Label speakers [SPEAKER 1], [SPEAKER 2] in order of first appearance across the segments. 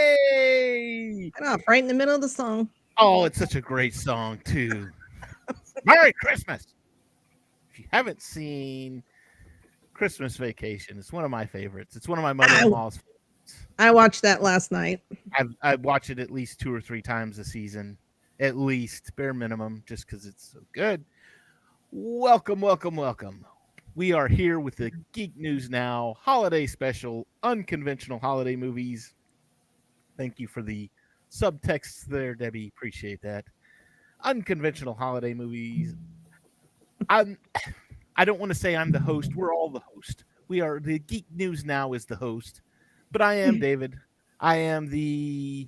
[SPEAKER 1] Yay!
[SPEAKER 2] Cut off right in the middle of the song.
[SPEAKER 1] Oh, it's such a great song, too. Merry Christmas! If you haven't seen Christmas Vacation, it's one of my favorites. It's one of my mother in law's.
[SPEAKER 2] I watched that last night.
[SPEAKER 1] I've, I've watched it at least two or three times a season, at least, bare minimum, just because it's so good. Welcome, welcome, welcome. We are here with the Geek News Now holiday special, unconventional holiday movies. Thank you for the subtext there, Debbie. Appreciate that. Unconventional holiday movies. I'm, I don't want to say I'm the host. We're all the host. We are the Geek News Now is the host, but I am David. I am the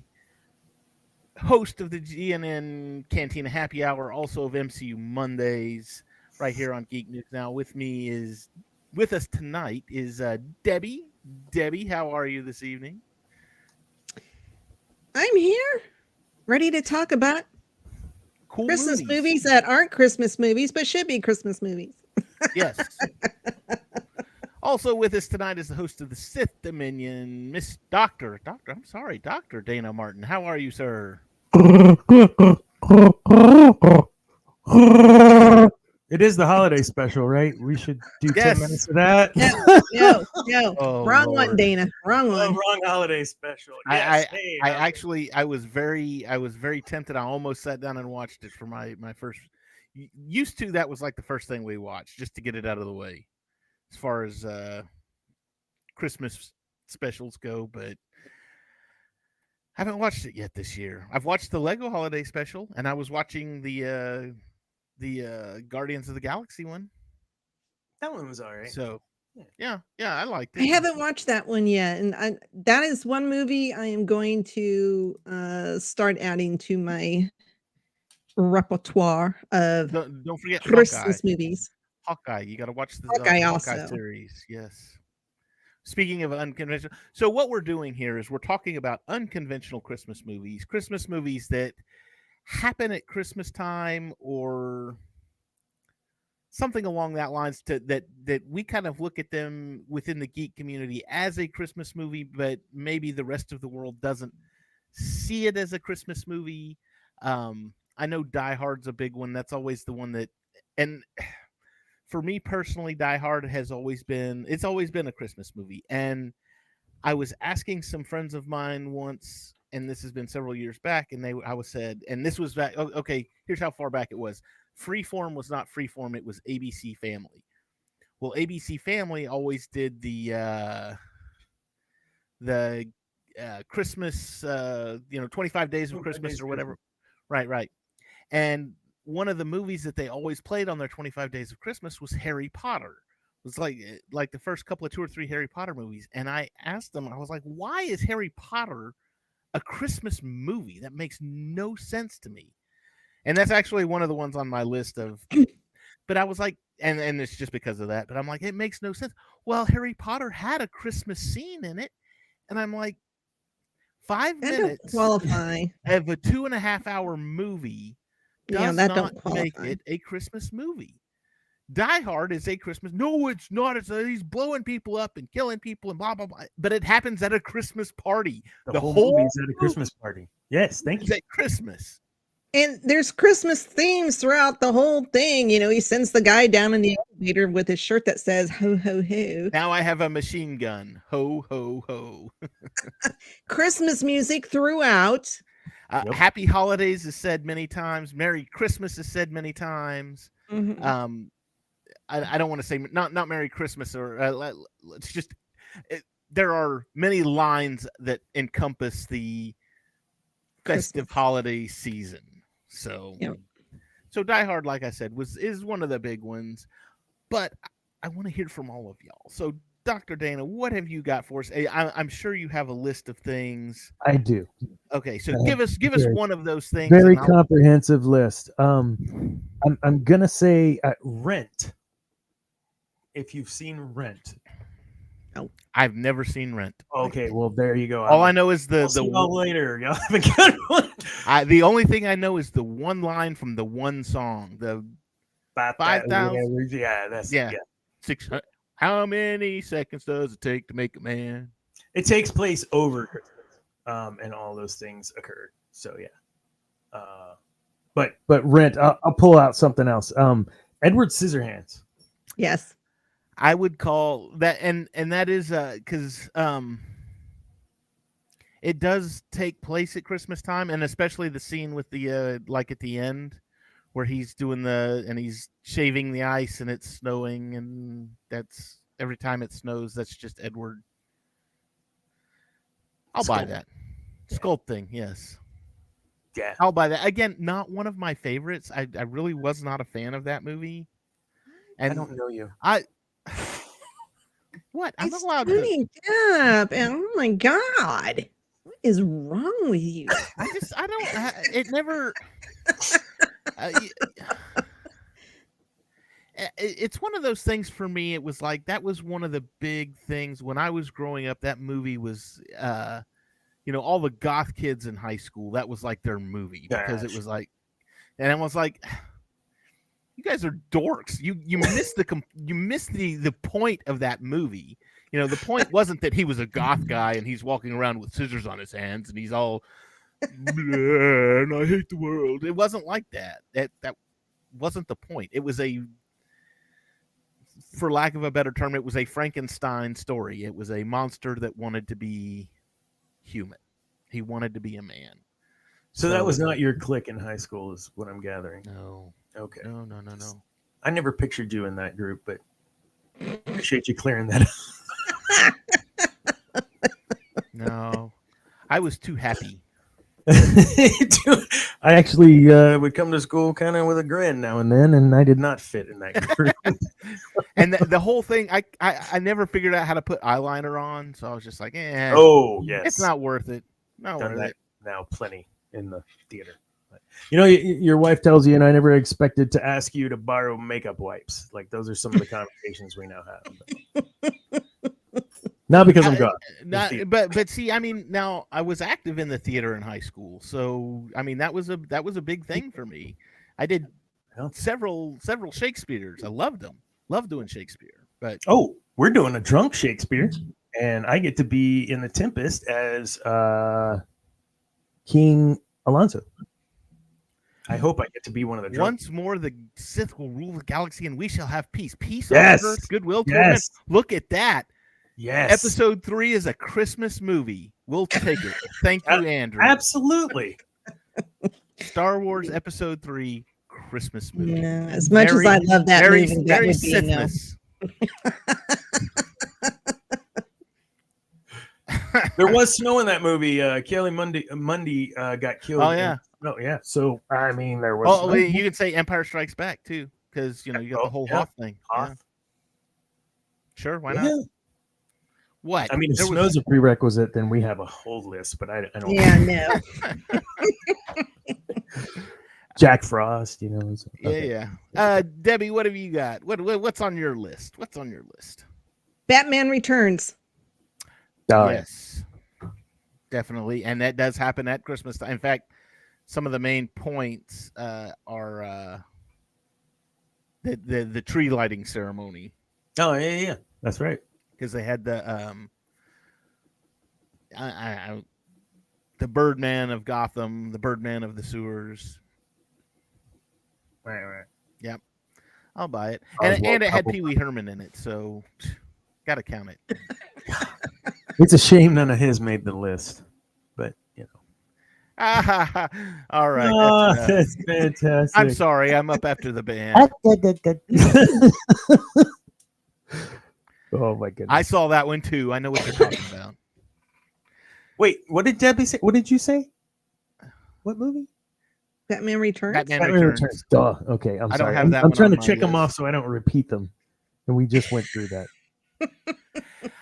[SPEAKER 1] host of the GNN Cantina Happy Hour, also of MCU Mondays, right here on Geek News Now. With me is, with us tonight is uh, Debbie. Debbie, how are you this evening?
[SPEAKER 2] I'm here, ready to talk about
[SPEAKER 1] Cool
[SPEAKER 2] Christmas movies. that aren't Christmas movies but should be Christmas movies.
[SPEAKER 1] Yes. also with us tonight is the host of the Sith Dominion, Miss Doctor. Doctor, I'm sorry, Doctor Dana Martin. How are you, sir?
[SPEAKER 3] It is the holiday special, right? We should do
[SPEAKER 1] Yes.
[SPEAKER 3] 10 minutes of that.
[SPEAKER 2] No, no,
[SPEAKER 1] Oh,
[SPEAKER 2] wrong one,
[SPEAKER 1] Lord.
[SPEAKER 2] Dana. Wrong
[SPEAKER 3] Oh,
[SPEAKER 2] one.
[SPEAKER 3] wrong holiday special.
[SPEAKER 1] I-
[SPEAKER 3] Yes, hey,
[SPEAKER 1] I
[SPEAKER 3] holiday.
[SPEAKER 1] actually I was very I was very tempted. I almost sat down and watched it for my my first y- used to that was like the first thing we watched just to get it out of the way as far as uh Christmas specials go, but I haven't watched it yet this year. I've watched the Lego holiday special and I was watching the uh the uh Guardians of the Galaxy one.
[SPEAKER 3] that one was all right.
[SPEAKER 1] So
[SPEAKER 3] Yeah.
[SPEAKER 1] yeah, yeah, I liked it.
[SPEAKER 2] I haven't watched that one yet, and I, that is one movie I am going to uh, start adding to my repertoire of
[SPEAKER 1] don't, don't forget Hawkeye.
[SPEAKER 2] Christmas movies.
[SPEAKER 1] Hawkeye. You got to watch the
[SPEAKER 2] Hawkeye
[SPEAKER 1] Hawkeye,
[SPEAKER 2] also.
[SPEAKER 1] series. Yes. Speaking of unconventional, so what we're doing here is we're talking about unconventional Christmas movies, Christmas movies that happen at Christmas time or something along that lines to that that we kind of look at them within the geek community as a Christmas movie, but maybe the rest of the world doesn't see it as a Christmas movie. Um, I know Die Hard's a big one. That's always the one that and for me personally, Die Hard has always been it's always been a Christmas movie. And I was asking some friends of mine once, and this has been several years back, and they I was said, and this was back. o- Okay, here's how far back it was. Freeform was not Freeform; it was ABC Family. Well, ABC Family always did the uh, the uh, Christmas, uh, you know, twenty five days of
[SPEAKER 3] 25
[SPEAKER 1] Christmas
[SPEAKER 3] Days
[SPEAKER 1] or
[SPEAKER 3] of
[SPEAKER 1] whatever. Right, right. And one of the movies that they always played on their 25 days of christmas was harry potter it was like eh, like the first couple of two or three harry potter movies and i asked them i was like why is harry potter a christmas movie that makes no sense to me and that's actually one of the ones on my list of but i was like and and it's just because of that but i'm like it makes no sense well harry potter had a christmas scene in it and i'm like five
[SPEAKER 2] That don't
[SPEAKER 1] minutes
[SPEAKER 2] qualify.
[SPEAKER 1] of a two and a half hour movie does
[SPEAKER 2] Yeah, that
[SPEAKER 1] not
[SPEAKER 2] don't
[SPEAKER 1] make
[SPEAKER 2] qualify.
[SPEAKER 1] it a Christmas movie. Die Hard is a Christmas. No, it's not. It's uh, he's blowing people up and killing people and blah blah blah. But it happens at a Christmas party. the whole
[SPEAKER 3] movie is at a
[SPEAKER 1] movie.
[SPEAKER 3] Christmas party. Yes, thank
[SPEAKER 1] It's
[SPEAKER 3] you.
[SPEAKER 1] at Christmas.
[SPEAKER 2] And there's Christmas themes throughout the whole thing. You know, he sends the guy down in the elevator with his shirt that says ho ho ho.
[SPEAKER 1] Now I have a machine gun. Ho ho ho.
[SPEAKER 2] Christmas music throughout.
[SPEAKER 1] Uh,
[SPEAKER 3] Yep.
[SPEAKER 1] Happy holidays is said many times. Merry Christmas is said many times.
[SPEAKER 2] Mm-hmm.
[SPEAKER 1] um I, I don't want to say m- not not Merry Christmas or uh, let, us just it, there are many lines that encompass the festive
[SPEAKER 2] Christmas.
[SPEAKER 1] holiday season. So
[SPEAKER 2] Yep.
[SPEAKER 1] so Die Hard, like I said, was is one of the big ones, but I, I want to hear from all of y'all. So Dr. Dana, what have you got for us? I, I- I'm sure you have a list of things.
[SPEAKER 3] I do.
[SPEAKER 1] Okay, so
[SPEAKER 3] Uh,
[SPEAKER 1] give us give us
[SPEAKER 3] very-
[SPEAKER 1] one of those things.
[SPEAKER 3] Very
[SPEAKER 1] and I'll-
[SPEAKER 3] comprehensive list. Um, I'm I'm gonna say uh, Rent. If you've seen Rent,
[SPEAKER 1] I've never seen Rent.
[SPEAKER 3] okay. Well, there you go.
[SPEAKER 1] All I know is the
[SPEAKER 3] I'll see
[SPEAKER 1] the
[SPEAKER 3] y'all later. Y'all have a good one.
[SPEAKER 1] I, the only thing I know is the one line from the one song. The
[SPEAKER 3] About
[SPEAKER 1] Five
[SPEAKER 3] that,
[SPEAKER 1] thousand-
[SPEAKER 3] Yeah, yeah, that's
[SPEAKER 1] Yeah.
[SPEAKER 3] yeah.
[SPEAKER 1] six. hun- How many seconds does it take to make a man?
[SPEAKER 3] It takes place over Christmas, um, and all those things occurred. So yeah, uh, but but Rent. I'll, I'll pull out something else. Um, Edward Scissorhands.
[SPEAKER 2] Yes.
[SPEAKER 1] I would call that, and and that is because um, it does take place at Christmas time, and especially the scene with the uh, like at the end where he's doing the and he's shaving the ice and it's snowing, and that's every time it snows, that's just Edward. I'll buy
[SPEAKER 3] Sculpt.
[SPEAKER 1] that
[SPEAKER 3] Yeah.
[SPEAKER 1] sculpting, yes.
[SPEAKER 3] Yeah,
[SPEAKER 1] I'll buy that again. Not one of my favorites. I, I really was not a fan of that movie. And
[SPEAKER 3] I don't know you.
[SPEAKER 1] what? I'm not
[SPEAKER 2] It's
[SPEAKER 1] allowed to.
[SPEAKER 2] turning up, and oh my god, what is wrong with you?
[SPEAKER 1] I just I don't. I, it never. uh, y- I- i- it's one of those things for me. It was like that was one of the big things when I was growing up. That movie was, uh, you know, all the goth kids in high school. That was like their movie because it
[SPEAKER 3] Gosh.
[SPEAKER 1] was like, and I was like, you guys are dorks. You you missed the com- you missed the the point of that movie. You know, the point wasn't that he was a goth guy and he's walking around with scissors on his hands and he's all "Bleh, and I hate the world. It wasn't like that. That that wasn't the point. It was a for lack of a better term, it was a Frankenstein story. It was a monster that wanted to be human. He wanted to be a man.
[SPEAKER 3] So that was not your clique in high school, is what I'm gathering.
[SPEAKER 1] No,
[SPEAKER 3] Okay.
[SPEAKER 1] no, no, no,
[SPEAKER 3] Just-
[SPEAKER 1] no.
[SPEAKER 3] I never pictured you in that group, but appreciate you clearing that up.
[SPEAKER 1] No. I was too happy.
[SPEAKER 3] Dude, I actually uh, would come to school kind of with a grin now and then, and I did not fit in that group.
[SPEAKER 1] and the, the whole thing I, I i never figured out how to put eyeliner on so i was just like eh,
[SPEAKER 3] oh, yes.
[SPEAKER 1] it's not worth it not
[SPEAKER 3] Done
[SPEAKER 1] worth
[SPEAKER 3] that
[SPEAKER 1] it
[SPEAKER 3] now plenty in the theater. But, you know, y- y- your wife tells you, and I never expected to ask you to borrow makeup wipes. Like, those are some of the conversations we now have. but- not because I'm
[SPEAKER 1] I-
[SPEAKER 3] God.
[SPEAKER 1] not,
[SPEAKER 3] theater.
[SPEAKER 1] but but see i mean now i was active in the theater in high school so i mean that was a that was a big thing for me i did
[SPEAKER 3] Yeah.
[SPEAKER 1] several several shakespeare's i loved them loved doing shakespeare but
[SPEAKER 3] oh, we're doing a drunk Shakespeare, and I get to be in the Tempest as uh, King Alonso. I hope I get to be one of the drunk.
[SPEAKER 1] once more the sith will rule the galaxy and we shall have peace peace
[SPEAKER 3] Yes.
[SPEAKER 1] on earth goodwill toward men.
[SPEAKER 3] Yes,
[SPEAKER 1] look at that
[SPEAKER 3] yes,
[SPEAKER 1] Episode three is a Christmas movie. We'll take it. Thank you,
[SPEAKER 3] Ab-
[SPEAKER 1] Andrew.
[SPEAKER 3] absolutely.
[SPEAKER 1] Star Wars Episode three Christmas movie.
[SPEAKER 2] Yeah, as much
[SPEAKER 1] Very-
[SPEAKER 2] as I love that
[SPEAKER 1] Very,
[SPEAKER 2] movie, that
[SPEAKER 1] very
[SPEAKER 2] would be a no.
[SPEAKER 1] Sithmas.
[SPEAKER 3] There was snow in that movie. Uh, Kelly Mundy Mundy uh, got killed.
[SPEAKER 1] Oh
[SPEAKER 3] in-
[SPEAKER 1] yeah.
[SPEAKER 3] no, yeah. So I mean, there was.
[SPEAKER 1] Oh,
[SPEAKER 3] snow.
[SPEAKER 1] well, you can say Empire Strikes Back too, because you know you got
[SPEAKER 3] Oh,
[SPEAKER 1] the whole
[SPEAKER 3] yeah.
[SPEAKER 1] Hoth thing. Yeah.
[SPEAKER 3] Hoth.
[SPEAKER 1] Sure, why
[SPEAKER 3] Yeah.
[SPEAKER 1] not? What?
[SPEAKER 3] I mean, if
[SPEAKER 1] There was-
[SPEAKER 3] snow's a prerequisite, then we have a whole list. But I, I don't.
[SPEAKER 2] Yeah, no.
[SPEAKER 3] Jack Frost, you know. is-
[SPEAKER 1] yeah,
[SPEAKER 3] okay.
[SPEAKER 1] yeah. Uh, Debbie, what have you got? What, what what's on your list? What's on your list?
[SPEAKER 2] Batman Returns.
[SPEAKER 3] Oh, yeah.
[SPEAKER 1] yes, definitely, and that does happen at Christmas time. In fact, some of the main points uh, are uh, the, the the tree lighting ceremony
[SPEAKER 3] Oh, yeah, yeah, yeah. That's right.
[SPEAKER 1] because they had the um, I, I, I, the Birdman of Gotham, the Birdman of the sewers.
[SPEAKER 3] Right, right.
[SPEAKER 1] I'll buy it, and,
[SPEAKER 3] Oswald
[SPEAKER 1] and it had
[SPEAKER 3] Cobblepot.
[SPEAKER 1] Pee Wee Herman in it, so gotta count it.
[SPEAKER 3] It's a shame none of his made the list, but you know. Ah,
[SPEAKER 1] All right, that's enough.
[SPEAKER 3] that's fantastic.
[SPEAKER 1] I'm sorry, I'm up after the band.
[SPEAKER 3] oh my goodness.
[SPEAKER 1] I saw that one too. I know what you're talking about.
[SPEAKER 3] Wait, what did Debbie say? What did you say? What movie?
[SPEAKER 2] Batman Returns.
[SPEAKER 1] Batman
[SPEAKER 3] Batman
[SPEAKER 1] Returns.
[SPEAKER 3] Returns. Duh. Okay, I'm
[SPEAKER 1] I don't
[SPEAKER 3] sorry.
[SPEAKER 1] have
[SPEAKER 3] I'm-
[SPEAKER 1] that
[SPEAKER 3] I'm
[SPEAKER 1] one
[SPEAKER 3] trying
[SPEAKER 1] on
[SPEAKER 3] to
[SPEAKER 1] my
[SPEAKER 3] check them
[SPEAKER 1] list.
[SPEAKER 3] off so I don't repeat them, and we just went through that.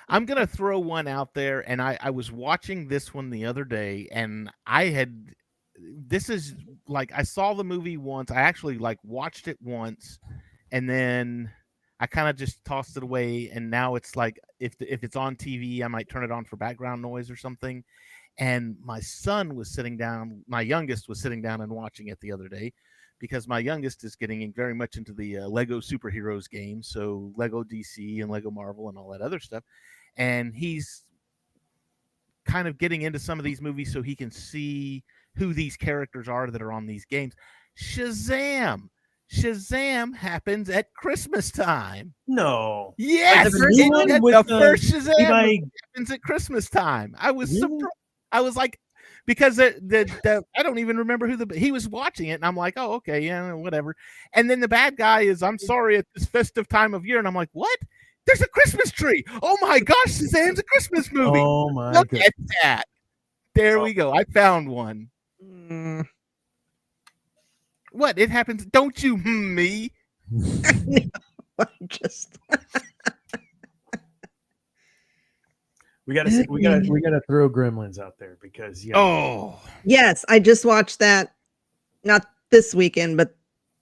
[SPEAKER 1] I'm gonna throw one out there, and I I was watching this one the other day, and I had this is like I saw the movie once. I actually like watched it once, and then I kind of just tossed it away. And now it's like if the, if it's on TV, I might turn it on for background noise or something. And my son was sitting down. My youngest was sitting down and watching it the other day because my youngest is getting in- very much into the uh, Lego superheroes game, so Lego DC and Lego Marvel and all that other stuff, and he's kind of getting into some of these movies so he can see who these characters are that are on these games. Shazam! Shazam happens at Christmas time.
[SPEAKER 3] No.
[SPEAKER 1] Yes,
[SPEAKER 2] the first
[SPEAKER 1] it-
[SPEAKER 3] one
[SPEAKER 1] it-
[SPEAKER 3] with
[SPEAKER 1] the
[SPEAKER 3] the
[SPEAKER 1] first Shazam
[SPEAKER 3] Levi,
[SPEAKER 1] happens at Christmas time. I was
[SPEAKER 3] Really?
[SPEAKER 1] surprised. I was like, because the, the, the I don't even remember who the he was watching it, and I'm like, oh okay, yeah, whatever. And then the bad guy is, I'm sorry, at this festive time of year, and I'm like, what? There's a Christmas tree. Oh my gosh, Shazam's a Christmas movie.
[SPEAKER 3] oh my Oh.
[SPEAKER 1] Look
[SPEAKER 3] god.
[SPEAKER 1] at that. There we go. I found one.
[SPEAKER 2] Mm.
[SPEAKER 1] What? It happens. Don't you hmm, me?
[SPEAKER 2] Just
[SPEAKER 3] We gotta see- we gotta we gotta throw gremlins out there because yeah.
[SPEAKER 1] Oh.
[SPEAKER 2] yes, I just watched that. Not this weekend, but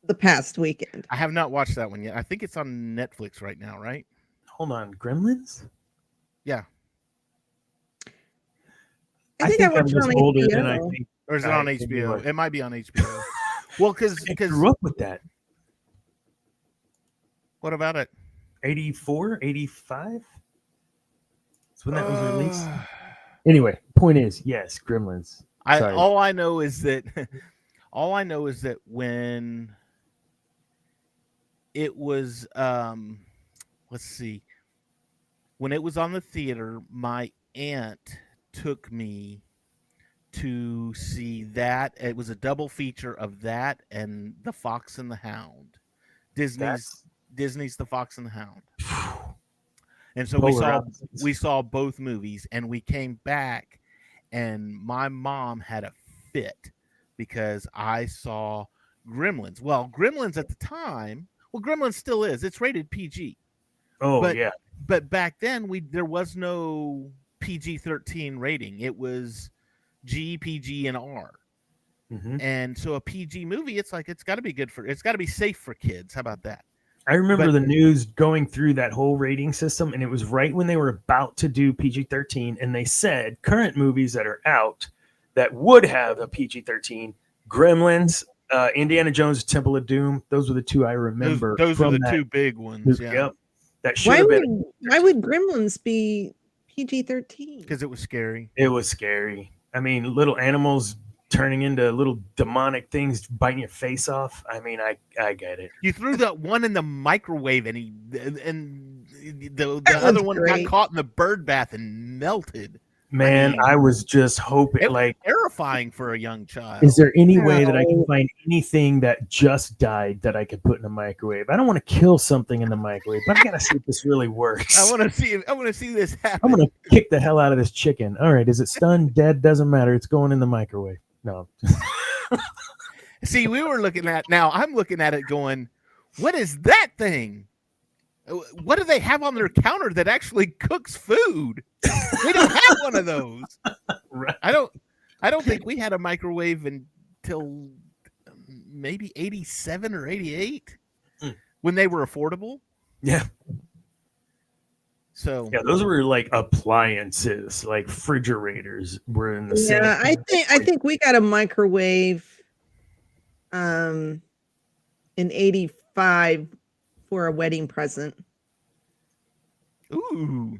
[SPEAKER 2] the past weekend.
[SPEAKER 1] I have not watched that one yet. I think it's on Netflix right now, right?
[SPEAKER 3] hold on, gremlins?
[SPEAKER 2] I think I,
[SPEAKER 3] am
[SPEAKER 2] watched it
[SPEAKER 3] just
[SPEAKER 2] on
[SPEAKER 3] older
[SPEAKER 2] HBO.
[SPEAKER 3] than I think.
[SPEAKER 1] Or is it
[SPEAKER 3] I
[SPEAKER 1] on
[SPEAKER 3] think you're
[SPEAKER 1] HBO?
[SPEAKER 3] right.
[SPEAKER 1] It might be on HBO. well, because
[SPEAKER 3] I grew up with that.
[SPEAKER 1] what about it?
[SPEAKER 3] 84, 85? That's when that was released.
[SPEAKER 1] Uh,
[SPEAKER 3] Anyway, point is, yes, gremlins.
[SPEAKER 1] I
[SPEAKER 3] Sorry.
[SPEAKER 1] all I know is that all I know is that when it was um let's see when it was on the theater my aunt took me to see that it was a double feature of that and the fox and the hound disney's
[SPEAKER 3] That's
[SPEAKER 1] disney's the fox and the hound
[SPEAKER 3] phew,
[SPEAKER 1] and so we
[SPEAKER 3] polar
[SPEAKER 1] saw
[SPEAKER 3] opposites.
[SPEAKER 1] we saw both movies and we came back and my mom had a fit because I saw Gremlins. Well, Gremlins at the time, well Gremlins still is. It's rated PG.
[SPEAKER 3] Oh
[SPEAKER 1] but-
[SPEAKER 3] yeah.
[SPEAKER 1] But back then we there was no PG-13 rating. It was G, PG and R.
[SPEAKER 3] hmm
[SPEAKER 1] And so a PG movie it's like it's got to be good for it's got to be safe for kids. How about that?
[SPEAKER 3] I remember
[SPEAKER 1] but-
[SPEAKER 3] the news going through that whole rating system, and it was right when they were about to do PG 13, and they said current movies that are out that would have a PG 13, Gremlins, uh, Indiana Jones, Temple of Doom. Those were the two I
[SPEAKER 1] Those,
[SPEAKER 3] remember.
[SPEAKER 1] those are
[SPEAKER 3] from
[SPEAKER 1] the
[SPEAKER 3] that
[SPEAKER 1] two big ones.
[SPEAKER 3] movie.
[SPEAKER 1] Yeah.
[SPEAKER 3] Yep. That should
[SPEAKER 2] Why
[SPEAKER 3] have
[SPEAKER 2] would
[SPEAKER 3] been.
[SPEAKER 2] why would Gremlins be PG thirteen?
[SPEAKER 1] Cuz it was scary.
[SPEAKER 3] It was scary. I mean, little animals turning into little demonic things, biting your face off. I mean, I I get it.
[SPEAKER 1] You threw that one in the microwave, and he and, and the the
[SPEAKER 2] That
[SPEAKER 1] other
[SPEAKER 2] one's
[SPEAKER 1] one got
[SPEAKER 2] great.
[SPEAKER 1] caught in the bird bath and melted.
[SPEAKER 3] Man, I,
[SPEAKER 1] mean-
[SPEAKER 3] was just hoping,
[SPEAKER 1] It-
[SPEAKER 3] like,
[SPEAKER 1] Terrifying for a young child.
[SPEAKER 3] Is there any way that I
[SPEAKER 2] No.
[SPEAKER 3] can find anything that just died that I could put in a microwave? I don't want to kill something in the microwave, but I gotta see if this really works.
[SPEAKER 1] I want to see. I want to see this happen.
[SPEAKER 3] I'm gonna kick the hell out of this chicken. All right, is it stunned, dead? Doesn't matter. It's going in the microwave. No,
[SPEAKER 1] see, we were looking at now. I'm looking at it, going, "What is that thing? Uh, What do they have on their counter that actually cooks food? We don't have one of those.
[SPEAKER 3] Right.
[SPEAKER 1] I don't. I don't think we had a microwave until um, maybe '87 or '88
[SPEAKER 3] Mm.
[SPEAKER 1] when they were affordable."
[SPEAKER 3] yeah,
[SPEAKER 1] So
[SPEAKER 3] yeah. Those were like appliances, like refrigerators were in the same.
[SPEAKER 2] Yeah, I think I think we got a microwave um in 85 for a wedding present.
[SPEAKER 1] ooh.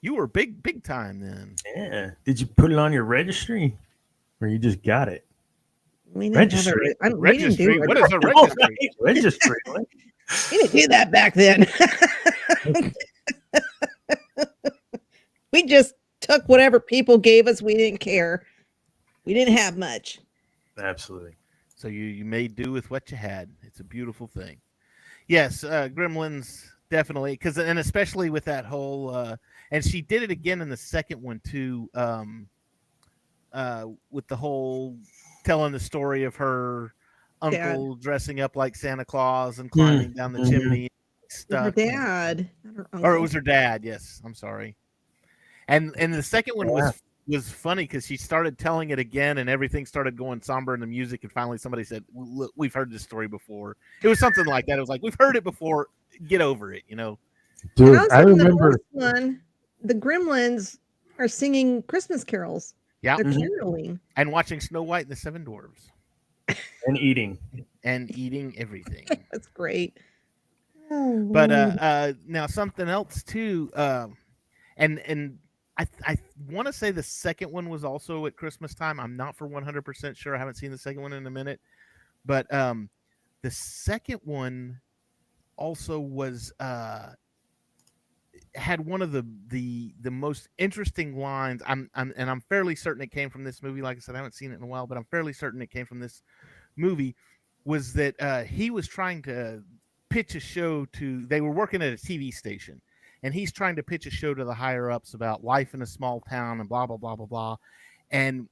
[SPEAKER 1] You were big big time then.
[SPEAKER 3] Yeah. Did you put it on your registry, or you just got it?
[SPEAKER 2] We didn't have a
[SPEAKER 3] Registry.
[SPEAKER 2] re- I don't- we didn't do
[SPEAKER 1] Registry. What
[SPEAKER 2] reg-
[SPEAKER 1] is a registry?
[SPEAKER 3] Right, registry. what?
[SPEAKER 2] we didn't do that back then. we just took whatever people gave us. We didn't care. We didn't have much.
[SPEAKER 3] Absolutely.
[SPEAKER 1] So you you made do with what you had. It's a beautiful thing. Yes, uh, Gremlins definitely because and especially with that whole uh, and she did it again in the second one too. Um, uh, with the whole telling the story of her
[SPEAKER 2] Dad.
[SPEAKER 1] uncle dressing up like Santa Claus and climbing down the
[SPEAKER 3] mhm.
[SPEAKER 1] chimney,
[SPEAKER 2] Her
[SPEAKER 1] stuck. and-
[SPEAKER 2] dad, not her uncle.
[SPEAKER 1] or it was her dad. Yes, I'm sorry. And and the second one
[SPEAKER 3] Yeah.
[SPEAKER 1] was was funny because she started telling it again, and everything started going somber in the music, and finally somebody said, "Look, we've heard this story before." It was something like that. It was like we've heard it before. Get over it, you know.
[SPEAKER 3] Dude,
[SPEAKER 2] And
[SPEAKER 3] I
[SPEAKER 2] also in the
[SPEAKER 3] remember.
[SPEAKER 2] first one, the Gremlins are singing Christmas carols.
[SPEAKER 1] Yeah.
[SPEAKER 2] They're
[SPEAKER 3] Mhm.
[SPEAKER 2] caroling.
[SPEAKER 1] And watching Snow White and the Seven Dwarves
[SPEAKER 3] And eating.
[SPEAKER 1] and eating everything.
[SPEAKER 2] That's great. Oh,
[SPEAKER 1] but
[SPEAKER 2] Mm-hmm.
[SPEAKER 1] uh, uh now something else too um and and i i want to say the second one was also at christmas time i'm not for 100% sure i haven't seen the second one in a minute but um the second one also was uh had one of the the the most interesting lines i'm i'm and i'm fairly certain it came from this movie like i said i haven't seen it in a while but i'm fairly certain it came from this movie was that uh he was trying to pitch a show to they were working at a TV station and he's trying to pitch a show to the higher ups about life in a small town and blah blah blah blah blah and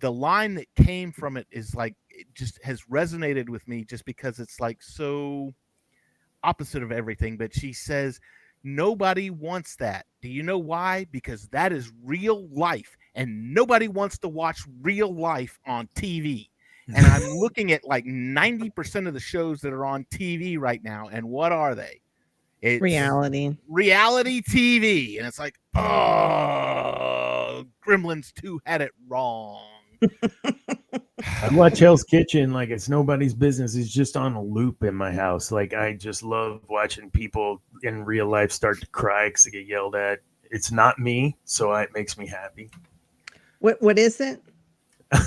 [SPEAKER 1] the line that came from it is like it just has resonated with me just because it's like so opposite of everything but she says nobody wants that do you know why because that is real life and nobody wants to watch real life on TV and I'm looking at like 90% of the shows that are on TV right now. And what are they? It's
[SPEAKER 2] reality.
[SPEAKER 1] reality TV. And it's like, oh, Gremlins 2 had it wrong.
[SPEAKER 3] I watch Hell's Kitchen like it's nobody's business. It's just on a loop in my house. Like I just love watching people in real life start to cry because they get yelled at. It's not me, so I, it makes me happy.
[SPEAKER 2] What what is it?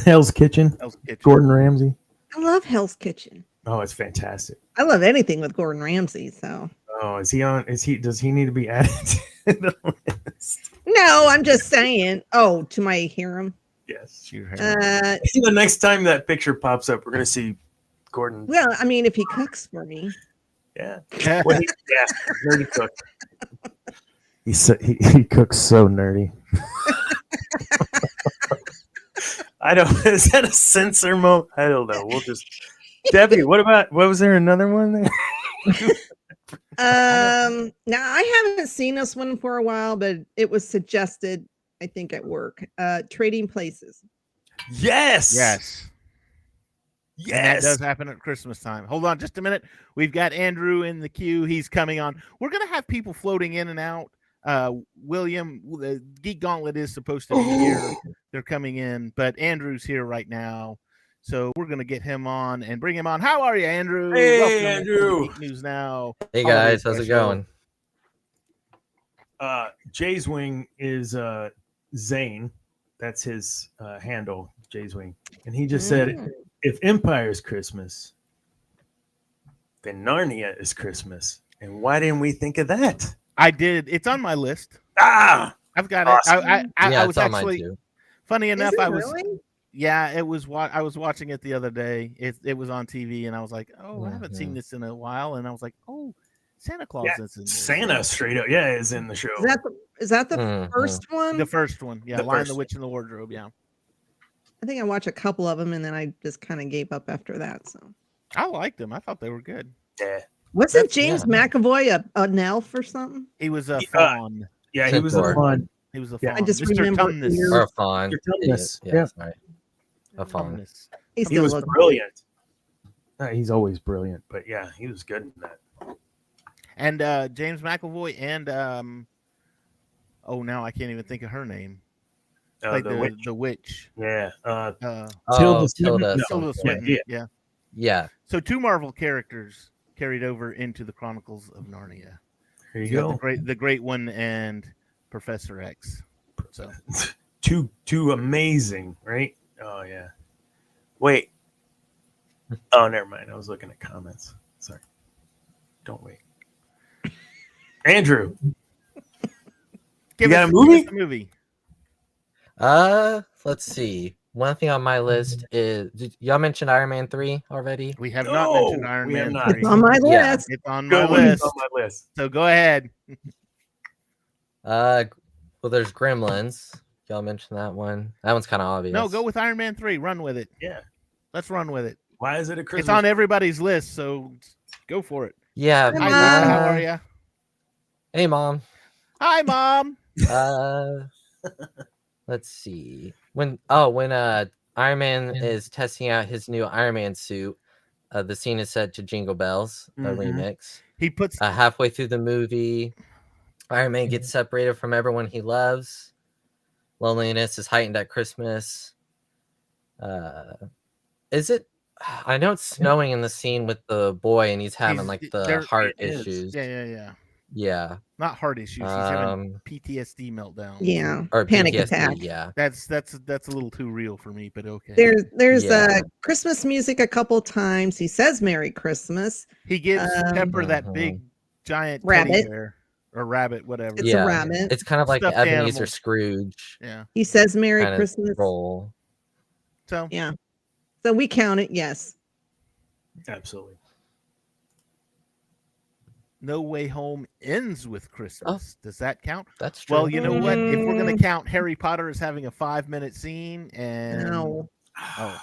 [SPEAKER 3] Hell's Kitchen,
[SPEAKER 1] Hell's Kitchen.
[SPEAKER 3] Gordon Ramsay.
[SPEAKER 2] I love Hell's Kitchen.
[SPEAKER 3] Oh, it's fantastic.
[SPEAKER 2] I love anything with Gordon Ramsay. So
[SPEAKER 3] Oh, is he on? Is he? Does he need to be added to the list?
[SPEAKER 2] no, I'm just saying. Oh, to my harem.
[SPEAKER 3] Yes.
[SPEAKER 1] Your hair.
[SPEAKER 2] Uh,
[SPEAKER 3] I think the next time that picture pops up, we're gonna see Gordon.
[SPEAKER 2] well, I mean, if he cooks for me,
[SPEAKER 3] Yeah. Well, he- yeah. Nerdy cook. He's so, he, he cooks so nerdy. I don't. Is that a censor mo? I don't know. We'll just. Debbie, what about what was there another one there?
[SPEAKER 2] um, now I haven't seen this one for a while, but it was suggested, I think, at work. Uh, Trading Places.
[SPEAKER 3] Yes.
[SPEAKER 1] yes. And that
[SPEAKER 3] Yes.
[SPEAKER 1] does happen at Christmas time. Hold on just a minute. We've got Andrew in the queue. He's coming on. We're going to have people floating in and out. Uh, William, the Geek Gauntlet is supposed to be here. They're coming in, but Andrew's here right now. So we're going to get him on and bring him on. How are you, Andrew?
[SPEAKER 3] Hey,
[SPEAKER 1] to
[SPEAKER 3] Andrew.
[SPEAKER 1] Geek News Now.
[SPEAKER 4] Hey
[SPEAKER 1] Holiday
[SPEAKER 4] guys, how's it
[SPEAKER 1] special.
[SPEAKER 4] going?
[SPEAKER 3] Uh, Jay's wing is uh Zane. That's his uh, handle. Jay's wing, and he just said,
[SPEAKER 2] Mm.
[SPEAKER 3] if Empire is Christmas, then Narnia is Christmas. And why didn't we think of that?
[SPEAKER 1] I did. It's on my list.
[SPEAKER 3] Ah,
[SPEAKER 1] I've got it. I, I,
[SPEAKER 2] Awesome.
[SPEAKER 1] I,
[SPEAKER 4] yeah,
[SPEAKER 1] I
[SPEAKER 4] it's
[SPEAKER 1] was
[SPEAKER 4] on mine
[SPEAKER 1] actually
[SPEAKER 4] too.
[SPEAKER 1] funny
[SPEAKER 2] Is
[SPEAKER 1] enough.
[SPEAKER 2] it
[SPEAKER 1] I was
[SPEAKER 2] really?
[SPEAKER 1] Yeah, it was. Wa- I was watching it the other day. It it was on TV, and I was like, "Oh, I
[SPEAKER 4] Yeah,
[SPEAKER 1] haven't
[SPEAKER 4] yeah.
[SPEAKER 1] seen this in a while." And I was like, "Oh, Santa Claus
[SPEAKER 3] Yeah,
[SPEAKER 1] is in there."
[SPEAKER 3] Santa straight up, yeah, is in the show.
[SPEAKER 2] Is that the, is that the
[SPEAKER 4] Mhm.
[SPEAKER 2] first one?
[SPEAKER 1] The first one, yeah,
[SPEAKER 3] The
[SPEAKER 1] Lion,
[SPEAKER 3] first
[SPEAKER 1] the
[SPEAKER 3] one.
[SPEAKER 1] Witch, and the Wardrobe. Yeah,
[SPEAKER 2] I think I watched a couple of them, and then I just kind of gave up after that. So
[SPEAKER 1] I liked them. I thought they were good.
[SPEAKER 3] yeah,
[SPEAKER 2] wasn't
[SPEAKER 4] That's- yeah,
[SPEAKER 2] James
[SPEAKER 4] I know.
[SPEAKER 2] McAvoy a, an elf or something?
[SPEAKER 1] He was a
[SPEAKER 3] Yeah. uh,
[SPEAKER 1] fawn.
[SPEAKER 3] yeah, he was the
[SPEAKER 4] Centaur.
[SPEAKER 3] one.
[SPEAKER 1] He was a
[SPEAKER 3] Yeah.
[SPEAKER 1] fawn.
[SPEAKER 3] I
[SPEAKER 2] just
[SPEAKER 1] Mr.
[SPEAKER 2] remember
[SPEAKER 1] Tumnus.
[SPEAKER 2] you-
[SPEAKER 4] Or a fawn.
[SPEAKER 3] Your
[SPEAKER 4] Idiot.
[SPEAKER 3] dumbness,
[SPEAKER 4] Yeah,
[SPEAKER 3] yeah.
[SPEAKER 4] sorry. A fawn.
[SPEAKER 1] Tumnus.
[SPEAKER 2] He
[SPEAKER 3] He
[SPEAKER 2] still
[SPEAKER 3] was
[SPEAKER 2] looks
[SPEAKER 3] brilliant. Uh, he's always brilliant, but yeah, he was good in that.
[SPEAKER 1] And uh, James McAvoy and um, oh, now I can't even think of her name.
[SPEAKER 3] Uh,
[SPEAKER 1] Like
[SPEAKER 3] the
[SPEAKER 1] the the
[SPEAKER 3] witch.
[SPEAKER 1] witch.
[SPEAKER 3] Yeah, uh,
[SPEAKER 1] uh,
[SPEAKER 4] Oh,
[SPEAKER 3] Tilda
[SPEAKER 4] Tilda
[SPEAKER 3] Swinton? No.
[SPEAKER 1] Tilda
[SPEAKER 4] Swinton.
[SPEAKER 1] Swinton.
[SPEAKER 3] yeah.
[SPEAKER 1] yeah.
[SPEAKER 4] Yeah.
[SPEAKER 1] So two Marvel characters carried over into the Chronicles of Narnia.
[SPEAKER 3] here you
[SPEAKER 1] You got the
[SPEAKER 3] go.
[SPEAKER 1] great, the great one, and Professor X. So
[SPEAKER 3] Too too amazing, right? Oh yeah. Wait. Oh, never mind. I was looking at comments. Sorry. Don't wait. Andrew,
[SPEAKER 1] give
[SPEAKER 3] got
[SPEAKER 1] us-
[SPEAKER 3] a movie?
[SPEAKER 1] give us the movie.
[SPEAKER 4] Uh, let's see. One thing on
[SPEAKER 1] Mm-hmm.
[SPEAKER 4] my list is did y'all mentioned Iron Man three already?
[SPEAKER 1] We have
[SPEAKER 3] No,
[SPEAKER 1] not mentioned Iron
[SPEAKER 3] we have
[SPEAKER 1] Man.
[SPEAKER 3] not.
[SPEAKER 1] 3.
[SPEAKER 2] It's on my
[SPEAKER 4] Yeah.
[SPEAKER 2] list.
[SPEAKER 1] It's on my
[SPEAKER 3] go with
[SPEAKER 1] list.
[SPEAKER 3] on my list.
[SPEAKER 1] So go ahead.
[SPEAKER 4] Uh, well, there's Gremlins. Y'all mentioned that one. That one's kind of obvious.
[SPEAKER 1] No, go with Iron Man three. Run with it.
[SPEAKER 3] Yeah.
[SPEAKER 1] Let's run with it.
[SPEAKER 3] Why is it a Christmas?
[SPEAKER 1] It's on everybody's list, so go for it.
[SPEAKER 4] Yeah.
[SPEAKER 2] Hi,
[SPEAKER 1] Hi, Lisa,
[SPEAKER 2] Mom.
[SPEAKER 1] how
[SPEAKER 4] uh,
[SPEAKER 1] are you?
[SPEAKER 4] Hey, mom.
[SPEAKER 1] Hi, mom.
[SPEAKER 4] Uh, let's see. When oh, when uh Iron Man is testing out his new Iron Man suit, uh, the scene is set to Jingle Bells, a
[SPEAKER 1] Mm-hmm.
[SPEAKER 3] Mhm.
[SPEAKER 4] remix.
[SPEAKER 1] He puts
[SPEAKER 4] Uh, halfway through the movie, Iron Man
[SPEAKER 1] Mm-hmm.
[SPEAKER 4] gets separated from everyone he loves. Loneliness is heightened at Christmas. Uh, is it? I know it's snowing in the scene with the boy, and he's having
[SPEAKER 1] He's-
[SPEAKER 4] like
[SPEAKER 1] it- there-
[SPEAKER 4] the heart
[SPEAKER 3] it is.
[SPEAKER 4] issues.
[SPEAKER 1] yeah, yeah, yeah.
[SPEAKER 4] Yeah.
[SPEAKER 1] Not heart issues. He's having
[SPEAKER 4] Um,
[SPEAKER 1] PTSD meltdown.
[SPEAKER 2] Yeah.
[SPEAKER 4] or
[SPEAKER 2] Panic
[SPEAKER 4] PTSD,
[SPEAKER 2] attack.
[SPEAKER 4] Yeah.
[SPEAKER 1] That's that's that's a little too real for me, but okay.
[SPEAKER 2] There's there's
[SPEAKER 4] Yeah.
[SPEAKER 2] uh Christmas music a couple times. He says Merry Christmas.
[SPEAKER 1] he gives
[SPEAKER 2] um,
[SPEAKER 1] Pepper that
[SPEAKER 3] Uh-huh.
[SPEAKER 4] Mhm.
[SPEAKER 1] big giant teddy
[SPEAKER 2] Rabbit.
[SPEAKER 1] bear or rabbit, whatever.
[SPEAKER 2] It's
[SPEAKER 4] Yeah.
[SPEAKER 2] a rabbit.
[SPEAKER 4] It's kind of like
[SPEAKER 1] Stuffed
[SPEAKER 4] Ebenezer
[SPEAKER 1] animal.
[SPEAKER 4] Scrooge
[SPEAKER 1] yeah.
[SPEAKER 2] he says Merry
[SPEAKER 4] kind of
[SPEAKER 2] Christmas.
[SPEAKER 4] role.
[SPEAKER 1] So
[SPEAKER 2] Yeah. So we count it, yes.
[SPEAKER 3] Absolutely.
[SPEAKER 1] No Way Home ends with Christmas. Does that count?
[SPEAKER 4] That's true.
[SPEAKER 1] Well, you know what? If we're gonna
[SPEAKER 2] Oh. Mm.
[SPEAKER 1] count Harry Potter as having a five minute scene and
[SPEAKER 2] No,
[SPEAKER 1] Oh.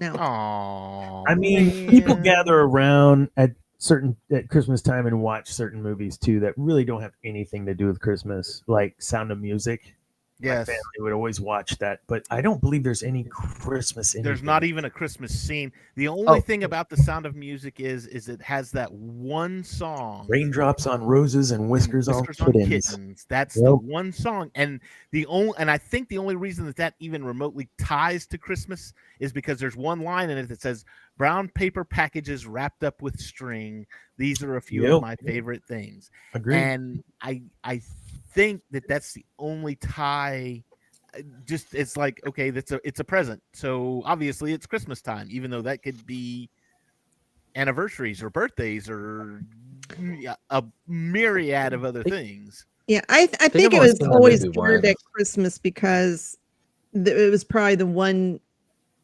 [SPEAKER 2] no.
[SPEAKER 1] Aw,
[SPEAKER 3] I mean, people
[SPEAKER 1] man.
[SPEAKER 3] gather around at certain at Christmas time and watch certain movies too that really don't have anything to do with Christmas, like Sound of Music.
[SPEAKER 1] Yes.
[SPEAKER 3] My family would always watch that, but I don't believe there's any Christmas.
[SPEAKER 1] There's
[SPEAKER 3] anything.
[SPEAKER 1] not e- even a Christmas scene. The only
[SPEAKER 4] Oh.
[SPEAKER 1] thing about the sound of music is is it has that one song.
[SPEAKER 3] raindrops on roses and
[SPEAKER 1] and
[SPEAKER 3] whiskers,
[SPEAKER 1] Whiskers
[SPEAKER 3] on kittens.
[SPEAKER 1] That's the
[SPEAKER 3] Yep.
[SPEAKER 1] one song, and the only, and I think the only reason that that even remotely ties to Christmas is because there's one line in it that says, "Brown paper packages wrapped up with string. These are a few
[SPEAKER 3] Yep.
[SPEAKER 1] of my favorite things."
[SPEAKER 3] Agreed.
[SPEAKER 1] And I, I think that that's the only tie. Uh, Just it's like okay, that's a it's a present. So obviously it's Christmas time, even though that could be anniversaries or birthdays or yeah, a myriad of other
[SPEAKER 4] Think-
[SPEAKER 1] things.
[SPEAKER 2] Yeah, I th- I
[SPEAKER 4] think
[SPEAKER 2] think,
[SPEAKER 4] I've
[SPEAKER 2] it
[SPEAKER 4] only
[SPEAKER 2] was
[SPEAKER 4] seen that
[SPEAKER 2] always
[SPEAKER 4] movie
[SPEAKER 2] geared at
[SPEAKER 4] once.
[SPEAKER 2] Christmas because th- it was probably the one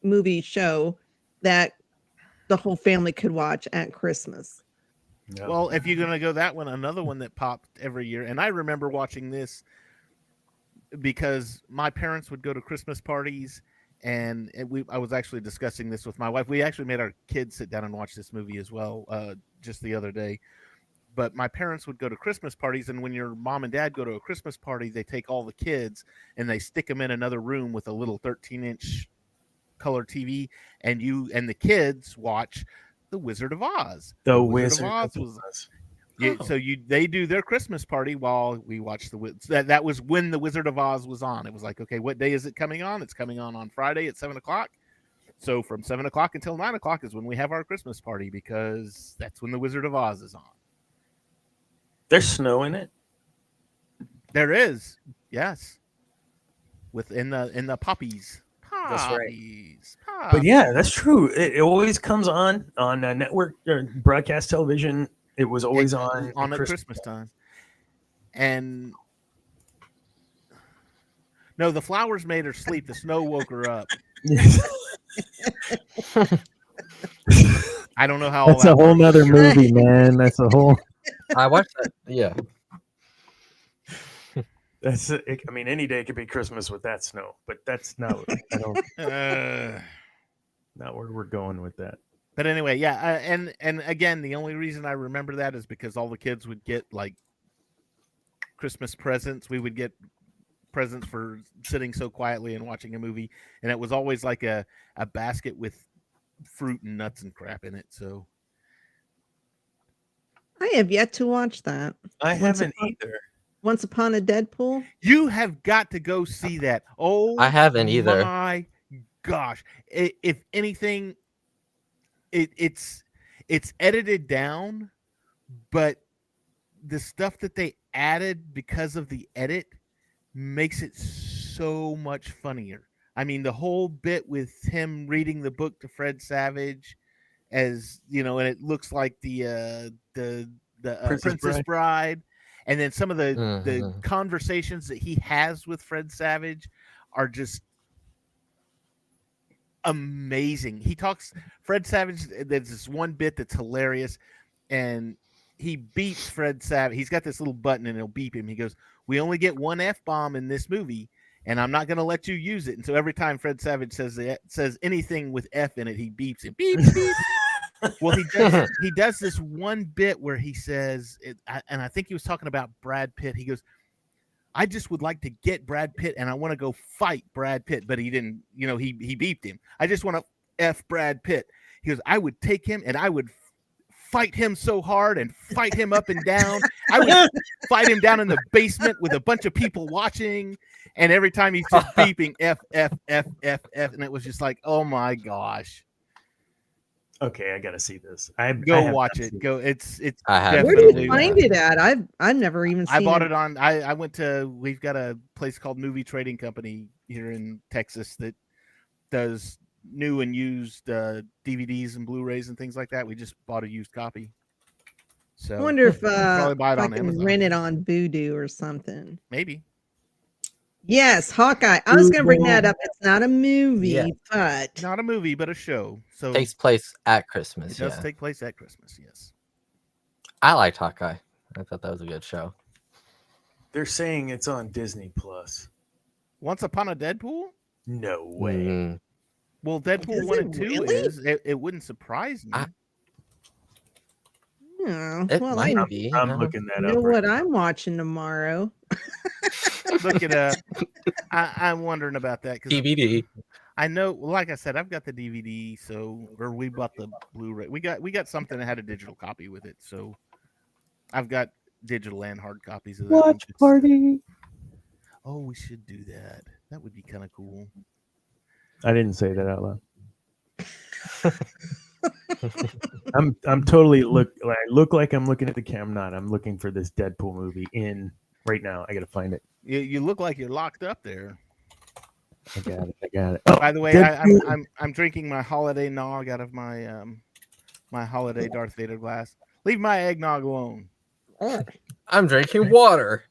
[SPEAKER 2] movie show that the whole family could watch at Christmas.
[SPEAKER 3] Yeah.
[SPEAKER 1] Well, if you're gonna go that one, another one that popped every year, and I remember watching this because my parents would go to Christmas parties, and it- we I was actually discussing this with my wife. We actually made our kids sit down and watch this movie as well, uh, just the other day. But my parents would go to Christmas parties, and when your mom and dad go to a Christmas party, they take all the kids and they stick them in another room with a little 13 inch color TV, and you and the kids watch The Wizard of Oz.
[SPEAKER 3] the
[SPEAKER 1] Wizard
[SPEAKER 3] Wizard
[SPEAKER 1] of
[SPEAKER 3] of
[SPEAKER 1] Oz was-
[SPEAKER 3] Oz.
[SPEAKER 1] Yeah,
[SPEAKER 3] Oh.
[SPEAKER 1] so you they do their Christmas party while we watch the Wiz- that that was when the Wizard of Oz was on. It was like, okay, what day is it coming on? It's coming on on Friday at seven o'clock. So from seven o'clock until nine o'clock is when we have our Christmas party because that's when the Wizard of Oz is on.
[SPEAKER 3] There's snow in it.
[SPEAKER 1] There is, yes, within the in the poppies.
[SPEAKER 3] That's right.
[SPEAKER 1] Poppies,
[SPEAKER 3] But
[SPEAKER 1] poppies.
[SPEAKER 3] yeah, that's true. It, it always comes on on uh, network or broadcast television. It was always on at
[SPEAKER 1] on at
[SPEAKER 3] Christ-
[SPEAKER 1] Christmas, time. And no, the flowers made her sleep. The snow woke her up. I don't know how all
[SPEAKER 3] That's a
[SPEAKER 1] that
[SPEAKER 3] whole
[SPEAKER 1] works.
[SPEAKER 3] nother
[SPEAKER 2] Sure.
[SPEAKER 3] movie, man. That's a whole.
[SPEAKER 4] I watched that. Yeah.
[SPEAKER 3] That's. It, I mean, any day could be Christmas with that snow, but that's not. I don't.
[SPEAKER 1] Uh,
[SPEAKER 3] Not where we're going with that.
[SPEAKER 1] but anyway, yeah, uh, and and again, the only reason I remember that is because all the kids would get like Christmas presents. We would get presents for sitting so quietly and watching a movie, and it was always like a a basket with fruit and nuts and crap in it. So
[SPEAKER 2] I have yet to watch that.
[SPEAKER 3] I haven't
[SPEAKER 2] haven't
[SPEAKER 3] either.
[SPEAKER 2] Once Upon a Deadpool.
[SPEAKER 1] you have got to go see that. Oh,
[SPEAKER 4] I haven't either.
[SPEAKER 1] My gosh, I- if anything, it, it's it's edited down, but the stuff that they added because of the edit makes it so much funnier. I mean, the whole bit with him reading the book to Fred Savage, as you know, and it looks like the uh, the the uh, Princess,
[SPEAKER 3] Princess
[SPEAKER 1] Bride.
[SPEAKER 3] Bride.
[SPEAKER 1] and then some of the the
[SPEAKER 4] Mhm.
[SPEAKER 1] conversations that he has with Fred Savage are just amazing. He talks Fred Savage. There's this one bit that's hilarious, and he beeps Fred Savage. He's got this little button, and it'll beep him. He goes, "We only get one f bomb in this movie." And I'm not going to let you use it. And so every time Fred Savage says the, says anything with F in it, he beeps it. Beep, beep, Well, he does. he does this one bit where he says, it, I- and I think he was talking about Brad Pitt. He goes, "I just would like to get Brad Pitt, and I want to go fight Brad Pitt." But he didn't. You know, he he beeped him. I just want to f Brad Pitt. He goes, "I would take him, and I would." Fight him so hard and fight him up and down. I would fight him down in the basement with a bunch of people watching. And every time he's just beeping F F F F F, and it was just like, oh my gosh,
[SPEAKER 3] Okay, I gotta see this. I
[SPEAKER 1] go
[SPEAKER 3] I have
[SPEAKER 1] watch
[SPEAKER 3] not
[SPEAKER 1] it.
[SPEAKER 3] seen
[SPEAKER 1] Go, it's it's.
[SPEAKER 4] I have.
[SPEAKER 2] Where do
[SPEAKER 1] Definitely
[SPEAKER 2] you find
[SPEAKER 1] not.
[SPEAKER 2] it at? I've I've never even seen
[SPEAKER 1] I bought it on. I I went to. We've got a place called Movie Trading Company here in Texas that does new and used uh, DVDs and Blu-rays and things like that. We just bought a used copy. So
[SPEAKER 2] I wonder if,
[SPEAKER 1] you can
[SPEAKER 2] uh,
[SPEAKER 1] probably buy
[SPEAKER 2] if
[SPEAKER 1] it
[SPEAKER 2] I
[SPEAKER 1] on
[SPEAKER 2] can
[SPEAKER 1] Amazon.
[SPEAKER 2] rent it on Voodoo or something.
[SPEAKER 1] Maybe
[SPEAKER 2] Yes, Hawkeye. I was going to bring that
[SPEAKER 3] Voodoo.
[SPEAKER 2] up. It's not a movie,
[SPEAKER 4] Yeah.
[SPEAKER 2] but
[SPEAKER 1] not a movie, but a show. So
[SPEAKER 4] Takes place at
[SPEAKER 1] it
[SPEAKER 4] Christmas.
[SPEAKER 1] does
[SPEAKER 4] Yeah.
[SPEAKER 1] take place at Christmas. Yes.
[SPEAKER 4] I liked Hawkeye. I thought that was a good show.
[SPEAKER 3] They're saying it's on Disney Plus.
[SPEAKER 1] Once upon a Deadpool.
[SPEAKER 3] No way.
[SPEAKER 4] Mm.
[SPEAKER 1] Well, Deadpool
[SPEAKER 2] Is
[SPEAKER 1] one
[SPEAKER 2] it
[SPEAKER 1] and two
[SPEAKER 2] really?
[SPEAKER 1] is. It, it wouldn't surprise me.
[SPEAKER 4] I-
[SPEAKER 2] you know,
[SPEAKER 4] It
[SPEAKER 2] well, I
[SPEAKER 4] might
[SPEAKER 2] know
[SPEAKER 4] be. you
[SPEAKER 3] I'm
[SPEAKER 4] know?
[SPEAKER 3] looking that up. right
[SPEAKER 2] what
[SPEAKER 3] now.
[SPEAKER 2] I'm watching tomorrow.
[SPEAKER 1] Look it up. I, I'm wondering about that because
[SPEAKER 4] DVD.
[SPEAKER 1] I know, well, like I said, I've got the DVD, so or we bought the Blu-ray. We got we got something that had a digital copy with it, so I've got digital and hard copies of that. one. It's- Oh, we should do that. That would be kind of cool.
[SPEAKER 3] I didn't say that out loud. I'm I'm totally look like I look like I'm looking at the camera. I'm not. I'm looking for this Deadpool movie in right now. I gotta find it.
[SPEAKER 1] You, you look like you're locked up there.
[SPEAKER 3] I got it. I got it. Oh,
[SPEAKER 1] By the way, I, I'm,
[SPEAKER 3] Deadpool.
[SPEAKER 1] I'm I'm drinking my holiday nog out of my um my holiday Darth Vader glass. Leave my eggnog alone.
[SPEAKER 4] I'm drinking water.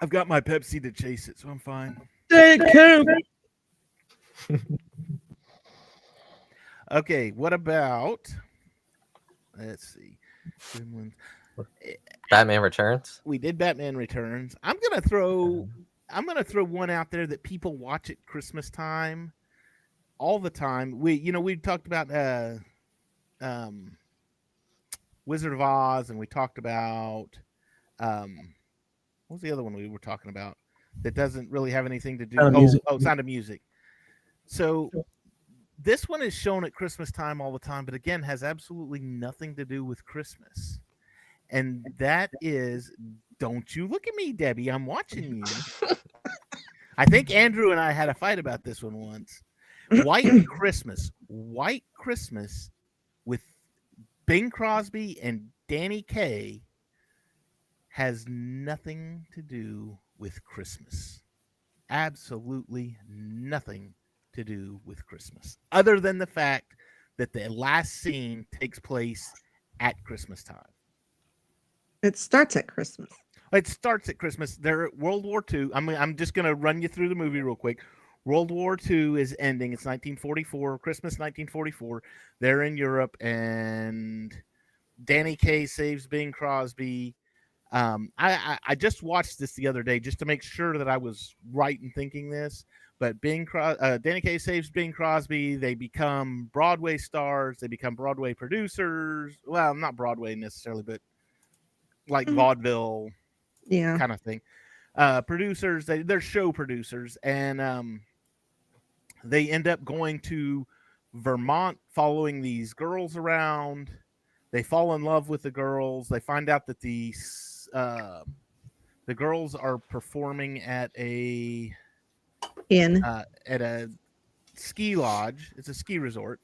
[SPEAKER 1] I've got my Pepsi to chase it, so I'm fine. Okay, what about? Let's see. Gremlins.
[SPEAKER 4] Batman Returns.
[SPEAKER 1] We did Batman Returns. I'm gonna throw. I'm gonna throw one out there that people watch at Christmas time, all the time. We, you know, we talked about uh, um, Wizard of Oz, and we talked about um, what was the other one we were talking about that doesn't really have anything to do?
[SPEAKER 3] Sound of
[SPEAKER 1] oh,
[SPEAKER 3] Music.
[SPEAKER 1] oh, Sound of Music. So this one is shown at Christmas time all the time, but again, has absolutely nothing to do with Christmas. And that is, don't you look at me, Debbie? I'm watching you. I think Andrew and I had a fight about this one once. White Christmas, White Christmas, with Bing Crosby and Danny Kaye, has nothing to do with Christmas. Absolutely nothing to do with Christmas, other than the fact that the last scene takes place at Christmas time.
[SPEAKER 2] It starts at Christmas.
[SPEAKER 1] It starts at Christmas. They're at World War II. I'm I'm just gonna run you through the movie real quick. World War II is ending. It's 1944, Christmas 1944. They're in Europe, and Danny Kaye saves Bing Crosby. Um, I, I I just watched this the other day just to make sure that I was right in thinking this. But Bing Cros- uh, Danny Kaye saves Bing Crosby. They become Broadway stars. They become Broadway producers. Well, not Broadway necessarily, but like
[SPEAKER 2] Mhm.
[SPEAKER 1] vaudeville
[SPEAKER 2] Yeah.
[SPEAKER 1] kind of thing. Uh, producers, they, they're show producers, and um, they end up going to Vermont, following these girls around. They fall in love with the girls. They find out that the s- uh, the girls are performing at a
[SPEAKER 2] In
[SPEAKER 1] uh, at a ski lodge. It's a ski resort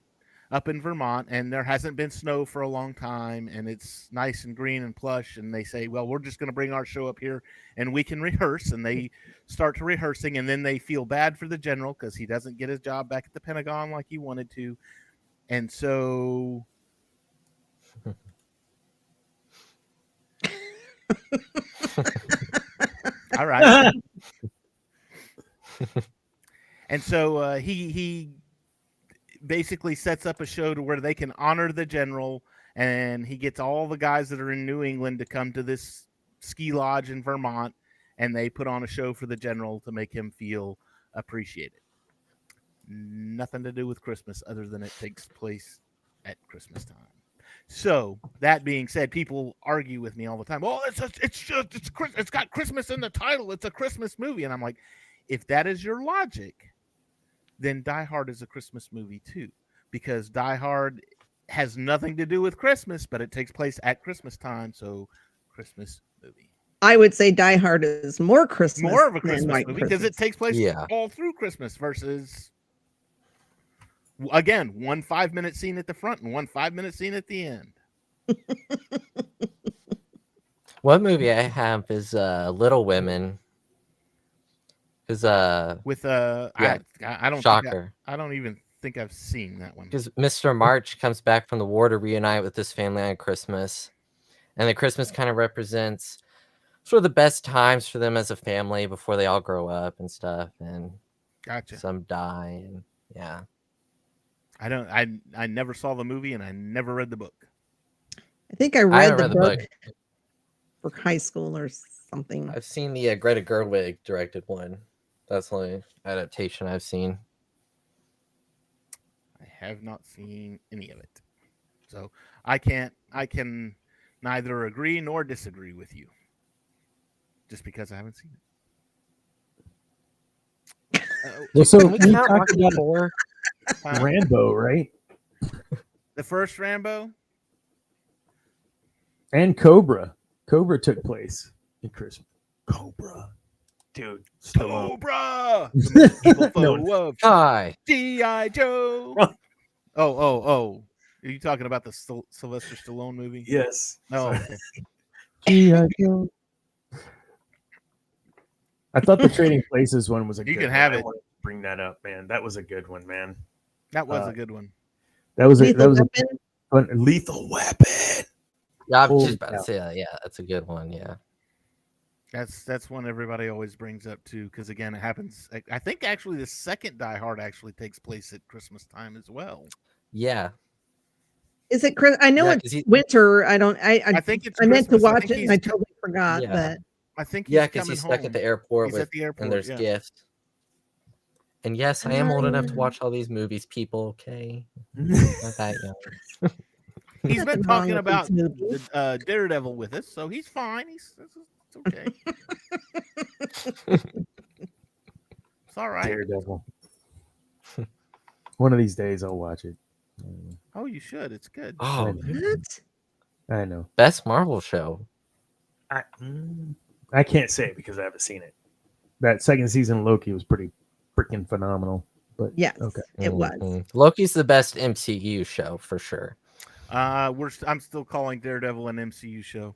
[SPEAKER 1] up in Vermont, and there hasn't been snow for a long time, and it's nice and green and plush. And they say, "Well, we're just going to bring our show up here, and we can rehearse." And they start to rehearsing, and then they feel bad for the general because he doesn't get his job back at the Pentagon like he wanted to, and so. All right. And so uh, he he basically sets up a show to where they can honor the general, and he gets all the guys that are in New England to come to this ski lodge in Vermont, and they put on a show for the general to make him feel appreciated. Nothing to do with Christmas other than it takes place at Christmas time. So that being said, people argue with me all the time. Oh, it's just, it's just it's Chris, it's got Christmas in the title. It's a Christmas movie, and I'm like, if that is your logic, then Die Hard is a Christmas movie too, because Die Hard has nothing to do with Christmas, but it takes place at Christmas time. So Christmas movie.
[SPEAKER 2] I would say Die Hard is more Christmas.
[SPEAKER 1] More of a
[SPEAKER 2] than
[SPEAKER 1] Christmas
[SPEAKER 2] White
[SPEAKER 1] movie because it
[SPEAKER 2] Christmas.
[SPEAKER 1] takes place
[SPEAKER 4] Yeah.
[SPEAKER 1] all through Christmas versus again one five minute scene at the front and one five minute scene at the end.
[SPEAKER 4] One movie I have is uh, Little Women. Because uh,
[SPEAKER 1] With uh,
[SPEAKER 4] Yeah.
[SPEAKER 1] I, I- I don't think I-
[SPEAKER 4] shocker.
[SPEAKER 1] I don't even think I've seen that one.
[SPEAKER 4] because Mr. March comes back from the war to reunite with his family on Christmas, and the Christmas kind of represents sort of the best times for them as a family before they all grow up and stuff, and
[SPEAKER 1] Gotcha.
[SPEAKER 4] some die, and yeah,
[SPEAKER 1] I don't. I I never saw the movie and I never read the book.
[SPEAKER 2] I think I
[SPEAKER 4] I
[SPEAKER 2] read,
[SPEAKER 4] haven't
[SPEAKER 2] the,
[SPEAKER 4] read the
[SPEAKER 2] book
[SPEAKER 4] book.
[SPEAKER 2] for high school or something.
[SPEAKER 4] I've seen the uh, Greta Gerwig directed one. That's the only adaptation I've seen.
[SPEAKER 1] I have not seen any of it, so I can't. I can neither agree nor disagree with you, just because I haven't seen it. Uh,
[SPEAKER 3] Well, so
[SPEAKER 4] Can we
[SPEAKER 3] you
[SPEAKER 4] count
[SPEAKER 3] talked
[SPEAKER 4] Rocky
[SPEAKER 3] about
[SPEAKER 4] Four?
[SPEAKER 1] uh,
[SPEAKER 3] Rambo, right?
[SPEAKER 1] the first Rambo.
[SPEAKER 3] And Cobra. Cobra took place in Christmas. Cobra, dude. Stallone.
[SPEAKER 1] Cobra, the most evil foe
[SPEAKER 3] No.
[SPEAKER 1] of
[SPEAKER 4] Guy.
[SPEAKER 1] GI Joe.
[SPEAKER 3] Wrong.
[SPEAKER 1] Oh, oh, oh! Are you talking about the Syl- Sylvester Stallone movie?
[SPEAKER 3] Yes.
[SPEAKER 1] Oh, okay.
[SPEAKER 3] G.I. Joe. I thought the Trading Places one was a.
[SPEAKER 1] You
[SPEAKER 3] good
[SPEAKER 1] can
[SPEAKER 3] one.
[SPEAKER 1] have
[SPEAKER 3] I
[SPEAKER 1] it.
[SPEAKER 3] wanted to Bring that up, man. That was a good one, man.
[SPEAKER 1] that was
[SPEAKER 3] Uh,
[SPEAKER 1] a good one.
[SPEAKER 3] That was a,
[SPEAKER 2] Lethal
[SPEAKER 3] that was a
[SPEAKER 2] Weapon,
[SPEAKER 3] fun. Lethal Weapon.
[SPEAKER 4] Yeah, I'm
[SPEAKER 3] Holy
[SPEAKER 4] just about to
[SPEAKER 3] cow.
[SPEAKER 4] say that. Yeah, that's a good one. Yeah.
[SPEAKER 1] That's that's one everybody always brings up too, because again, it happens. I, I think actually the second Die Hard actually takes place at Christmas time as well.
[SPEAKER 4] Yeah.
[SPEAKER 2] Is it Chris? I know
[SPEAKER 4] Yeah, 'cause
[SPEAKER 2] it's
[SPEAKER 4] he-
[SPEAKER 2] winter. I don't. I I,
[SPEAKER 1] I think it's.
[SPEAKER 2] I meant to
[SPEAKER 1] Christmas.
[SPEAKER 2] watch
[SPEAKER 1] think
[SPEAKER 2] it and I
[SPEAKER 1] he's-
[SPEAKER 2] totally forgot.
[SPEAKER 4] Yeah.
[SPEAKER 2] But
[SPEAKER 1] I think
[SPEAKER 4] Yeah,
[SPEAKER 1] because
[SPEAKER 4] because he's stuck at the airport
[SPEAKER 1] He's
[SPEAKER 4] with
[SPEAKER 1] at the airport.
[SPEAKER 4] and there's
[SPEAKER 1] yeah.
[SPEAKER 4] gifts. And yes, I am old enough to
[SPEAKER 2] Ah.
[SPEAKER 4] watch all these movies, people. Okay, not that young.
[SPEAKER 1] He's been
[SPEAKER 2] Nothing wrong
[SPEAKER 1] talking
[SPEAKER 2] with
[SPEAKER 1] about
[SPEAKER 2] these movies.
[SPEAKER 1] uh, Daredevil with us, so he's fine. He's it's, it's okay. it's all right.
[SPEAKER 3] Daredevil. One of these days, I'll watch it.
[SPEAKER 1] Oh, you should. It's good.
[SPEAKER 4] Oh, man.
[SPEAKER 2] what?
[SPEAKER 3] I know.
[SPEAKER 4] best Marvel show.
[SPEAKER 3] I mm, I can't say because I haven't seen it. That second season Loki was pretty freaking phenomenal.
[SPEAKER 2] Yes,
[SPEAKER 3] Okay.
[SPEAKER 2] it was.
[SPEAKER 4] Mhm. Loki's the best MCU show for sure.
[SPEAKER 1] Uh, we're st- I'm still calling Daredevil an MCU show.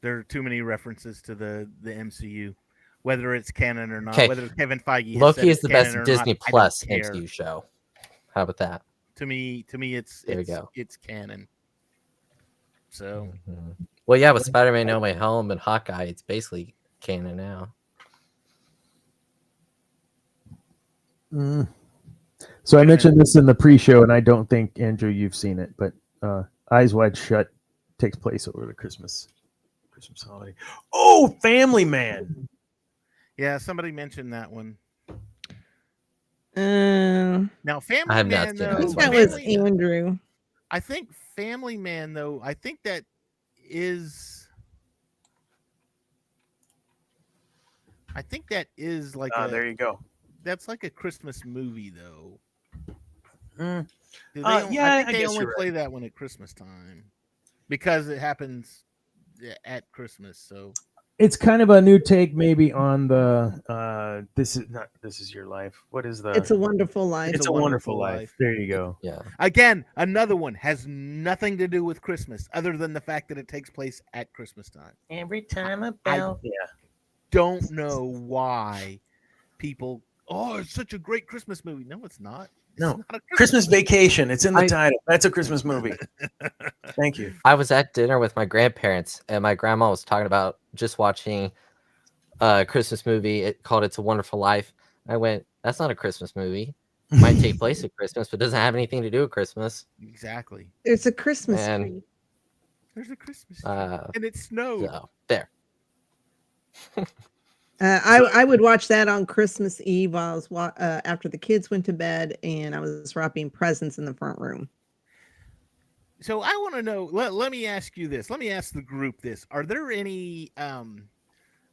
[SPEAKER 1] There are too many references to the the MCU, whether it's canon or not.
[SPEAKER 4] 'Kay.
[SPEAKER 1] Whether Kevin Feige has said
[SPEAKER 4] Loki is
[SPEAKER 1] it's
[SPEAKER 4] the best
[SPEAKER 1] canon or
[SPEAKER 4] Disney
[SPEAKER 1] not, I don't
[SPEAKER 4] Plus
[SPEAKER 1] care.
[SPEAKER 4] MCU show. How about that?
[SPEAKER 1] To me, to me, it's
[SPEAKER 4] There we
[SPEAKER 1] it's
[SPEAKER 4] go.
[SPEAKER 1] it's canon. So
[SPEAKER 4] Mhm. Well, yeah, with Spider-Man: No Way Home and Hawkeye, it's basically canon now.
[SPEAKER 3] Mm. So I mentioned this in the pre-show, and I don't think Andrew you've seen it, but uh, Eyes Wide Shut takes place over the Christmas Christmas holiday. Oh, Family Man.
[SPEAKER 1] yeah, somebody mentioned that one.
[SPEAKER 2] Uh,
[SPEAKER 1] Now, Family
[SPEAKER 4] I have not
[SPEAKER 1] Man
[SPEAKER 4] seen
[SPEAKER 1] though,
[SPEAKER 4] that
[SPEAKER 2] I
[SPEAKER 4] was
[SPEAKER 2] think
[SPEAKER 4] one.
[SPEAKER 2] that was
[SPEAKER 1] Family-
[SPEAKER 2] Andrew.
[SPEAKER 1] I think Family Man though, I think that is I think that is like
[SPEAKER 3] Ah,
[SPEAKER 1] a,
[SPEAKER 3] there you go.
[SPEAKER 1] that's like a Christmas movie though.
[SPEAKER 3] Mm.
[SPEAKER 1] Do they
[SPEAKER 3] Uh,
[SPEAKER 1] on-
[SPEAKER 3] yeah,
[SPEAKER 1] I think
[SPEAKER 3] I
[SPEAKER 1] they
[SPEAKER 3] guess
[SPEAKER 1] only
[SPEAKER 3] you're right.
[SPEAKER 1] play that one at Christmas time because it happens yeah, at Christmas. So
[SPEAKER 3] It's kind of a new take, maybe on the uh, this is not this is your life. What is the?
[SPEAKER 2] It's a Wonderful Life.
[SPEAKER 3] Uh, It's a wonderful life. There you go.
[SPEAKER 4] Yeah,
[SPEAKER 1] again, another one has nothing to do with Christmas other than the fact that it takes place at Christmas time.
[SPEAKER 5] Every time a
[SPEAKER 1] I-
[SPEAKER 5] bell.
[SPEAKER 3] Yeah.
[SPEAKER 1] don't know why people. Oh, it's such a great Christmas movie. No, it's not. It's
[SPEAKER 3] No.
[SPEAKER 1] not a
[SPEAKER 3] Christmas Vacation. It's in the
[SPEAKER 4] I-
[SPEAKER 3] title. That's a Christmas movie. Thank you.
[SPEAKER 4] I was at dinner with my grandparents, and my grandma was talking about just watching a Christmas movie. It called "It's a Wonderful Life." I went, "That's not a Christmas movie. It might take place at Christmas, but doesn't have anything to do with Christmas."
[SPEAKER 1] Exactly.
[SPEAKER 2] There's a Christmas
[SPEAKER 4] Man.
[SPEAKER 2] tree.
[SPEAKER 1] There's a Christmas, tree,
[SPEAKER 4] Uh,
[SPEAKER 1] and it
[SPEAKER 3] Oh,
[SPEAKER 1] snowed.
[SPEAKER 4] so there.
[SPEAKER 2] Uh, I I would watch that on Christmas Eve while I was wa- uh, after the kids went to bed and I was wrapping presents in the front room.
[SPEAKER 1] so I want to know. Let, let me ask you this. Let me ask the group this. Are there any um,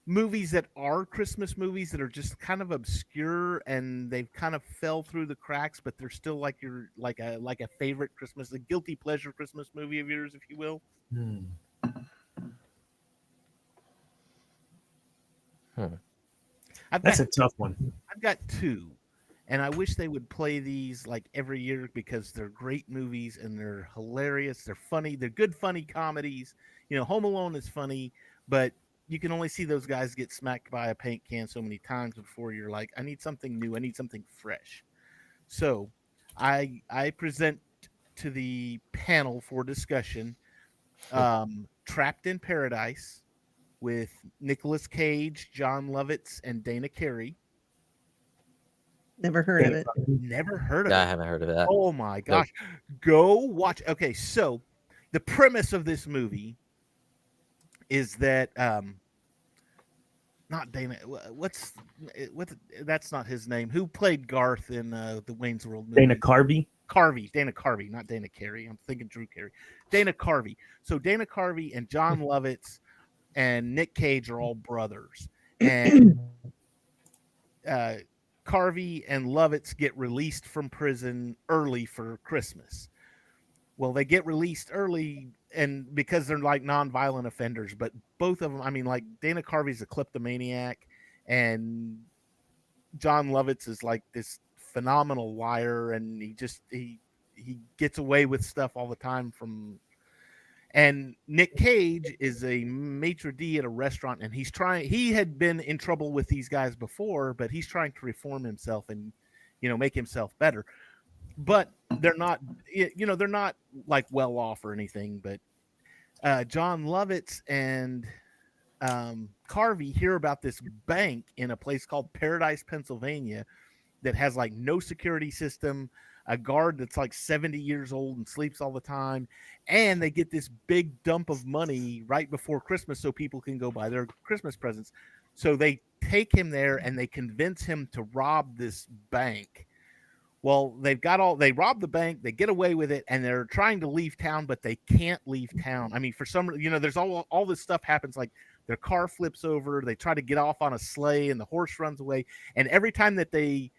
[SPEAKER 1] movies that are Christmas movies that are just kind of obscure and they've kind of fell through the cracks, but they're still like your like a like a favorite Christmas, a guilty pleasure Christmas movie of yours, if you will?
[SPEAKER 3] Hmm.
[SPEAKER 1] I've
[SPEAKER 3] That's
[SPEAKER 1] got,
[SPEAKER 3] a tough one.
[SPEAKER 1] I've got two, and I wish they would play these like every year because they're great movies and they're hilarious. They're funny. They're good funny comedies. You know, Home Alone is funny, but you can only see those guys get smacked by a paint can so many times before you're like, I need something new. I need something fresh. So, I I present to the panel for discussion um, Trapped in Paradise with Nicolas Cage, John Lovitz, and Dana Carey.
[SPEAKER 2] Never heard of it.
[SPEAKER 1] Never heard of
[SPEAKER 4] No, I
[SPEAKER 1] it.
[SPEAKER 4] haven't heard of that.
[SPEAKER 1] Oh my gosh. Go watch. Okay, so the premise of this movie is that um not Dana wha- what's what that's not his name. Who played Garth in uh, the Wayne's World movie?
[SPEAKER 3] Dana Carvey.
[SPEAKER 1] Carvey, Dana Carvey, not Dana Carey. I'm thinking Drew Carey. Dana Carvey. So Dana Carvey and John Lovitz and Nick Cage are all brothers. And uh, Carvey and Lovitz get released from prison early for Christmas. Well, they get released early and because they're like nonviolent offenders, but both of them, I mean, like Dana Carvey's a kleptomaniac and John Lovitz is like this phenomenal liar, and he just he he gets away with stuff all the time from. And Nick Cage is a maitre d at a restaurant, and he's trying. He had been in trouble with these guys before, but he's trying to reform himself and, you know, make himself better. But they're not, y- you know, they're not like well off or anything. But uh, John Lovitz and um, Carvey hear about this bank in a place called Paradise, Pennsylvania, that has like no security system, a guard that's like 70 years old and sleeps all the time, and they get this big dump of money right before Christmas so people can go buy their Christmas presents. So they take him there and they convince him to rob this bank. Well, they've got all they rob the bank, they get away with it, and they're trying to leave town, but they can't leave town. I mean, for some you know, there's all all this stuff happens like their car flips over, they try to get off on a sleigh and the horse runs away. And every time that they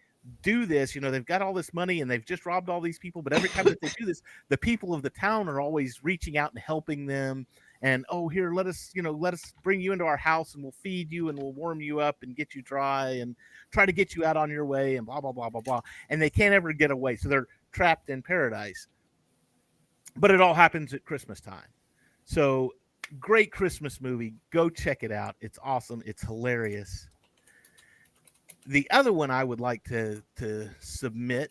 [SPEAKER 1] do this, you know, they've got all this money and they've just robbed all these people, but every time that they do this, the people of the town are always reaching out and helping them and oh here let us you know let us bring you into our house and we'll feed you and we'll warm you up and get you dry and try to get you out on your way and blah blah blah blah blah and they can't ever get away so they're trapped in paradise but it all happens at christmas time so great christmas movie go check it out it's awesome it's hilarious the other one i would like to to submit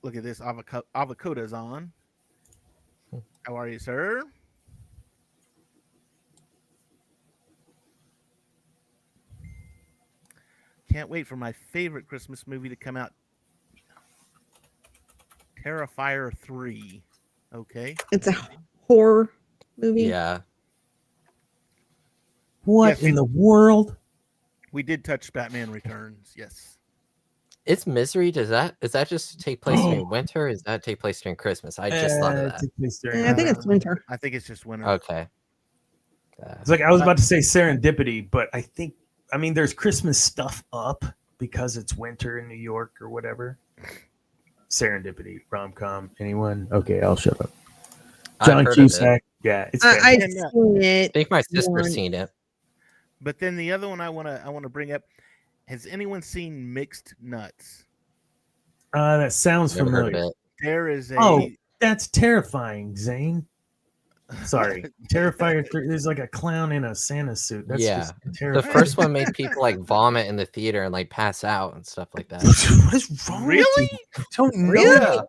[SPEAKER 1] look at this avocado avocado's on how are you sir Can't wait for my favorite Christmas movie to come out. Terrifier 3. Okay.
[SPEAKER 2] It's a horror movie.
[SPEAKER 4] Yeah.
[SPEAKER 3] What
[SPEAKER 1] Yes.
[SPEAKER 3] in the world?
[SPEAKER 1] We did touch Batman Returns. Yes.
[SPEAKER 4] It's misery. Does that is that just take place
[SPEAKER 3] Oh.
[SPEAKER 4] during winter? Or does that take place during Christmas? I just thought of
[SPEAKER 3] Uh,
[SPEAKER 4] that.
[SPEAKER 3] take place during-
[SPEAKER 2] Yeah, I think it's winter.
[SPEAKER 1] I think it's just winter.
[SPEAKER 4] Okay. Uh,
[SPEAKER 3] It's like I was about to say serendipity, but I think I mean there's Christmas stuff up because it's winter in New York or whatever. Serendipity rom com. Anyone? Okay, I'll shut up.
[SPEAKER 4] I've
[SPEAKER 3] John
[SPEAKER 4] heard of it.
[SPEAKER 3] Cusack. Yeah, it's
[SPEAKER 2] I, I've
[SPEAKER 1] Yeah, no.
[SPEAKER 2] seen it.
[SPEAKER 4] I think my sister's
[SPEAKER 2] Yeah.
[SPEAKER 4] seen it.
[SPEAKER 1] But then the other one I want to I want to bring up has anyone seen Mixed Nuts?
[SPEAKER 3] uh, that sounds
[SPEAKER 4] Never heard
[SPEAKER 3] familiar.
[SPEAKER 4] of it.
[SPEAKER 1] There is a
[SPEAKER 3] Oh. That's terrifying, Zane. Sorry, Terrifier. three- There's like a clown in a Santa suit. That's
[SPEAKER 4] Yeah.
[SPEAKER 3] just
[SPEAKER 4] The
[SPEAKER 3] terrifying.
[SPEAKER 4] first one made people like vomit in the theater and like pass out and stuff like that.
[SPEAKER 3] what is wrong?
[SPEAKER 1] Really?
[SPEAKER 3] With you? I don't know.
[SPEAKER 2] Really?
[SPEAKER 4] Yeah.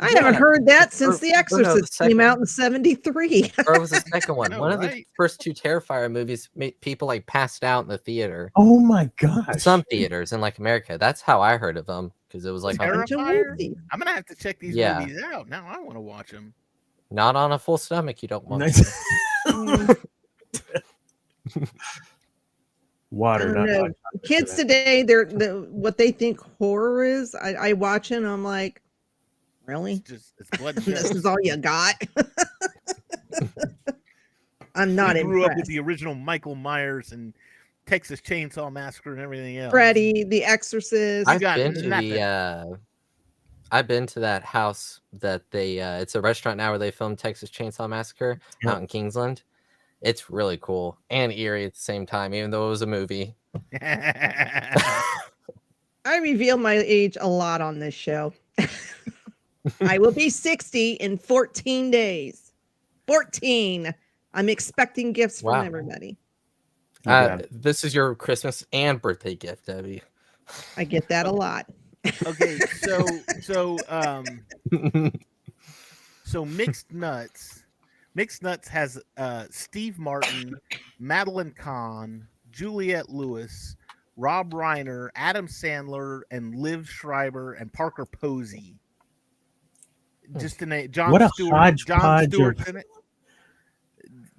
[SPEAKER 2] I haven't
[SPEAKER 4] Yeah.
[SPEAKER 2] heard that since
[SPEAKER 4] Or-
[SPEAKER 2] The
[SPEAKER 4] or no, the
[SPEAKER 2] Exorcist came
[SPEAKER 4] second
[SPEAKER 2] out in '73.
[SPEAKER 4] Or it was the second one.
[SPEAKER 1] know,
[SPEAKER 4] one of the
[SPEAKER 1] Oh, right?
[SPEAKER 4] first two Terrifier movies made people like passed out in the theater.
[SPEAKER 3] Oh my
[SPEAKER 4] In
[SPEAKER 3] gosh!
[SPEAKER 4] Some theaters in like America. That's how I heard of them because it was like on-
[SPEAKER 1] Terrifier? I'm gonna have to check these
[SPEAKER 4] Yeah.
[SPEAKER 1] movies out. Now I want to watch them.
[SPEAKER 4] not on a full stomach. You don't want.
[SPEAKER 3] Nice.
[SPEAKER 4] to.
[SPEAKER 2] Mm.
[SPEAKER 3] Water,
[SPEAKER 2] I don't
[SPEAKER 3] not
[SPEAKER 2] know.
[SPEAKER 3] hot chocolate for
[SPEAKER 2] Kids
[SPEAKER 3] that.
[SPEAKER 2] today, they're the, what they think horror is. I, I watch it, and I'm like, Really?
[SPEAKER 1] It's just it's blood. And
[SPEAKER 2] this
[SPEAKER 1] guts.
[SPEAKER 2] is all you got? I'm not
[SPEAKER 1] you grew up
[SPEAKER 2] impressed.
[SPEAKER 1] with the original Michael Myers and Texas Chainsaw Massacre and everything else.
[SPEAKER 2] Freddy, The Exorcist.
[SPEAKER 1] I-
[SPEAKER 4] I've
[SPEAKER 1] got
[SPEAKER 4] been to
[SPEAKER 1] nothing.
[SPEAKER 4] the uh I've been to that house that they uh it's a restaurant now where they filmed Texas Chainsaw Massacre
[SPEAKER 3] Yeah.
[SPEAKER 4] out in Kingsland. It's really cool and eerie at the same time, even though it was a movie.
[SPEAKER 2] I reveal my age a lot on this show. I will be 60 in 14 days. 14. I'm expecting gifts
[SPEAKER 4] Wow.
[SPEAKER 2] from everybody.
[SPEAKER 1] Oh,
[SPEAKER 3] You
[SPEAKER 4] Uh,
[SPEAKER 3] got it.
[SPEAKER 4] this is your Christmas and birthday gift, Debbie.
[SPEAKER 2] I get that a lot.
[SPEAKER 1] okay, so so um so mixed nuts. Mixed nuts has uh, Steve Martin, Madeline Kahn, Juliette Lewis, Rob Reiner, Adam Sandler, and Liv Schreiber and Parker Posey. Just to name John
[SPEAKER 3] Hmm. What a
[SPEAKER 1] Stewart. John
[SPEAKER 3] hodgepodge of-
[SPEAKER 1] Stewart's in it.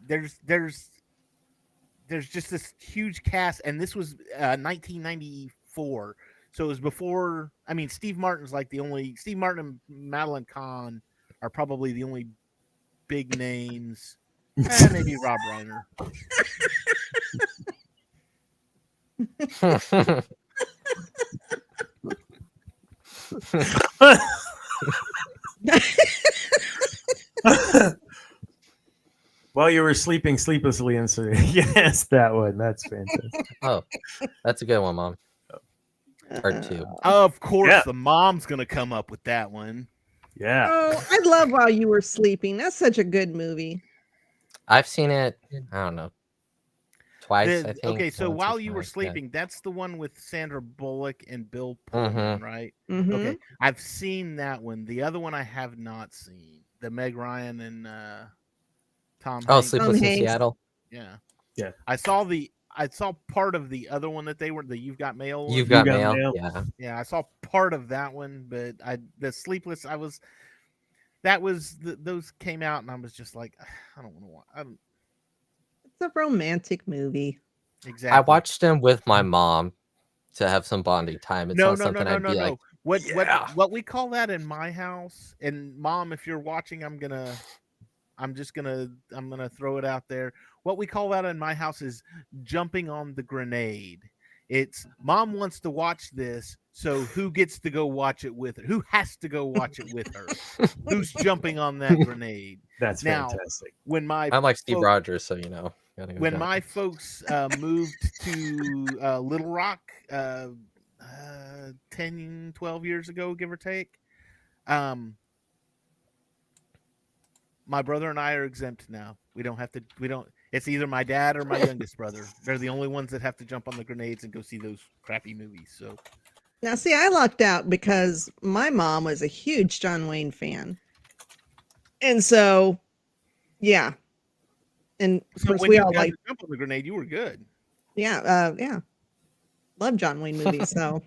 [SPEAKER 1] There's there's there's just this huge cast, and this was uh, 1994, so it was before. I mean, Steve Martin's like the only Steve Martin and Madeline Kahn are probably the only big names. Eh, maybe Rob Reiner.
[SPEAKER 3] While you were sleeping sleeplessly, and so yes, that one. That's fantastic.
[SPEAKER 4] oh, that's a good one, Mom. Part
[SPEAKER 2] Uh,
[SPEAKER 4] two.
[SPEAKER 1] Uh, Of course,
[SPEAKER 3] Yeah.
[SPEAKER 1] the mom's gonna come up with that one.
[SPEAKER 3] Yeah.
[SPEAKER 2] Oh, I love While You Were Sleeping. That's such a good movie.
[SPEAKER 4] I've seen it, I don't know, twice.
[SPEAKER 1] The-
[SPEAKER 4] I think,
[SPEAKER 1] okay, so
[SPEAKER 4] once or
[SPEAKER 1] while you were
[SPEAKER 4] twice, yeah.
[SPEAKER 1] sleeping, that's the one with Sandra Bullock and Bill
[SPEAKER 4] Mhm.
[SPEAKER 1] Pullman, right?
[SPEAKER 2] Mhm.
[SPEAKER 4] Mm-hmm.
[SPEAKER 1] Okay, I've seen that one. The other one I have not seen. The Meg Ryan and uh, Tom.
[SPEAKER 4] Oh,
[SPEAKER 1] Hanks.
[SPEAKER 4] Sleepless in
[SPEAKER 2] Hanks.
[SPEAKER 4] Seattle.
[SPEAKER 1] Yeah.
[SPEAKER 3] Yeah.
[SPEAKER 1] I saw the I saw part of the other one that they were the You've Got Mail. one.
[SPEAKER 4] You've got,
[SPEAKER 3] Got
[SPEAKER 4] mail.
[SPEAKER 3] Mail.
[SPEAKER 4] Yeah.
[SPEAKER 1] Yeah, I saw part of that one, but I the Sleepless I was that was the, those came out and I was just like I don't want to watch. I don't
[SPEAKER 2] It's a romantic movie.
[SPEAKER 1] exactly.
[SPEAKER 4] I watched them with my mom to have some bonding time. It's
[SPEAKER 1] no,
[SPEAKER 4] not
[SPEAKER 1] no, no,
[SPEAKER 4] something
[SPEAKER 1] no,
[SPEAKER 4] I'd
[SPEAKER 1] no,
[SPEAKER 4] be
[SPEAKER 1] no.
[SPEAKER 4] like,
[SPEAKER 1] what
[SPEAKER 4] "Yeah."
[SPEAKER 1] what what we call that in my house? And mom, if you're watching, I'm gonna, I'm just gonna, I'm gonna throw it out there. What we call that in my house is jumping on the grenade. It's mom wants to watch this, so who gets to go watch it with her? Who has to go watch it with her? Who's jumping on that grenade?
[SPEAKER 3] That's
[SPEAKER 1] Now-
[SPEAKER 3] fantastic.
[SPEAKER 1] When my
[SPEAKER 4] I'm like Steve
[SPEAKER 1] folk-
[SPEAKER 4] Rogers, so you know. gotta go
[SPEAKER 1] when
[SPEAKER 4] down.
[SPEAKER 1] my folks uh, moved to uh, Little Rock uh, uh, 10, 12 years ago, give or take, um, my brother and I are exempt now. We don't have to, we don't, it's either my dad or my youngest brother. They're the only ones that have to jump on the grenades and go see those crappy movies. So,
[SPEAKER 2] Now, see, I lucked out because my mom was a huge John Wayne fan. And so, yeah. And of
[SPEAKER 1] so
[SPEAKER 2] course,
[SPEAKER 1] when
[SPEAKER 2] we
[SPEAKER 1] you
[SPEAKER 2] all
[SPEAKER 1] got
[SPEAKER 2] like,
[SPEAKER 1] to jump on the grenade, you were good.
[SPEAKER 2] yeah, uh, yeah. Love John Wayne movies. So,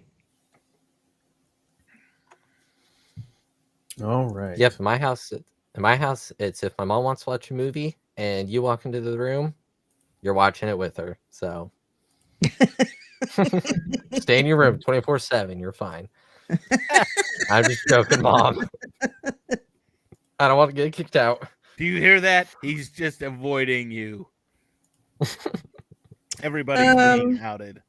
[SPEAKER 3] All right.
[SPEAKER 4] Yep, in my house, it- in my house, it's if my mom wants to watch a movie and you walk into the room, you're watching it with her. So stay in your room 24 7. You're fine. I'm just joking, mom. I don't want to get kicked out.
[SPEAKER 1] Do you hear that? He's just avoiding you. Everybody's being
[SPEAKER 2] Um,
[SPEAKER 1] outed.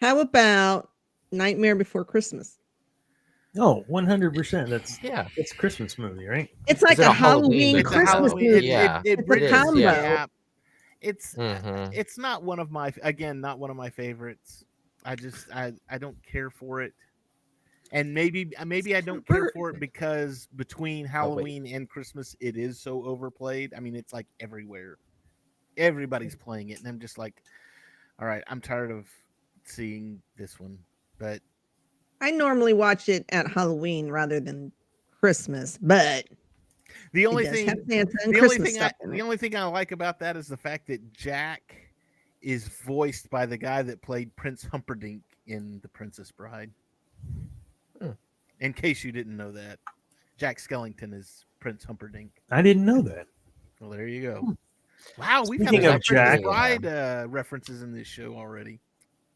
[SPEAKER 2] how about Nightmare Before Christmas?
[SPEAKER 3] Oh, 100%. That's
[SPEAKER 4] Yeah.
[SPEAKER 3] that's a Christmas movie, right?
[SPEAKER 2] It's like
[SPEAKER 4] it
[SPEAKER 2] a,
[SPEAKER 4] a
[SPEAKER 2] Halloween,
[SPEAKER 4] Halloween movie?
[SPEAKER 1] it's a
[SPEAKER 2] Christmas
[SPEAKER 1] Halloween.
[SPEAKER 2] movie.
[SPEAKER 1] It,
[SPEAKER 4] Yeah,
[SPEAKER 1] it, it,
[SPEAKER 2] It's a
[SPEAKER 1] bridges
[SPEAKER 2] combo.
[SPEAKER 1] the gap. It's
[SPEAKER 4] hmm
[SPEAKER 1] it's not one of my again not one of my favorites. I just I I don't care for it, and maybe uh, maybe I don't care
[SPEAKER 4] Super-
[SPEAKER 1] for it because between
[SPEAKER 4] Oh, wait.
[SPEAKER 1] Halloween and Christmas, it is so overplayed. I mean, it's like everywhere, everybody's playing it, and I'm just like, all right, I'm tired of seeing this one. But
[SPEAKER 2] I normally watch it at Halloween rather than Christmas, but
[SPEAKER 1] the only
[SPEAKER 2] it does
[SPEAKER 1] thing
[SPEAKER 2] have Santa and
[SPEAKER 1] the only
[SPEAKER 2] Christmas
[SPEAKER 1] thing I,
[SPEAKER 2] stuff in
[SPEAKER 1] the
[SPEAKER 2] it.
[SPEAKER 1] only thing I like about that is the fact that Jack is voiced by the guy that played Prince Humperdinck in The Princess Bride.
[SPEAKER 4] Hmm.
[SPEAKER 1] In case you didn't know that, Jack Skellington is Prince Humperdinck.
[SPEAKER 3] I didn't know that.
[SPEAKER 1] Well, there you go. Wow, we've
[SPEAKER 3] Speaking
[SPEAKER 1] had
[SPEAKER 4] Hmm. of
[SPEAKER 1] a
[SPEAKER 4] Jack-
[SPEAKER 1] Princess Bride uh, references in this show already.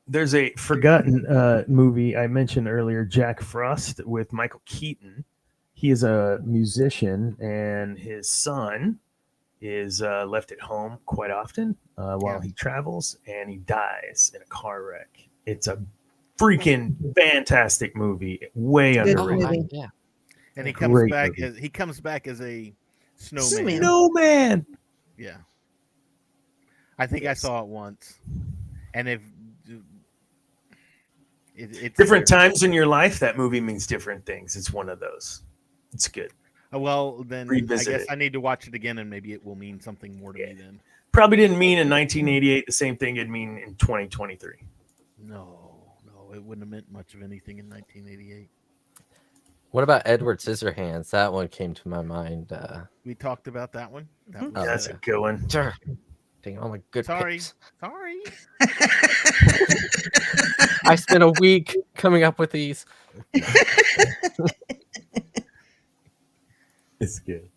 [SPEAKER 3] There's a forgotten uh, movie I mentioned earlier, Jack Frost with Michael Keaton. He is a musician, and his son is uh, left at home quite often uh, while
[SPEAKER 1] Yeah.
[SPEAKER 3] he travels, and he dies in a car wreck. It's a freaking fantastic movie. Way
[SPEAKER 2] Good
[SPEAKER 3] underrated.
[SPEAKER 2] movie.
[SPEAKER 4] I- Oh, yeah.
[SPEAKER 1] and he comes
[SPEAKER 3] Great
[SPEAKER 1] back
[SPEAKER 3] movie.
[SPEAKER 1] as he comes back as a snowman.
[SPEAKER 2] Snowman.
[SPEAKER 3] Snowman.
[SPEAKER 1] Yeah, I think
[SPEAKER 3] Yes.
[SPEAKER 1] I saw it once, and if it, it's
[SPEAKER 3] Different
[SPEAKER 1] there.
[SPEAKER 3] times in your life, that movie means different things. It's one of those. It's good.
[SPEAKER 1] Uh, Well, then
[SPEAKER 3] Revisit
[SPEAKER 1] I guess
[SPEAKER 3] it.
[SPEAKER 1] I need to watch it again, and maybe it will mean something more to me
[SPEAKER 3] Yeah.
[SPEAKER 1] then.
[SPEAKER 3] Probably didn't mean in 1988 the same thing it'd mean in 2023.
[SPEAKER 1] No, no, it wouldn't have meant much of anything in 1988.
[SPEAKER 4] What about Edward Scissorhands? That one came to my mind. Uh,
[SPEAKER 1] We talked about that one. That
[SPEAKER 2] Mhm.
[SPEAKER 1] was,
[SPEAKER 3] That's
[SPEAKER 1] uh,
[SPEAKER 3] a good one.
[SPEAKER 4] dur- dang all my good
[SPEAKER 1] Sorry.
[SPEAKER 4] picks.
[SPEAKER 1] Sorry.
[SPEAKER 4] I spent a week coming up with these.
[SPEAKER 3] It's good.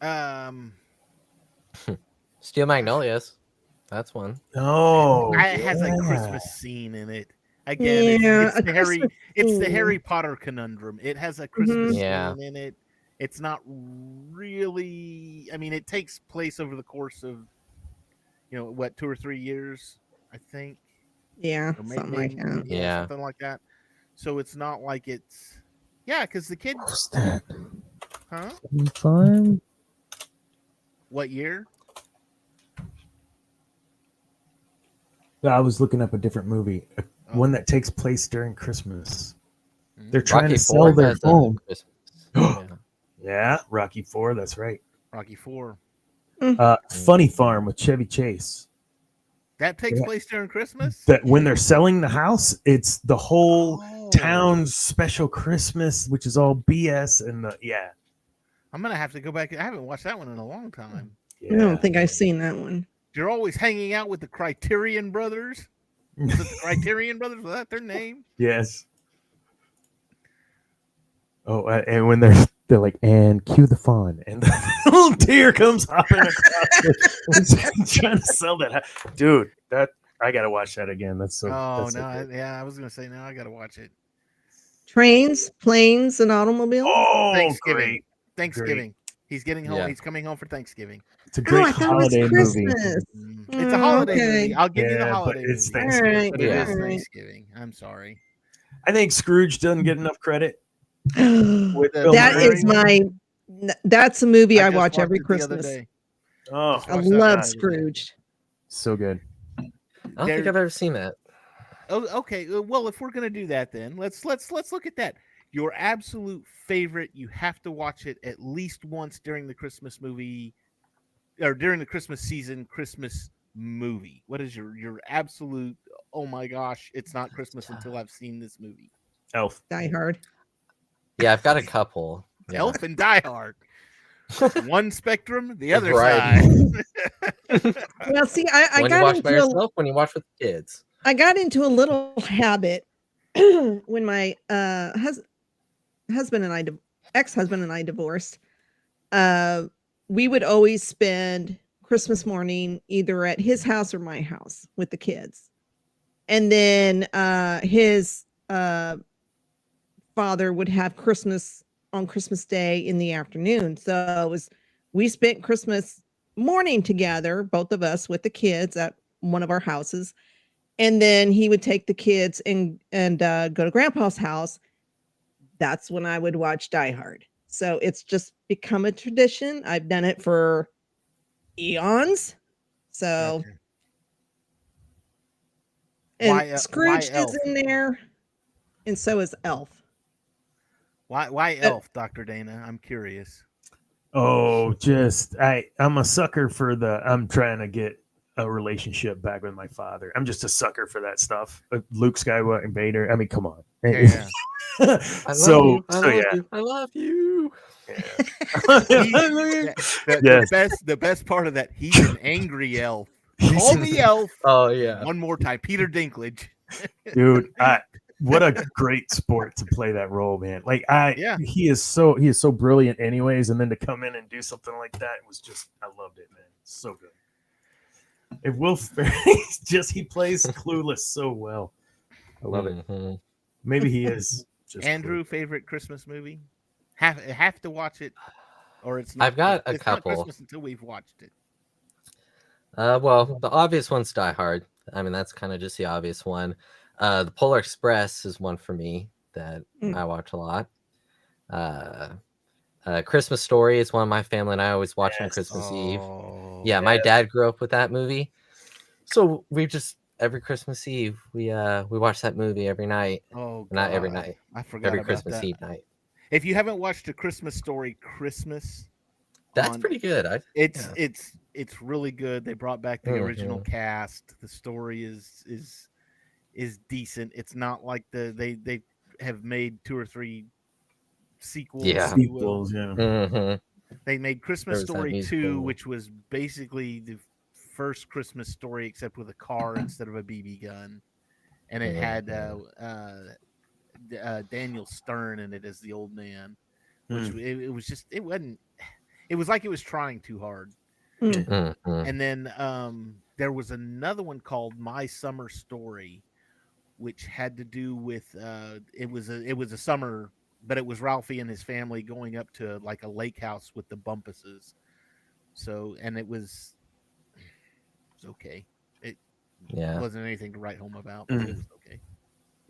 [SPEAKER 1] Um,
[SPEAKER 4] Steel Magnolias. That's one.
[SPEAKER 3] Oh,
[SPEAKER 1] I- it has a
[SPEAKER 3] yeah.
[SPEAKER 1] Christmas scene in it. Again,
[SPEAKER 2] Yeah,
[SPEAKER 1] it's,
[SPEAKER 2] a
[SPEAKER 1] it's the Harry,
[SPEAKER 2] Christmas
[SPEAKER 1] it's the
[SPEAKER 2] scene. Mm-hmm.
[SPEAKER 1] Harry Potter conundrum. It has a Christmas
[SPEAKER 4] Yeah.
[SPEAKER 1] scene in it. It's not really. I mean, it takes place over the course of, you know, what two or three years, I think.
[SPEAKER 2] yeah,
[SPEAKER 1] or may-
[SPEAKER 2] something like
[SPEAKER 1] maybe-
[SPEAKER 2] that.
[SPEAKER 4] Yeah.
[SPEAKER 1] something like that. So it's not like it's, yeah, because the kid,
[SPEAKER 3] What's that?
[SPEAKER 1] huh?
[SPEAKER 3] Fun.
[SPEAKER 1] What year?
[SPEAKER 3] I was looking up a different movie, a- one that takes place during Christmas.
[SPEAKER 1] Mm.
[SPEAKER 3] They're trying
[SPEAKER 4] Rocky
[SPEAKER 3] to sell
[SPEAKER 4] IV
[SPEAKER 3] their
[SPEAKER 4] has a
[SPEAKER 3] home.
[SPEAKER 4] Christmas. Yeah.
[SPEAKER 3] Yeah, Rocky Four. That's right.
[SPEAKER 1] Rocky Four.
[SPEAKER 3] Uh, Funny Farm with Chevy Chase.
[SPEAKER 1] That takes
[SPEAKER 3] Yeah.
[SPEAKER 1] place during Christmas.
[SPEAKER 3] That when they're selling the house, it's the whole
[SPEAKER 1] Oh.
[SPEAKER 3] town's special Christmas, which is all BS. And the yeah,
[SPEAKER 1] I'm gonna have to go back. I haven't watched that one in a long
[SPEAKER 3] Hmm.
[SPEAKER 1] time.
[SPEAKER 3] yeah.
[SPEAKER 1] Hmm.
[SPEAKER 2] I don't think I've seen that one.
[SPEAKER 1] You're always hanging out with the Criterion Brothers. Is it the Criterion Brothers? Was that their name?
[SPEAKER 3] Yes. Oh, uh, and when they're they're like, and cue the fawn, and the little deer comes hopping across, the- trying to sell that, hou- dude. That I gotta watch that again. That's so.
[SPEAKER 1] oh
[SPEAKER 3] that's so
[SPEAKER 1] no, I,
[SPEAKER 3] good.
[SPEAKER 1] yeah, I was gonna say no. I gotta watch it.
[SPEAKER 2] Trains, planes, and automobiles.
[SPEAKER 3] oh,
[SPEAKER 1] Thanksgiving.
[SPEAKER 3] great!
[SPEAKER 1] Thanksgiving. He's getting home.
[SPEAKER 4] Yeah.
[SPEAKER 1] He's coming home for Thanksgiving.
[SPEAKER 3] It's a
[SPEAKER 2] Oh,
[SPEAKER 3] great
[SPEAKER 2] I thought
[SPEAKER 3] holiday
[SPEAKER 2] it was
[SPEAKER 3] movie.
[SPEAKER 2] Christmas.
[SPEAKER 1] Mm, It's
[SPEAKER 2] Mm,
[SPEAKER 1] a holiday
[SPEAKER 2] okay.
[SPEAKER 1] movie. I'll give you
[SPEAKER 3] Yeah,
[SPEAKER 1] the
[SPEAKER 3] but
[SPEAKER 1] holiday
[SPEAKER 3] it's
[SPEAKER 1] movie.
[SPEAKER 2] All right.
[SPEAKER 1] But
[SPEAKER 4] Yeah.
[SPEAKER 1] it is
[SPEAKER 2] all right.
[SPEAKER 1] Thanksgiving. I'm sorry.
[SPEAKER 3] I think Scrooge doesn't get enough credit. With
[SPEAKER 1] That
[SPEAKER 3] Bill
[SPEAKER 2] that
[SPEAKER 3] Murray.
[SPEAKER 2] is my. That's a movie I,
[SPEAKER 1] just
[SPEAKER 2] watch
[SPEAKER 1] watched
[SPEAKER 2] every
[SPEAKER 1] it the other
[SPEAKER 2] Christmas.
[SPEAKER 1] day.
[SPEAKER 3] Oh,
[SPEAKER 2] I
[SPEAKER 1] Watch that
[SPEAKER 2] love
[SPEAKER 1] guy.
[SPEAKER 2] Scrooge.
[SPEAKER 3] so good.
[SPEAKER 4] I don't think
[SPEAKER 1] There-
[SPEAKER 4] I've ever seen that.
[SPEAKER 1] Oh, okay. uh, Well, if we're gonna do that, then let's let's let's look at that. Your absolute favorite. You have to watch it at least once during the Christmas movie, or during the Christmas season. Christmas movie. What is your your absolute? Oh my gosh, it's not Christmas until I've seen this movie.
[SPEAKER 3] Elf.
[SPEAKER 2] Die Hard.
[SPEAKER 4] Yeah, I've got a couple. Yeah.
[SPEAKER 1] Elf and Die Hard. One spectrum, the other
[SPEAKER 4] Right.
[SPEAKER 1] side.
[SPEAKER 2] Well, see, I, I
[SPEAKER 4] when you
[SPEAKER 2] got
[SPEAKER 4] watch by
[SPEAKER 2] into a
[SPEAKER 4] yourself, when you watch with kids.
[SPEAKER 2] I got into a little habit when my uh hus- husband and I div- ex-husband and I divorced. Uh we would always spend Christmas morning either at his house or my house with the kids. And then uh his uh father would have Christmas on Christmas Day in the afternoon. So it was we spent Christmas morning together, both of us with the kids at one of our houses and then he would take the kids and and uh, go to grandpa's house that's when i would watch die hard so it's just become a tradition i've done it for eons so
[SPEAKER 1] Gotcha.
[SPEAKER 2] and
[SPEAKER 1] Why, uh, why
[SPEAKER 2] scrooge
[SPEAKER 1] Elf?
[SPEAKER 2] is in there and so is elf
[SPEAKER 1] Why why
[SPEAKER 4] Eh,
[SPEAKER 1] Elf, Doctor Dana? I'm curious.
[SPEAKER 3] Oh, just I I'm a sucker for the I'm trying to get a relationship back with my father. I'm just a sucker for that stuff. Uh, Luke Skywalker and Vader. I mean, come on.
[SPEAKER 4] eh,
[SPEAKER 1] Yeah.
[SPEAKER 4] I love
[SPEAKER 3] so
[SPEAKER 4] you. I
[SPEAKER 3] so
[SPEAKER 4] love
[SPEAKER 3] yeah.
[SPEAKER 4] you. I love you.
[SPEAKER 1] He- The, the
[SPEAKER 3] Yes.
[SPEAKER 1] best the best part of that he's an angry elf.
[SPEAKER 3] He's
[SPEAKER 1] Call
[SPEAKER 3] just-
[SPEAKER 1] me elf
[SPEAKER 4] Oh yeah.
[SPEAKER 1] one more time. Peter Dinklage.
[SPEAKER 3] dude, I, what a great sport to play that role, man. Like I
[SPEAKER 1] Yeah.
[SPEAKER 3] he is so he is so brilliant anyways and then to come in and do something like that was just I loved it, man. So good. If Will Ferrell he's just he plays clueless so well. I love it.
[SPEAKER 4] Mhm.
[SPEAKER 3] Maybe he is. Just
[SPEAKER 1] Andrew, favorite Christmas movie? Have have to watch it, or it's. Not,
[SPEAKER 4] I've got a
[SPEAKER 1] it's not
[SPEAKER 4] couple.
[SPEAKER 1] Christmas until we've watched it.
[SPEAKER 4] Uh, well, the obvious one's Die Hard. I mean, that's kind of just the obvious one. Uh, the Polar Express is one for me that
[SPEAKER 2] Mm.
[SPEAKER 4] I watch a lot. Uh, uh, Christmas Story is one my family and I always watch on
[SPEAKER 3] Yes.
[SPEAKER 4] Christmas Eve.
[SPEAKER 1] Oh.
[SPEAKER 4] Yeah, my dad grew up with that movie, so we just every Christmas Eve we uh we watch that movie every night,
[SPEAKER 1] Oh,
[SPEAKER 4] not every
[SPEAKER 1] God.
[SPEAKER 4] night,
[SPEAKER 1] I forgot
[SPEAKER 4] every
[SPEAKER 1] about
[SPEAKER 4] Christmas
[SPEAKER 1] that.
[SPEAKER 4] Eve night.
[SPEAKER 1] If you haven't watched a Christmas story, Christmas,
[SPEAKER 4] That's
[SPEAKER 1] on-
[SPEAKER 4] pretty good. I
[SPEAKER 1] it's
[SPEAKER 4] Yeah.
[SPEAKER 1] it's it's really good. They brought back the
[SPEAKER 4] Mhm.
[SPEAKER 1] original cast. The story is is is decent. It's not like the they they have made two or three sequels.
[SPEAKER 4] Yeah.
[SPEAKER 1] if you will.
[SPEAKER 3] Sequels, yeah.
[SPEAKER 4] Mhm.
[SPEAKER 1] Mm-hmm. They made Christmas
[SPEAKER 4] was that
[SPEAKER 1] Story two,
[SPEAKER 4] musical.
[SPEAKER 1] which was basically the first Christmas story except with a car instead of a BB gun, and it had uh, uh, D- uh, Daniel Stern in it as the old man which it, it was just it wasn't it was like it was trying too hard
[SPEAKER 4] Mhm.
[SPEAKER 1] and then um there was another one called my summer story which had to do with uh it was a it was a summer but it was ralphie and his family going up to like a lake house with the bumpuses so and it was it was okay
[SPEAKER 4] Yeah. Mm.
[SPEAKER 1] wasn't anything to write home about but it
[SPEAKER 3] Mhm.
[SPEAKER 1] was okay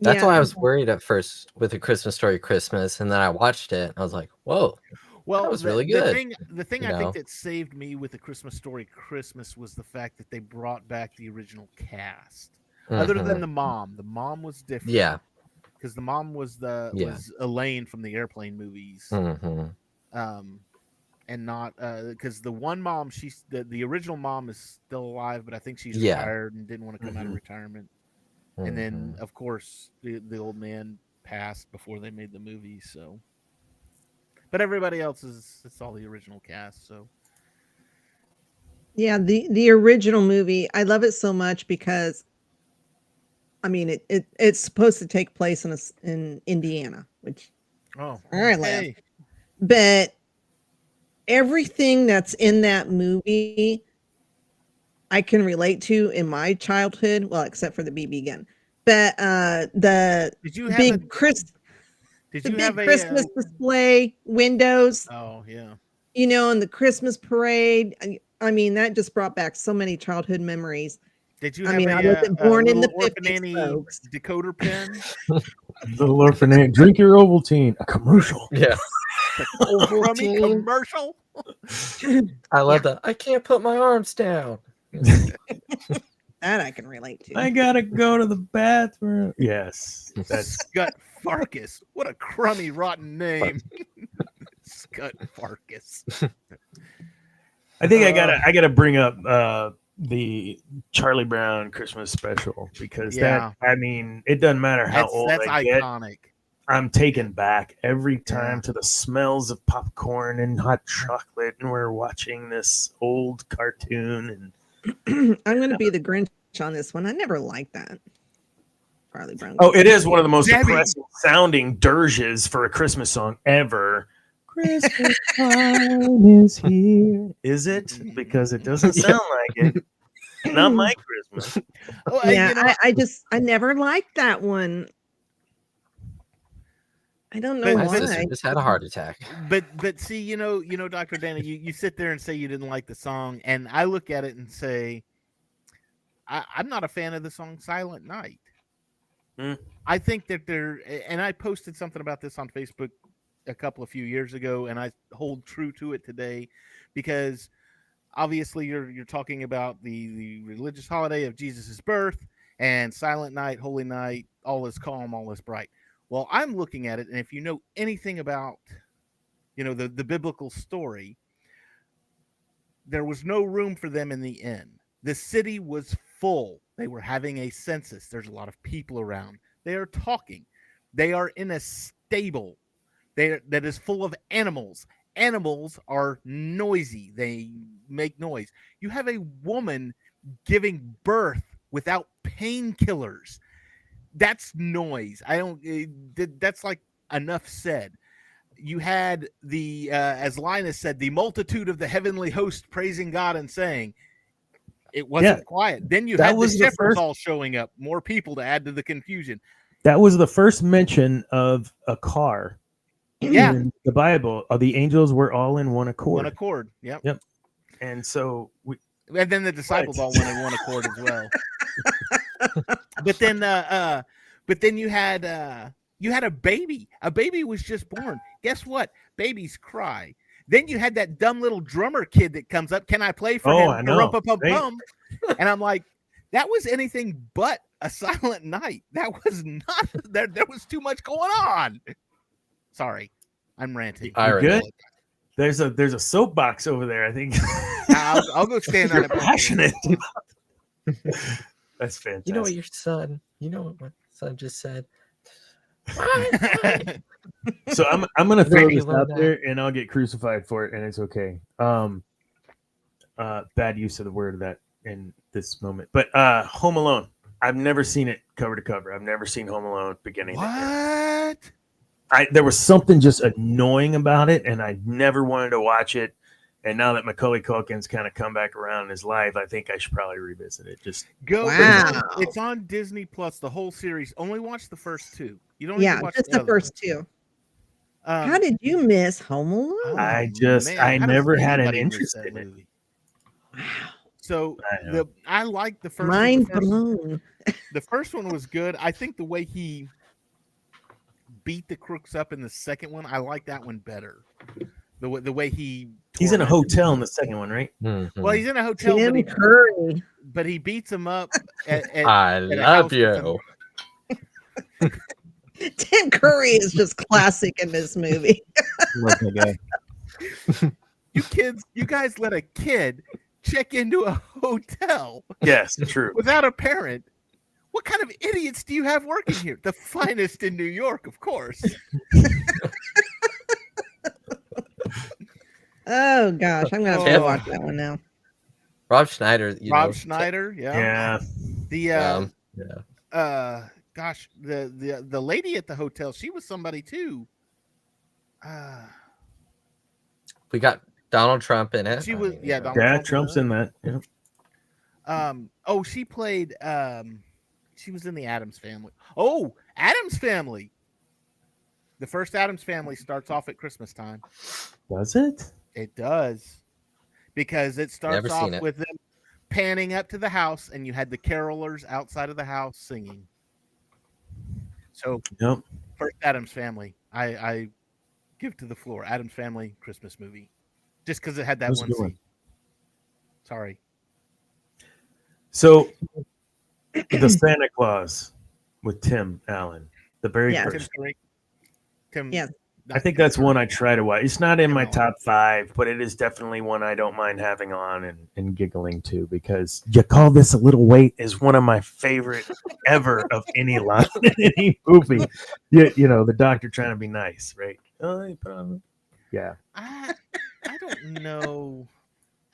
[SPEAKER 4] That's
[SPEAKER 2] Yeah.
[SPEAKER 4] why I was worried at first with the Christmas Story Christmas, and then I watched it and I was like, "Whoa,
[SPEAKER 1] Well,
[SPEAKER 4] was
[SPEAKER 1] the,
[SPEAKER 4] really
[SPEAKER 1] the
[SPEAKER 4] good,
[SPEAKER 1] thing, the thing
[SPEAKER 4] you
[SPEAKER 1] I
[SPEAKER 4] know?
[SPEAKER 1] think that saved me with the Christmas Story Christmas was the fact that they brought back the original cast. Other than
[SPEAKER 4] Mhm.
[SPEAKER 1] the mom, the mom was different.
[SPEAKER 4] Mm-hmm. yeah,
[SPEAKER 1] because the mom was the
[SPEAKER 4] Yeah.
[SPEAKER 1] was Elaine from the airplane movies,
[SPEAKER 4] mhm,
[SPEAKER 1] um, and not because the one mom she's the, the original mom is still alive, but I think she's
[SPEAKER 4] Yeah. Mm-hmm.
[SPEAKER 1] retired and didn't want to come out of
[SPEAKER 3] Mhm.
[SPEAKER 1] retirement. And then, of course, the, the old man passed before they made the movie. So, but everybody else is it's all the original cast. So.
[SPEAKER 2] Yeah, the the original movie, I love it so much because I mean it, it it's supposed to take place in a s in Indiana, which
[SPEAKER 1] Oh,
[SPEAKER 2] All right, Lance. but everything that's in that movie I can relate to in my childhood, well except for the BB gun. But uh the
[SPEAKER 1] Did you have
[SPEAKER 2] big
[SPEAKER 1] a,
[SPEAKER 2] Chris
[SPEAKER 1] did
[SPEAKER 2] the
[SPEAKER 1] you
[SPEAKER 2] big
[SPEAKER 1] have a, uh,
[SPEAKER 2] Christmas display windows,
[SPEAKER 1] oh yeah.
[SPEAKER 2] you know, and the Christmas parade. I, I mean, that just brought back so many childhood memories.
[SPEAKER 1] Did you
[SPEAKER 2] I
[SPEAKER 1] have
[SPEAKER 2] mean,
[SPEAKER 1] a,
[SPEAKER 2] I wasn't
[SPEAKER 1] uh,
[SPEAKER 2] born
[SPEAKER 1] a
[SPEAKER 2] in the
[SPEAKER 1] little
[SPEAKER 2] 50s,
[SPEAKER 1] Orphananny
[SPEAKER 2] folks.
[SPEAKER 1] decoder pen?
[SPEAKER 3] Little orphanage. Drink your Ovaltine. A commercial.
[SPEAKER 4] mm-hmm. yeah,
[SPEAKER 1] Crummy commercial?
[SPEAKER 4] I love that. I can't put my arms down.
[SPEAKER 2] That I can relate to.
[SPEAKER 3] I gotta go to the bathroom. Yes, that's
[SPEAKER 1] Scut Farkas. What a crummy, rotten name. Scut Farkas.
[SPEAKER 3] I think I gotta
[SPEAKER 1] Uh,
[SPEAKER 3] I gotta bring up uh the Charlie Brown Christmas special because
[SPEAKER 1] Yeah.
[SPEAKER 3] that I mean it doesn't matter how
[SPEAKER 1] That's,
[SPEAKER 3] old
[SPEAKER 1] that's
[SPEAKER 3] I get,
[SPEAKER 1] iconic.
[SPEAKER 3] I'm taken back every time
[SPEAKER 1] Yeah.
[SPEAKER 3] to the smells of popcorn and hot chocolate, and we're watching this old cartoon and
[SPEAKER 2] I'm going to be the Grinch on this one. I never liked that. Charlie Brown.
[SPEAKER 3] oh it is one of the most
[SPEAKER 1] Debbie.
[SPEAKER 3] depressing sounding dirges for a Christmas song ever. Christmas time is here. Is it? Because it doesn't
[SPEAKER 4] Yeah.
[SPEAKER 3] sound like it. Not my Christmas.
[SPEAKER 1] Oh, and,
[SPEAKER 2] yeah,
[SPEAKER 1] you know,
[SPEAKER 2] I, I just I never liked that one. I don't know
[SPEAKER 1] But-
[SPEAKER 4] My
[SPEAKER 1] Why?
[SPEAKER 4] sister
[SPEAKER 2] why.
[SPEAKER 4] just had a heart attack.
[SPEAKER 1] but but see, you know, you know, Dr. Dana, you, you sit there and say you didn't like the song, and I look at it and say, I, I'm not a fan of the song Silent Night.
[SPEAKER 3] Mm.
[SPEAKER 1] I think that there and I posted something about this on Facebook a couple of few years ago, and I hold true to it today because obviously you're you're talking about the, the religious holiday of Jesus' birth and Silent Night, Holy Night, all is calm, all is bright. Well, I'm looking at it, and if you know anything about you know the, the biblical story there was no room for them in the inn the city was full they were having a census there's a lot of people around they are talking they are in a stable they are, that is full of animals animals are noisy they make noise you have a woman giving birth without painkillers that's noise i don't it- th- that's like enough said you had the uh, as linus said the multitude of the heavenly host praising god and saying it wasn't
[SPEAKER 3] Yeah.
[SPEAKER 1] quiet then you
[SPEAKER 3] That
[SPEAKER 1] had
[SPEAKER 3] was
[SPEAKER 1] the
[SPEAKER 3] the
[SPEAKER 1] shepherds
[SPEAKER 3] first-
[SPEAKER 1] all showing up more people to add to the confusion
[SPEAKER 3] That was the first mention of a car
[SPEAKER 1] Yeah.
[SPEAKER 3] in the Bible, uh, the angels were all in one
[SPEAKER 1] One
[SPEAKER 3] accord,
[SPEAKER 1] accord. Yep.
[SPEAKER 3] and so we,
[SPEAKER 1] And then the disciples
[SPEAKER 3] Right.
[SPEAKER 1] all went in one accord as well. but then uh, uh but then you had uh you had a baby. A baby was just born. Guess what? Babies cry. Then you had that dumb little drummer kid that comes up. Can I play for
[SPEAKER 3] Oh, I
[SPEAKER 1] him?
[SPEAKER 3] know,
[SPEAKER 1] Barumpa-pum-pum. And I'm like, that was anything but a silent night. That was not there. There was too much going on. Sorry, I'm ranting.
[SPEAKER 4] I
[SPEAKER 3] You're
[SPEAKER 4] read
[SPEAKER 3] good? there's a there's a soapbox over there. I think
[SPEAKER 1] I'll, I'll go stand on
[SPEAKER 3] you're
[SPEAKER 1] it. real quick.
[SPEAKER 3] passionate. That's fantastic.
[SPEAKER 4] You know what your son? You know what my son just said?
[SPEAKER 3] so I'm I'm gonna throw
[SPEAKER 4] Randy,
[SPEAKER 3] this
[SPEAKER 4] love
[SPEAKER 3] out
[SPEAKER 4] that.
[SPEAKER 3] there, and I'll get crucified for it, and it's okay. Um, uh, bad use of the word that in this moment, but uh, Home Alone. I've never seen it cover to cover. I've never seen Home Alone beginning. to end.
[SPEAKER 1] what?
[SPEAKER 3] I there was something just annoying about it, and I never wanted to watch it. And now that Macaulay Culkin's kind of come back around in his life, I think I should probably revisit it. Just
[SPEAKER 1] Go!
[SPEAKER 2] Wow.
[SPEAKER 1] It's, it's on Disney Plus. The whole series. Only watch the first two. You don't. need
[SPEAKER 2] yeah,
[SPEAKER 1] to watch
[SPEAKER 2] just
[SPEAKER 1] the,
[SPEAKER 2] the
[SPEAKER 1] other
[SPEAKER 2] first two.
[SPEAKER 1] ones. Um,
[SPEAKER 2] How did you miss Home Alone?
[SPEAKER 1] oh,
[SPEAKER 3] I just- I
[SPEAKER 1] how does
[SPEAKER 3] never had an
[SPEAKER 1] anybody miss
[SPEAKER 3] interest
[SPEAKER 1] that
[SPEAKER 3] in it.
[SPEAKER 1] movie? So
[SPEAKER 3] I know.
[SPEAKER 1] the I like the first. one.
[SPEAKER 2] Mind
[SPEAKER 1] The first-
[SPEAKER 2] blown.
[SPEAKER 1] the first one was good. I think the way he beat the crooks up in the second one, I like that one better. The way the way he
[SPEAKER 3] he's in a
[SPEAKER 1] tormented-
[SPEAKER 3] hotel in the second one, right?
[SPEAKER 4] Mm-hmm.
[SPEAKER 1] Well, he's in a hotel, but
[SPEAKER 2] Tim
[SPEAKER 1] he,
[SPEAKER 2] Curry.
[SPEAKER 1] but he beats him up. At, at-
[SPEAKER 4] I
[SPEAKER 1] a
[SPEAKER 4] love
[SPEAKER 1] house with some-
[SPEAKER 4] you.
[SPEAKER 2] Tim Curry is just classic in this movie.
[SPEAKER 3] Love that guy.
[SPEAKER 1] you kids, you guys let a kid check into a hotel
[SPEAKER 3] Yes, true.
[SPEAKER 1] without a parent. What kind of idiots do you have working here? The finest in New York, of course.
[SPEAKER 2] Oh gosh, I'm gonna have to
[SPEAKER 1] Oh.
[SPEAKER 2] watch that one now.
[SPEAKER 4] Rob Schneider. You
[SPEAKER 1] Rob
[SPEAKER 4] know,
[SPEAKER 1] Schneider, yeah.
[SPEAKER 3] Yeah,
[SPEAKER 1] The uh,
[SPEAKER 4] Um, yeah.
[SPEAKER 1] uh gosh the the the lady at the hotel she was somebody too uh
[SPEAKER 4] We got Donald Trump in it.
[SPEAKER 1] She
[SPEAKER 4] I
[SPEAKER 1] was-
[SPEAKER 4] mean,
[SPEAKER 1] yeah,
[SPEAKER 4] you know.
[SPEAKER 1] Donald-
[SPEAKER 3] yeah. Trump's in that. Yeah.
[SPEAKER 1] um oh she played um she was in the adams family oh adams family the first adams family starts off at christmas time
[SPEAKER 3] Does it?
[SPEAKER 1] it does because it starts
[SPEAKER 4] Never
[SPEAKER 1] off
[SPEAKER 4] seen it.
[SPEAKER 1] with them panning up to the house and you had the carolers outside of the house singing so
[SPEAKER 3] Nope.
[SPEAKER 1] First Adam's Family. I, I give to the floor. Adam's Family Christmas movie, just because it had that
[SPEAKER 3] That's a
[SPEAKER 1] one
[SPEAKER 3] good
[SPEAKER 1] scene.
[SPEAKER 3] one.
[SPEAKER 1] Sorry.
[SPEAKER 3] So the Santa Claus with Tim Allen, the very
[SPEAKER 2] Yeah.
[SPEAKER 1] Tim
[SPEAKER 3] first.
[SPEAKER 1] Curry. Tim.
[SPEAKER 2] Yes.
[SPEAKER 1] not
[SPEAKER 3] I think
[SPEAKER 1] Tim
[SPEAKER 3] that's
[SPEAKER 1] Curry.
[SPEAKER 3] one I try to watch. It's not in my
[SPEAKER 1] No.
[SPEAKER 3] top five, but it is definitely one I don't mind having on and, and giggling to because you call this a little wait is one of my favorite ever of any line in any movie. You, you know, the doctor trying to be nice, right? Oh, they put on- Yeah.
[SPEAKER 1] I, I don't know.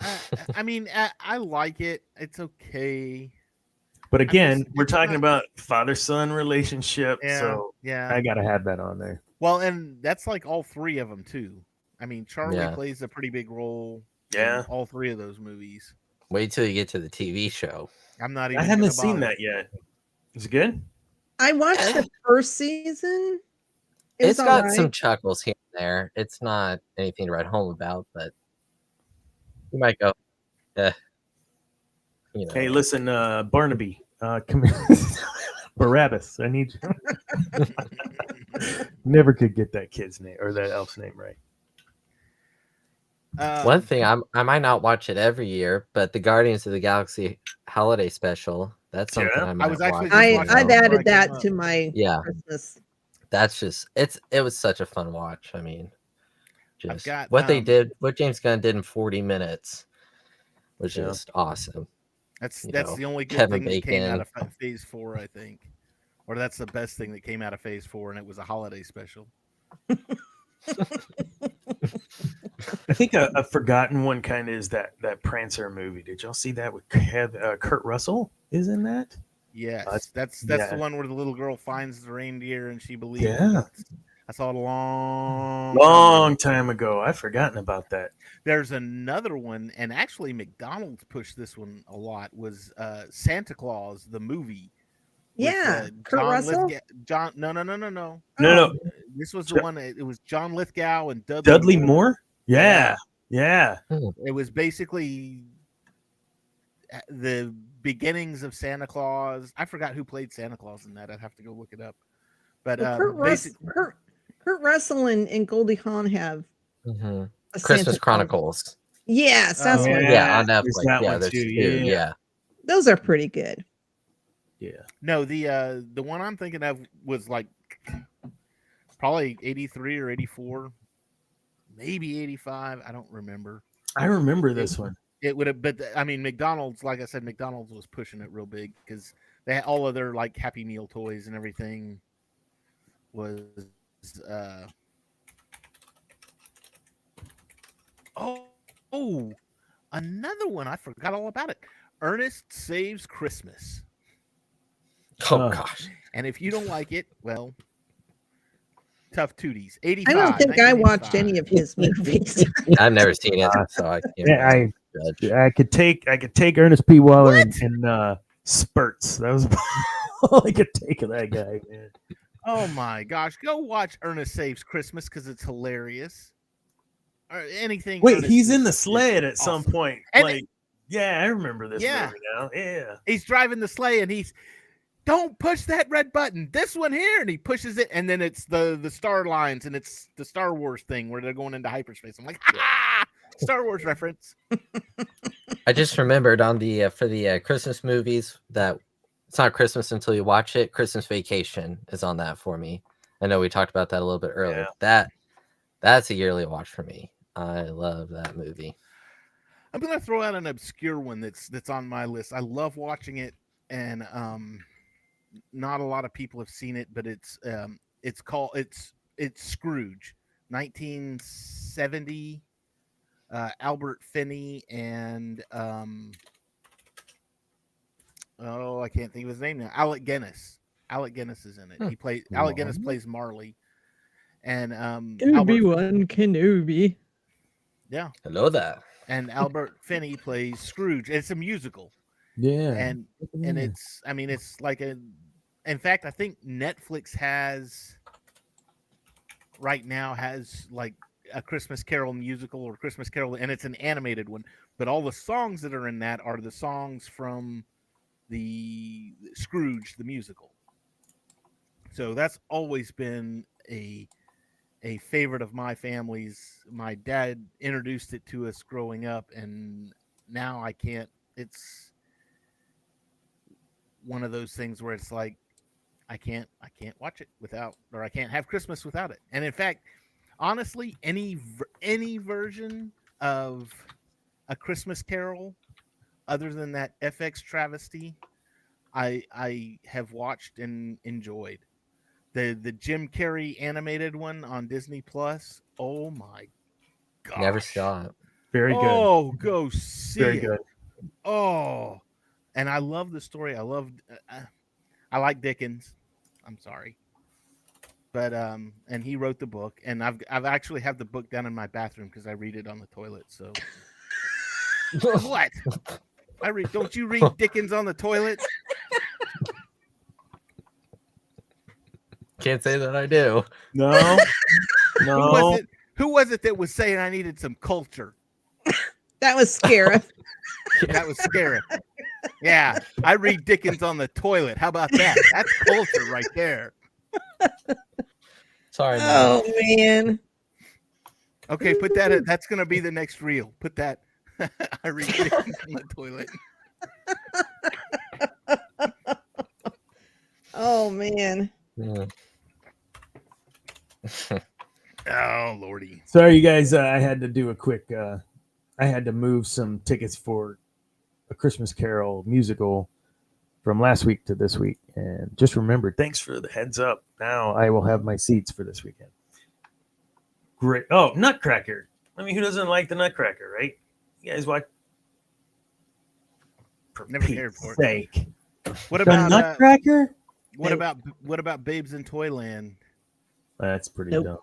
[SPEAKER 1] I, I mean, I, I like it. It's okay.
[SPEAKER 3] But again,
[SPEAKER 1] just-
[SPEAKER 3] we're
[SPEAKER 1] it's
[SPEAKER 3] talking
[SPEAKER 1] not-
[SPEAKER 3] about father son relationship.
[SPEAKER 1] Yeah.
[SPEAKER 3] So
[SPEAKER 1] yeah.
[SPEAKER 3] I got to have that on there.
[SPEAKER 1] well, and that's like all three of them too. I mean, Charlie
[SPEAKER 4] Yeah.
[SPEAKER 1] plays a pretty big role. in
[SPEAKER 3] Yeah.
[SPEAKER 1] all three of those movies.
[SPEAKER 4] Wait till you get to the TV show.
[SPEAKER 1] I'm not even.
[SPEAKER 3] I haven't
[SPEAKER 1] gonna
[SPEAKER 3] seen
[SPEAKER 1] bother.
[SPEAKER 3] that yet. Is it good?
[SPEAKER 2] I watched the first season. It was
[SPEAKER 4] It's got
[SPEAKER 2] alright.
[SPEAKER 4] some chuckles here and there. It's not anything to write home about, but you might go, eh. You know,
[SPEAKER 3] Hey, listen, uh, Barnaby, uh, come here. Barabbas, I need you. Never could get that kid's name or that elf's name right.
[SPEAKER 1] Um,
[SPEAKER 4] one thing I'm, I might not watch it every year, but the Guardians of the Galaxy holiday special. That's something
[SPEAKER 3] Yeah.
[SPEAKER 4] I might
[SPEAKER 1] was actually
[SPEAKER 4] watch.
[SPEAKER 1] just
[SPEAKER 2] I
[SPEAKER 4] you
[SPEAKER 1] watching
[SPEAKER 4] know.
[SPEAKER 2] I've
[SPEAKER 1] that before I
[SPEAKER 2] added
[SPEAKER 1] came
[SPEAKER 2] that
[SPEAKER 1] up.
[SPEAKER 2] to my
[SPEAKER 4] Yeah,
[SPEAKER 2] Christmas.
[SPEAKER 4] that's just it's it was such a fun watch. I mean, just
[SPEAKER 1] got,
[SPEAKER 4] what they
[SPEAKER 1] um,
[SPEAKER 4] did, what James Gunn did in 40 minutes was
[SPEAKER 3] Yeah.
[SPEAKER 4] just awesome.
[SPEAKER 1] That's
[SPEAKER 4] you
[SPEAKER 1] that's
[SPEAKER 4] know,
[SPEAKER 1] the only good
[SPEAKER 4] Kevin
[SPEAKER 1] thing that came out
[SPEAKER 4] Bacon.
[SPEAKER 1] of ph- Phase Four, I think, or that's the best thing that came out of Phase Four, and it was a holiday special.
[SPEAKER 3] I think a, a forgotten one kind of is that that Prancer movie. Did y'all see that with Kev, uh, Kurt Russell? Is in that?
[SPEAKER 1] Yes,
[SPEAKER 3] that's-
[SPEAKER 1] that's that's
[SPEAKER 3] yeah.
[SPEAKER 1] the one where the little girl finds the reindeer and she believes.
[SPEAKER 3] Yeah.
[SPEAKER 1] it. I saw it a long,
[SPEAKER 3] Long time ago. I've forgotten about that.
[SPEAKER 1] There's another one, and actually McDonald's pushed this one a lot. Was uh, Santa Claus the movie? with,
[SPEAKER 2] Yeah,
[SPEAKER 1] uh,
[SPEAKER 2] Kurt
[SPEAKER 1] John
[SPEAKER 2] Russell. Oh,
[SPEAKER 1] Lithgow- John, no, no, no, no, no.
[SPEAKER 3] No, no.
[SPEAKER 1] This was the one. It was John Lithgow and Dudley,
[SPEAKER 3] Dudley Moore? Yeah. Yeah.
[SPEAKER 1] It was basically uh, the beginnings of Santa Claus. I forgot who played Santa Claus in that. I'd have to go look it up. But
[SPEAKER 2] Well,
[SPEAKER 1] um,
[SPEAKER 2] Kurt, Russ-
[SPEAKER 1] basic-
[SPEAKER 2] Kurt, Kurt Russell and, and Goldie Hawn have
[SPEAKER 4] Mhm.
[SPEAKER 2] a
[SPEAKER 4] Christmas
[SPEAKER 2] Santa Claus.
[SPEAKER 4] Chronicles.
[SPEAKER 2] Yes, that's
[SPEAKER 1] Oh,
[SPEAKER 2] what-
[SPEAKER 4] Yeah, on
[SPEAKER 3] there's
[SPEAKER 4] Netflix.
[SPEAKER 3] that
[SPEAKER 4] yeah,
[SPEAKER 3] one
[SPEAKER 4] there's
[SPEAKER 3] too,
[SPEAKER 4] two.
[SPEAKER 3] yeah,
[SPEAKER 4] Yeah,
[SPEAKER 3] yeah.
[SPEAKER 2] those are pretty good.
[SPEAKER 3] Yeah.
[SPEAKER 1] no, the uh, the one I'm thinking of was like probably 83 or 84, maybe 85. I don't remember.
[SPEAKER 3] I remember this one.
[SPEAKER 1] It would have, but I mean, McDonald's, like I said, McDonald's was pushing it real big because they had all of their like Happy Meal toys and everything was. uh Oh, oh, another one I forgot all about it. Ernest Saves Christmas,
[SPEAKER 4] Oh
[SPEAKER 3] Oh.
[SPEAKER 4] gosh.
[SPEAKER 1] and if you don't like it, well, tough tooties. Eighty.
[SPEAKER 2] I don't think I watched any of his movies.
[SPEAKER 4] I've never seen it, so I can't
[SPEAKER 3] Yeah, I
[SPEAKER 4] judge.
[SPEAKER 3] I could take I could take Ernest P. Weller and, and uh, spurts. That was all I could take of that guy, man.
[SPEAKER 1] Oh my gosh, go watch Ernest Saves Christmas because it's hilarious. Or anything.
[SPEAKER 3] Wait,
[SPEAKER 1] Ernest
[SPEAKER 3] he's in
[SPEAKER 1] is-
[SPEAKER 3] the
[SPEAKER 1] is
[SPEAKER 3] sled at some
[SPEAKER 1] awesome.
[SPEAKER 3] point.
[SPEAKER 1] And it-
[SPEAKER 3] like, yeah, I remember this
[SPEAKER 1] Yeah.
[SPEAKER 3] movie now. Yeah.
[SPEAKER 1] He's driving the sleigh and he's don't push that red button. This one here, and he pushes it, and then it's the the star lines, and it's the Star Wars thing where they're going into hyperspace. I'm like, ah, Star Wars reference.
[SPEAKER 4] I just remembered on the uh, for the uh, Christmas movies that it's not Christmas until you watch it. Christmas Vacation is on that for me. I know we talked about that a little bit earlier.
[SPEAKER 3] Yeah.
[SPEAKER 4] That that's a yearly watch for me. I love that movie.
[SPEAKER 1] I'm gonna throw out an obscure one that's that's on my list. I love watching it, and um, not a lot of people have seen it, but it's um, it's called it's it's Scrooge, 1970, uh, Albert Finney and um, oh, I can't think of his name now. Alec Guinness. Alec Guinness is in it.
[SPEAKER 4] Hmm.
[SPEAKER 1] He plays Alec Guinness
[SPEAKER 3] Marley?
[SPEAKER 1] plays Marley, and um, Albert-
[SPEAKER 2] Obi-Wan Kenobi.
[SPEAKER 1] yeah,
[SPEAKER 4] Hello there.
[SPEAKER 1] and Albert Finney plays Scrooge. It's a musical,
[SPEAKER 3] Yeah.
[SPEAKER 1] and and it's i mean it's like a in fact i think netflix has right now has like a christmas carol musical or christmas carol and it's an animated one but all the songs that are in that are the songs from the scrooge the musical so that's always been a a favorite of my family's my dad introduced it to us growing up and now i can't it's one of those things where it's like I can't I can't watch it without or I can't have Christmas without it. And in fact, honestly, any ver- any version of a Christmas Carol other than that FX travesty I I have watched and enjoyed. The the Jim Carrey animated one on Disney Plus. Oh my god.
[SPEAKER 4] Never saw it.
[SPEAKER 3] very good.
[SPEAKER 1] Oh, go see
[SPEAKER 3] very
[SPEAKER 1] it.
[SPEAKER 3] good.
[SPEAKER 1] Oh, and I love the story. I love, uh, I like Dickens. I'm sorry, but um, and he wrote the book, and I've I've actually have the book down in my bathroom because I read it on the toilet. So what? I read. Don't you read Dickens on the toilet?
[SPEAKER 4] Can't say that I do.
[SPEAKER 3] No.
[SPEAKER 1] Who was
[SPEAKER 3] no.
[SPEAKER 1] it? Who was it that was saying I needed some culture?
[SPEAKER 2] That was Scarif.
[SPEAKER 1] That was scary. Yeah, I read Dickens on the toilet. How about that? That's culture right there.
[SPEAKER 4] Sorry. Mom.
[SPEAKER 2] oh man.
[SPEAKER 1] Okay, put that. in- That's gonna be the next reel. Put that. I read it in the toilet.
[SPEAKER 2] Oh man.
[SPEAKER 4] Mm.
[SPEAKER 1] Oh lordy.
[SPEAKER 3] Sorry, you guys. Uh, I had to do a quick. Uh, I had to move some tickets for a Christmas Carol musical from last week to this week, and just remembered. Thanks for the heads up. Now I will have my seats for this weekend. Great. Oh, Nutcracker. I mean, who doesn't like the Nutcracker, right? You guys watch. For
[SPEAKER 1] Never cared
[SPEAKER 3] Pete's
[SPEAKER 1] for it.
[SPEAKER 3] sake.
[SPEAKER 1] What
[SPEAKER 3] The
[SPEAKER 1] about uh,
[SPEAKER 3] Nutcracker?
[SPEAKER 1] what about what about Babes in Toyland?
[SPEAKER 3] That's pretty
[SPEAKER 2] Nope.
[SPEAKER 3] dumb.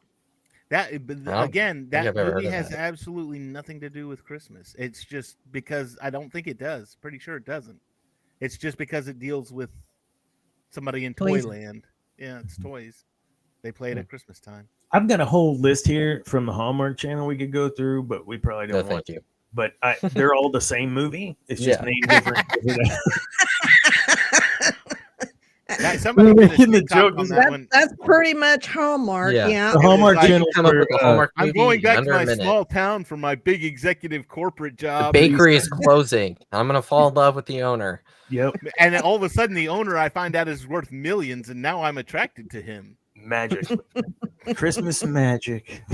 [SPEAKER 1] That eh, but th-
[SPEAKER 4] I don't
[SPEAKER 1] again,
[SPEAKER 4] think
[SPEAKER 1] that
[SPEAKER 4] I've ever heard
[SPEAKER 1] movie
[SPEAKER 4] of
[SPEAKER 1] has
[SPEAKER 4] that.
[SPEAKER 1] absolutely nothing to do with Christmas. It's just because I don't think it does. Pretty sure it doesn't. It's just because it deals with somebody in
[SPEAKER 2] Toys.
[SPEAKER 1] Toyland. Yeah, it's toys. They play it at Christmas time.
[SPEAKER 3] I've got a whole list here from the Hallmark Channel we could go through, but we probably
[SPEAKER 4] No,
[SPEAKER 3] don't want
[SPEAKER 4] thank you.
[SPEAKER 3] but I, they're all the same movie. It's just
[SPEAKER 4] Yeah.
[SPEAKER 3] named different. that
[SPEAKER 1] That, somebody did a
[SPEAKER 3] making the
[SPEAKER 1] TikTok
[SPEAKER 3] joke
[SPEAKER 1] on
[SPEAKER 3] is-
[SPEAKER 1] that
[SPEAKER 2] That,
[SPEAKER 1] one.
[SPEAKER 2] that's pretty much Hallmark.
[SPEAKER 4] Yeah.
[SPEAKER 2] Yeah.
[SPEAKER 3] the
[SPEAKER 1] was
[SPEAKER 3] Hallmark
[SPEAKER 1] like-
[SPEAKER 3] Channel
[SPEAKER 4] Come up
[SPEAKER 3] for,
[SPEAKER 4] with a
[SPEAKER 3] uh,
[SPEAKER 4] Hallmark
[SPEAKER 1] I'm
[SPEAKER 4] movie
[SPEAKER 1] going back to
[SPEAKER 4] under a
[SPEAKER 1] my
[SPEAKER 4] minute.
[SPEAKER 1] small town for my big executive corporate
[SPEAKER 4] The
[SPEAKER 1] job.
[SPEAKER 4] bakery is closing. I'm gonna fall in love with the owner.
[SPEAKER 3] yep,
[SPEAKER 1] And then all of a sudden, the owner I find out is worth millions, and now I'm attracted to him.
[SPEAKER 3] magic, Christmas magic.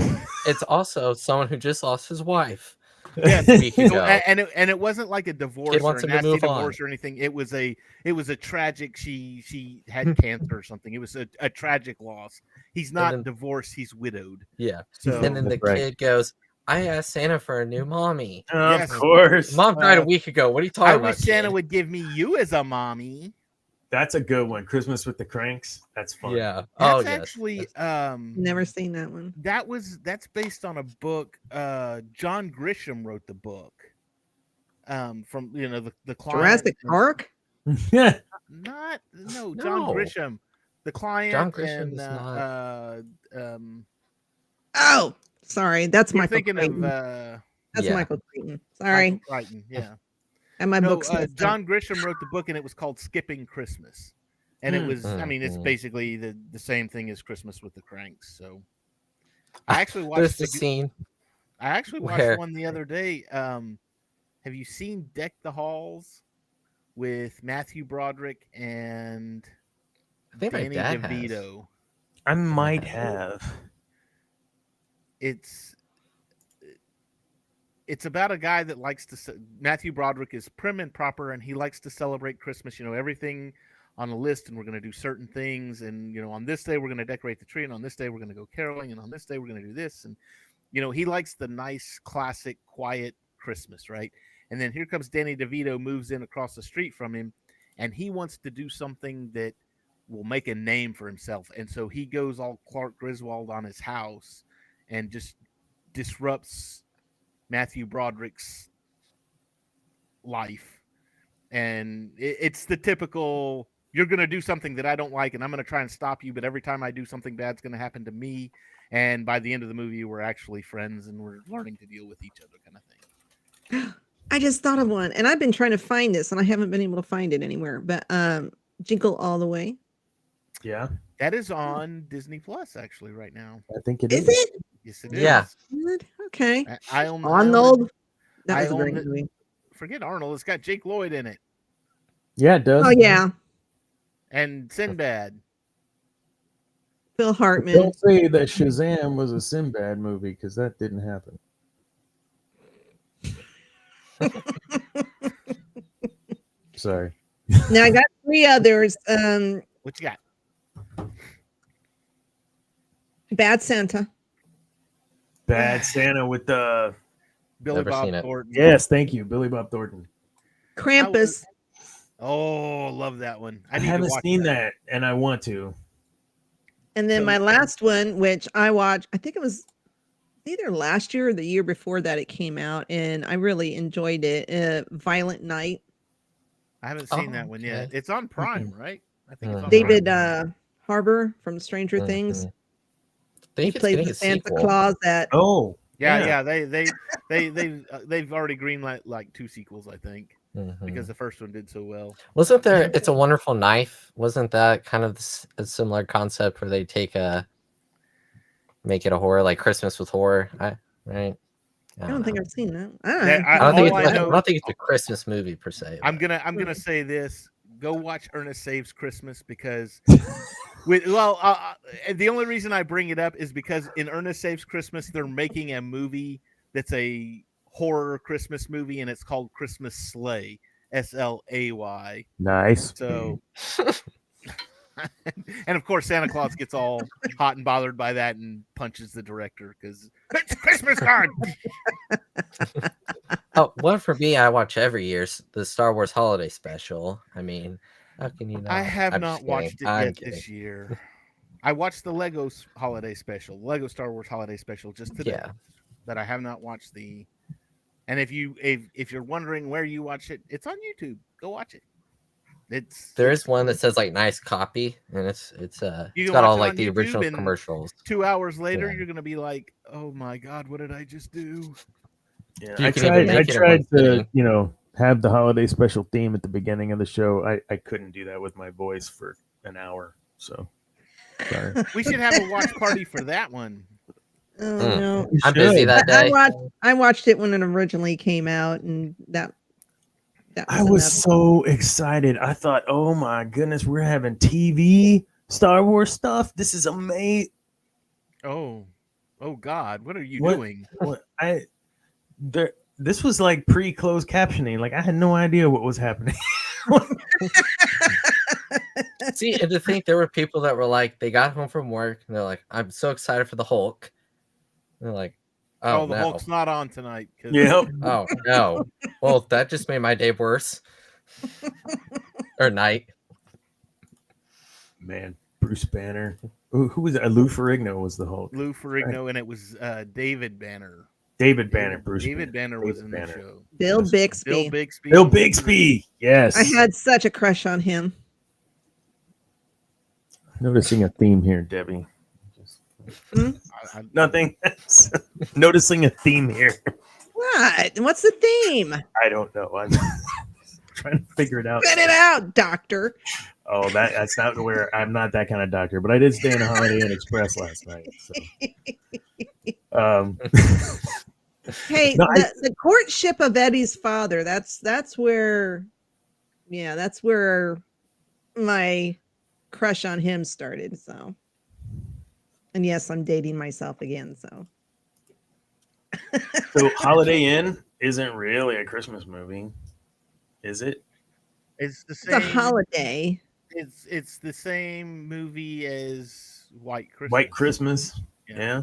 [SPEAKER 4] It's also someone who just lost his wife.
[SPEAKER 1] Yes.
[SPEAKER 4] a week
[SPEAKER 1] So,
[SPEAKER 4] ago.
[SPEAKER 1] a- and it, and it wasn't like a divorce or
[SPEAKER 4] wants
[SPEAKER 1] a
[SPEAKER 4] him to
[SPEAKER 1] nasty
[SPEAKER 4] move on.
[SPEAKER 1] divorce or anything. It was a it was a tragic. She she had cancer or something. It was a, a tragic loss. He's not
[SPEAKER 4] then-
[SPEAKER 1] divorced. He's widowed.
[SPEAKER 4] Yeah.
[SPEAKER 1] So
[SPEAKER 4] and then the
[SPEAKER 3] That's right.
[SPEAKER 4] kid goes, I asked Santa for a new mommy.
[SPEAKER 1] Yes.
[SPEAKER 3] Of course,
[SPEAKER 4] Mom died
[SPEAKER 3] Uh,
[SPEAKER 4] a week ago. What are you talking
[SPEAKER 1] Mm-hmm. I
[SPEAKER 4] about?
[SPEAKER 1] wish Santa
[SPEAKER 4] kid?"
[SPEAKER 1] would give me you as a mommy.
[SPEAKER 3] that's a good one. Christmas with the Cranks. That's fun.
[SPEAKER 4] Yeah. oh
[SPEAKER 1] That's
[SPEAKER 4] yes.
[SPEAKER 1] actually
[SPEAKER 4] That's-
[SPEAKER 1] um
[SPEAKER 2] Never seen that one.
[SPEAKER 1] that was that's based on a book uh john grisham wrote the book um from you know the, the client
[SPEAKER 2] Jurassic
[SPEAKER 1] and-
[SPEAKER 2] Park?
[SPEAKER 3] Yeah.
[SPEAKER 1] not no john
[SPEAKER 4] No.
[SPEAKER 1] grisham the client
[SPEAKER 4] John Grisham
[SPEAKER 1] and,
[SPEAKER 4] is
[SPEAKER 1] uh, uh um
[SPEAKER 2] Oh, sorry. That's
[SPEAKER 1] you're
[SPEAKER 2] Michael
[SPEAKER 1] thinking
[SPEAKER 2] Crichton.
[SPEAKER 1] of uh
[SPEAKER 2] That's
[SPEAKER 4] Yeah.
[SPEAKER 2] Michael Clayton. Sorry.
[SPEAKER 1] Michael Crichton, yeah
[SPEAKER 2] And my
[SPEAKER 1] no,
[SPEAKER 2] book's
[SPEAKER 1] uh,
[SPEAKER 2] messed up.
[SPEAKER 1] John Grisham wrote the book, and it was called "Skipping Christmas," and it
[SPEAKER 3] Hmm.
[SPEAKER 1] was. I mean, it's
[SPEAKER 4] Mhm.
[SPEAKER 1] basically the the same thing as Christmas with the Cranks. So, I actually
[SPEAKER 4] Ah, There's
[SPEAKER 1] watched.
[SPEAKER 4] the
[SPEAKER 1] The, g-
[SPEAKER 4] scene.
[SPEAKER 1] I actually watched
[SPEAKER 4] where-
[SPEAKER 1] one the other day. Um, have you seen "Deck the Halls" with Matthew Broderick and
[SPEAKER 4] I think my
[SPEAKER 1] Danny
[SPEAKER 4] dad has.
[SPEAKER 1] DeVito?
[SPEAKER 3] I might have.
[SPEAKER 1] It's it's about a guy that likes to. ce- Matthew Broderick is prim and proper, and he likes to celebrate Christmas. You know everything on a list, and we're going to do certain things. And you know, on this day we're going to decorate the tree, and on this day we're going to go caroling, and on this day we're going to do this. And you know, he likes the nice, classic, quiet Christmas, right? And then here comes Danny DeVito, moves in across the street from him, and he wants to do something that will make a name for himself. And so he goes all Clark Griswold on his house and just disrupts Matthew Broderick's life. And it, it's the typical you're going to do something that I don't like, and I'm going to try and stop you. But every time I do something bad's going to happen to me. And by the end of the movie, we're actually friends and we're learning to deal with each other, kind of thing.
[SPEAKER 2] I just thought of one, and I've been trying to find this, and I haven't been able to find it anywhere. But um, Jingle All the Way
[SPEAKER 3] Yeah,
[SPEAKER 1] That is on Disney Plus, actually, right now.
[SPEAKER 3] I think it
[SPEAKER 2] is it
[SPEAKER 1] Yes, it is.
[SPEAKER 4] Yeah.
[SPEAKER 2] good? Okay,
[SPEAKER 1] I, I own, I own-
[SPEAKER 2] Arnold. That
[SPEAKER 1] I
[SPEAKER 2] was a great
[SPEAKER 1] own it.
[SPEAKER 2] movie.
[SPEAKER 1] Forget Arnold. It's got Jake Lloyd in it
[SPEAKER 3] Yeah, it does.
[SPEAKER 2] Oh yeah,
[SPEAKER 1] and Sinbad.
[SPEAKER 2] Phil
[SPEAKER 3] But
[SPEAKER 2] Hartman.
[SPEAKER 3] Don't say that Shazam was a Sinbad movie because that didn't happen. Sorry.
[SPEAKER 2] Now I got three others. Um,
[SPEAKER 1] What you got?
[SPEAKER 2] Bad Santa.
[SPEAKER 3] Bad Santa with the
[SPEAKER 1] Billy
[SPEAKER 4] Never
[SPEAKER 1] Bob
[SPEAKER 4] seen it.
[SPEAKER 1] Thornton.
[SPEAKER 3] yes, thank you, Billy Bob Thornton.
[SPEAKER 2] Krampus.
[SPEAKER 1] Oh, love that one. I,
[SPEAKER 3] I,
[SPEAKER 1] need to
[SPEAKER 3] haven't
[SPEAKER 1] watch
[SPEAKER 3] seen that. and I want to.
[SPEAKER 2] And then
[SPEAKER 3] So-
[SPEAKER 2] my last one, which I watched, I think it was either last year or the year before that it came out, and I really enjoyed it. Uh, Violent Night.
[SPEAKER 1] I haven't seen
[SPEAKER 4] Oh,
[SPEAKER 1] that one yet.
[SPEAKER 4] okay.
[SPEAKER 1] It's on
[SPEAKER 3] Mm-hmm.
[SPEAKER 1] Prime, right? I think
[SPEAKER 4] Oh,
[SPEAKER 1] it's on
[SPEAKER 2] David
[SPEAKER 1] Prime.
[SPEAKER 2] uh, Harbor from Stranger Things.
[SPEAKER 4] Mhm. Think
[SPEAKER 2] He
[SPEAKER 4] it's
[SPEAKER 2] played
[SPEAKER 4] getting
[SPEAKER 2] the
[SPEAKER 4] a
[SPEAKER 2] Santa
[SPEAKER 4] sequel.
[SPEAKER 2] Claus that
[SPEAKER 3] Oh,
[SPEAKER 1] Yeah,
[SPEAKER 3] yeah.
[SPEAKER 1] yeah, They they they they uh, they've already greenlit like two sequels, I think,
[SPEAKER 4] Mhm.
[SPEAKER 1] because
[SPEAKER 3] Mm-hmm.
[SPEAKER 1] the first one did so well.
[SPEAKER 4] wasn't there? It's a Wonderful Knife. Wasn't that kind of s- a similar concept where they take a make it a horror like Christmas with horror? I, right.
[SPEAKER 2] I don't think I've seen that. I don't
[SPEAKER 1] That-
[SPEAKER 2] know.
[SPEAKER 1] I-
[SPEAKER 4] I don't think,
[SPEAKER 1] all
[SPEAKER 4] it's, Uh-huh. Oh, I,
[SPEAKER 1] I know-
[SPEAKER 4] don't think it's a Christmas movie per se.
[SPEAKER 1] I'm
[SPEAKER 4] but-
[SPEAKER 1] gonna I'm gonna say this. Go watch Ernest Saves Christmas because, with well, uh, uh, the only reason I bring it up is because in Ernest Saves Christmas they're making a movie that's a horror Christmas movie and it's called Christmas Sleigh, S L A Y.
[SPEAKER 3] nice.
[SPEAKER 1] So, and of course, Santa Claus gets all hot and bothered by that and punches the director because it's Christmas time.
[SPEAKER 4] Oh, one for me, I watch every year s- the Star Wars Holiday Special. I mean, how can you not?
[SPEAKER 1] I have
[SPEAKER 4] I'm
[SPEAKER 1] not
[SPEAKER 4] just kidding.
[SPEAKER 1] watched it
[SPEAKER 4] I'm
[SPEAKER 1] yet
[SPEAKER 4] kidding.
[SPEAKER 1] this year. I watched the Lego s- holiday special, Lego Star Wars holiday special just today,
[SPEAKER 4] Yeah.
[SPEAKER 1] but I have not watched the. And if you if if you're wondering where you watch it, it's on YouTube. Go watch it. It's
[SPEAKER 4] There is one that says like nice copy, and it's it's uh
[SPEAKER 1] You
[SPEAKER 4] it's
[SPEAKER 1] can
[SPEAKER 4] got
[SPEAKER 1] watch
[SPEAKER 4] all
[SPEAKER 1] it
[SPEAKER 4] like
[SPEAKER 1] on
[SPEAKER 4] the
[SPEAKER 1] YouTube
[SPEAKER 4] original
[SPEAKER 1] and-
[SPEAKER 4] commercials.
[SPEAKER 1] two hours later,
[SPEAKER 4] Yeah.
[SPEAKER 1] you're gonna be like, "Oh my god, what did I just do?"
[SPEAKER 3] Yeah,
[SPEAKER 4] You
[SPEAKER 3] I
[SPEAKER 4] can even
[SPEAKER 3] tried. I
[SPEAKER 4] make it a
[SPEAKER 3] tried
[SPEAKER 4] month
[SPEAKER 3] to,
[SPEAKER 4] thing.
[SPEAKER 3] you know, have the holiday special theme at the beginning of the show. I I couldn't do that with my voice for an hour. So sorry.
[SPEAKER 1] We should have a watch party for that one.
[SPEAKER 2] Oh
[SPEAKER 4] Mm.
[SPEAKER 2] no.
[SPEAKER 3] You
[SPEAKER 4] I'm busy
[SPEAKER 3] should.
[SPEAKER 4] that
[SPEAKER 2] I- I
[SPEAKER 4] day.
[SPEAKER 2] watched- I watched it when it originally came out, and that that was
[SPEAKER 3] I was
[SPEAKER 2] enough.
[SPEAKER 3] so excited. I thought, oh my goodness, we're having TV Star Wars stuff. This is amazing.
[SPEAKER 1] Oh, oh God, what are you
[SPEAKER 3] What?
[SPEAKER 1] doing?
[SPEAKER 3] I there. This was like pre-closed captioning. Like I had no idea what was happening.
[SPEAKER 4] See, and to think there were people that were like, they got home from work and they're like, I'm so excited for the Hulk. And they're like,
[SPEAKER 1] Oh,
[SPEAKER 4] oh,
[SPEAKER 1] the
[SPEAKER 4] no.
[SPEAKER 1] Hulk's not on tonight. 'cause-
[SPEAKER 4] oh no. Well, that just made my day worse. or night.
[SPEAKER 3] man, Bruce Banner. Who, who was it? Lou Ferrigno was the Hulk.
[SPEAKER 1] Lou Ferrigno and it was uh, David Banner.
[SPEAKER 3] David Banner. Bruce.
[SPEAKER 1] David Banner, was
[SPEAKER 3] David
[SPEAKER 1] in
[SPEAKER 3] Banner.
[SPEAKER 1] the show.
[SPEAKER 2] Bill
[SPEAKER 3] Bill
[SPEAKER 2] Bixby.
[SPEAKER 1] Bill Bixby.
[SPEAKER 3] Bill Bixby. Yes.
[SPEAKER 2] I had such a crush on him.
[SPEAKER 3] Noticing a theme here, Debbie.
[SPEAKER 1] I- I-
[SPEAKER 3] Nothing. Noticing a theme here.
[SPEAKER 2] What? What's the theme?
[SPEAKER 4] Uh,
[SPEAKER 3] I don't know. I'm trying to figure it out.
[SPEAKER 2] Spit it out, doctor.
[SPEAKER 3] Oh, that that's not where I'm not that kind of doctor, but I did stay in a Holiday Inn Express last night. So. Um,
[SPEAKER 2] Hey,
[SPEAKER 3] No, I-
[SPEAKER 2] the, the courtship of Eddie's father. That's that's where, yeah, that's where my crush on him started. So, and yes, I'm dating myself again. So,
[SPEAKER 3] so Holiday Inn isn't really a Christmas movie, is it?
[SPEAKER 1] it's the
[SPEAKER 2] it's a
[SPEAKER 1] same.
[SPEAKER 2] holiday.
[SPEAKER 1] It's it's the same movie as White Christmas.
[SPEAKER 3] White Christmas.
[SPEAKER 1] Yeah.
[SPEAKER 3] Yeah.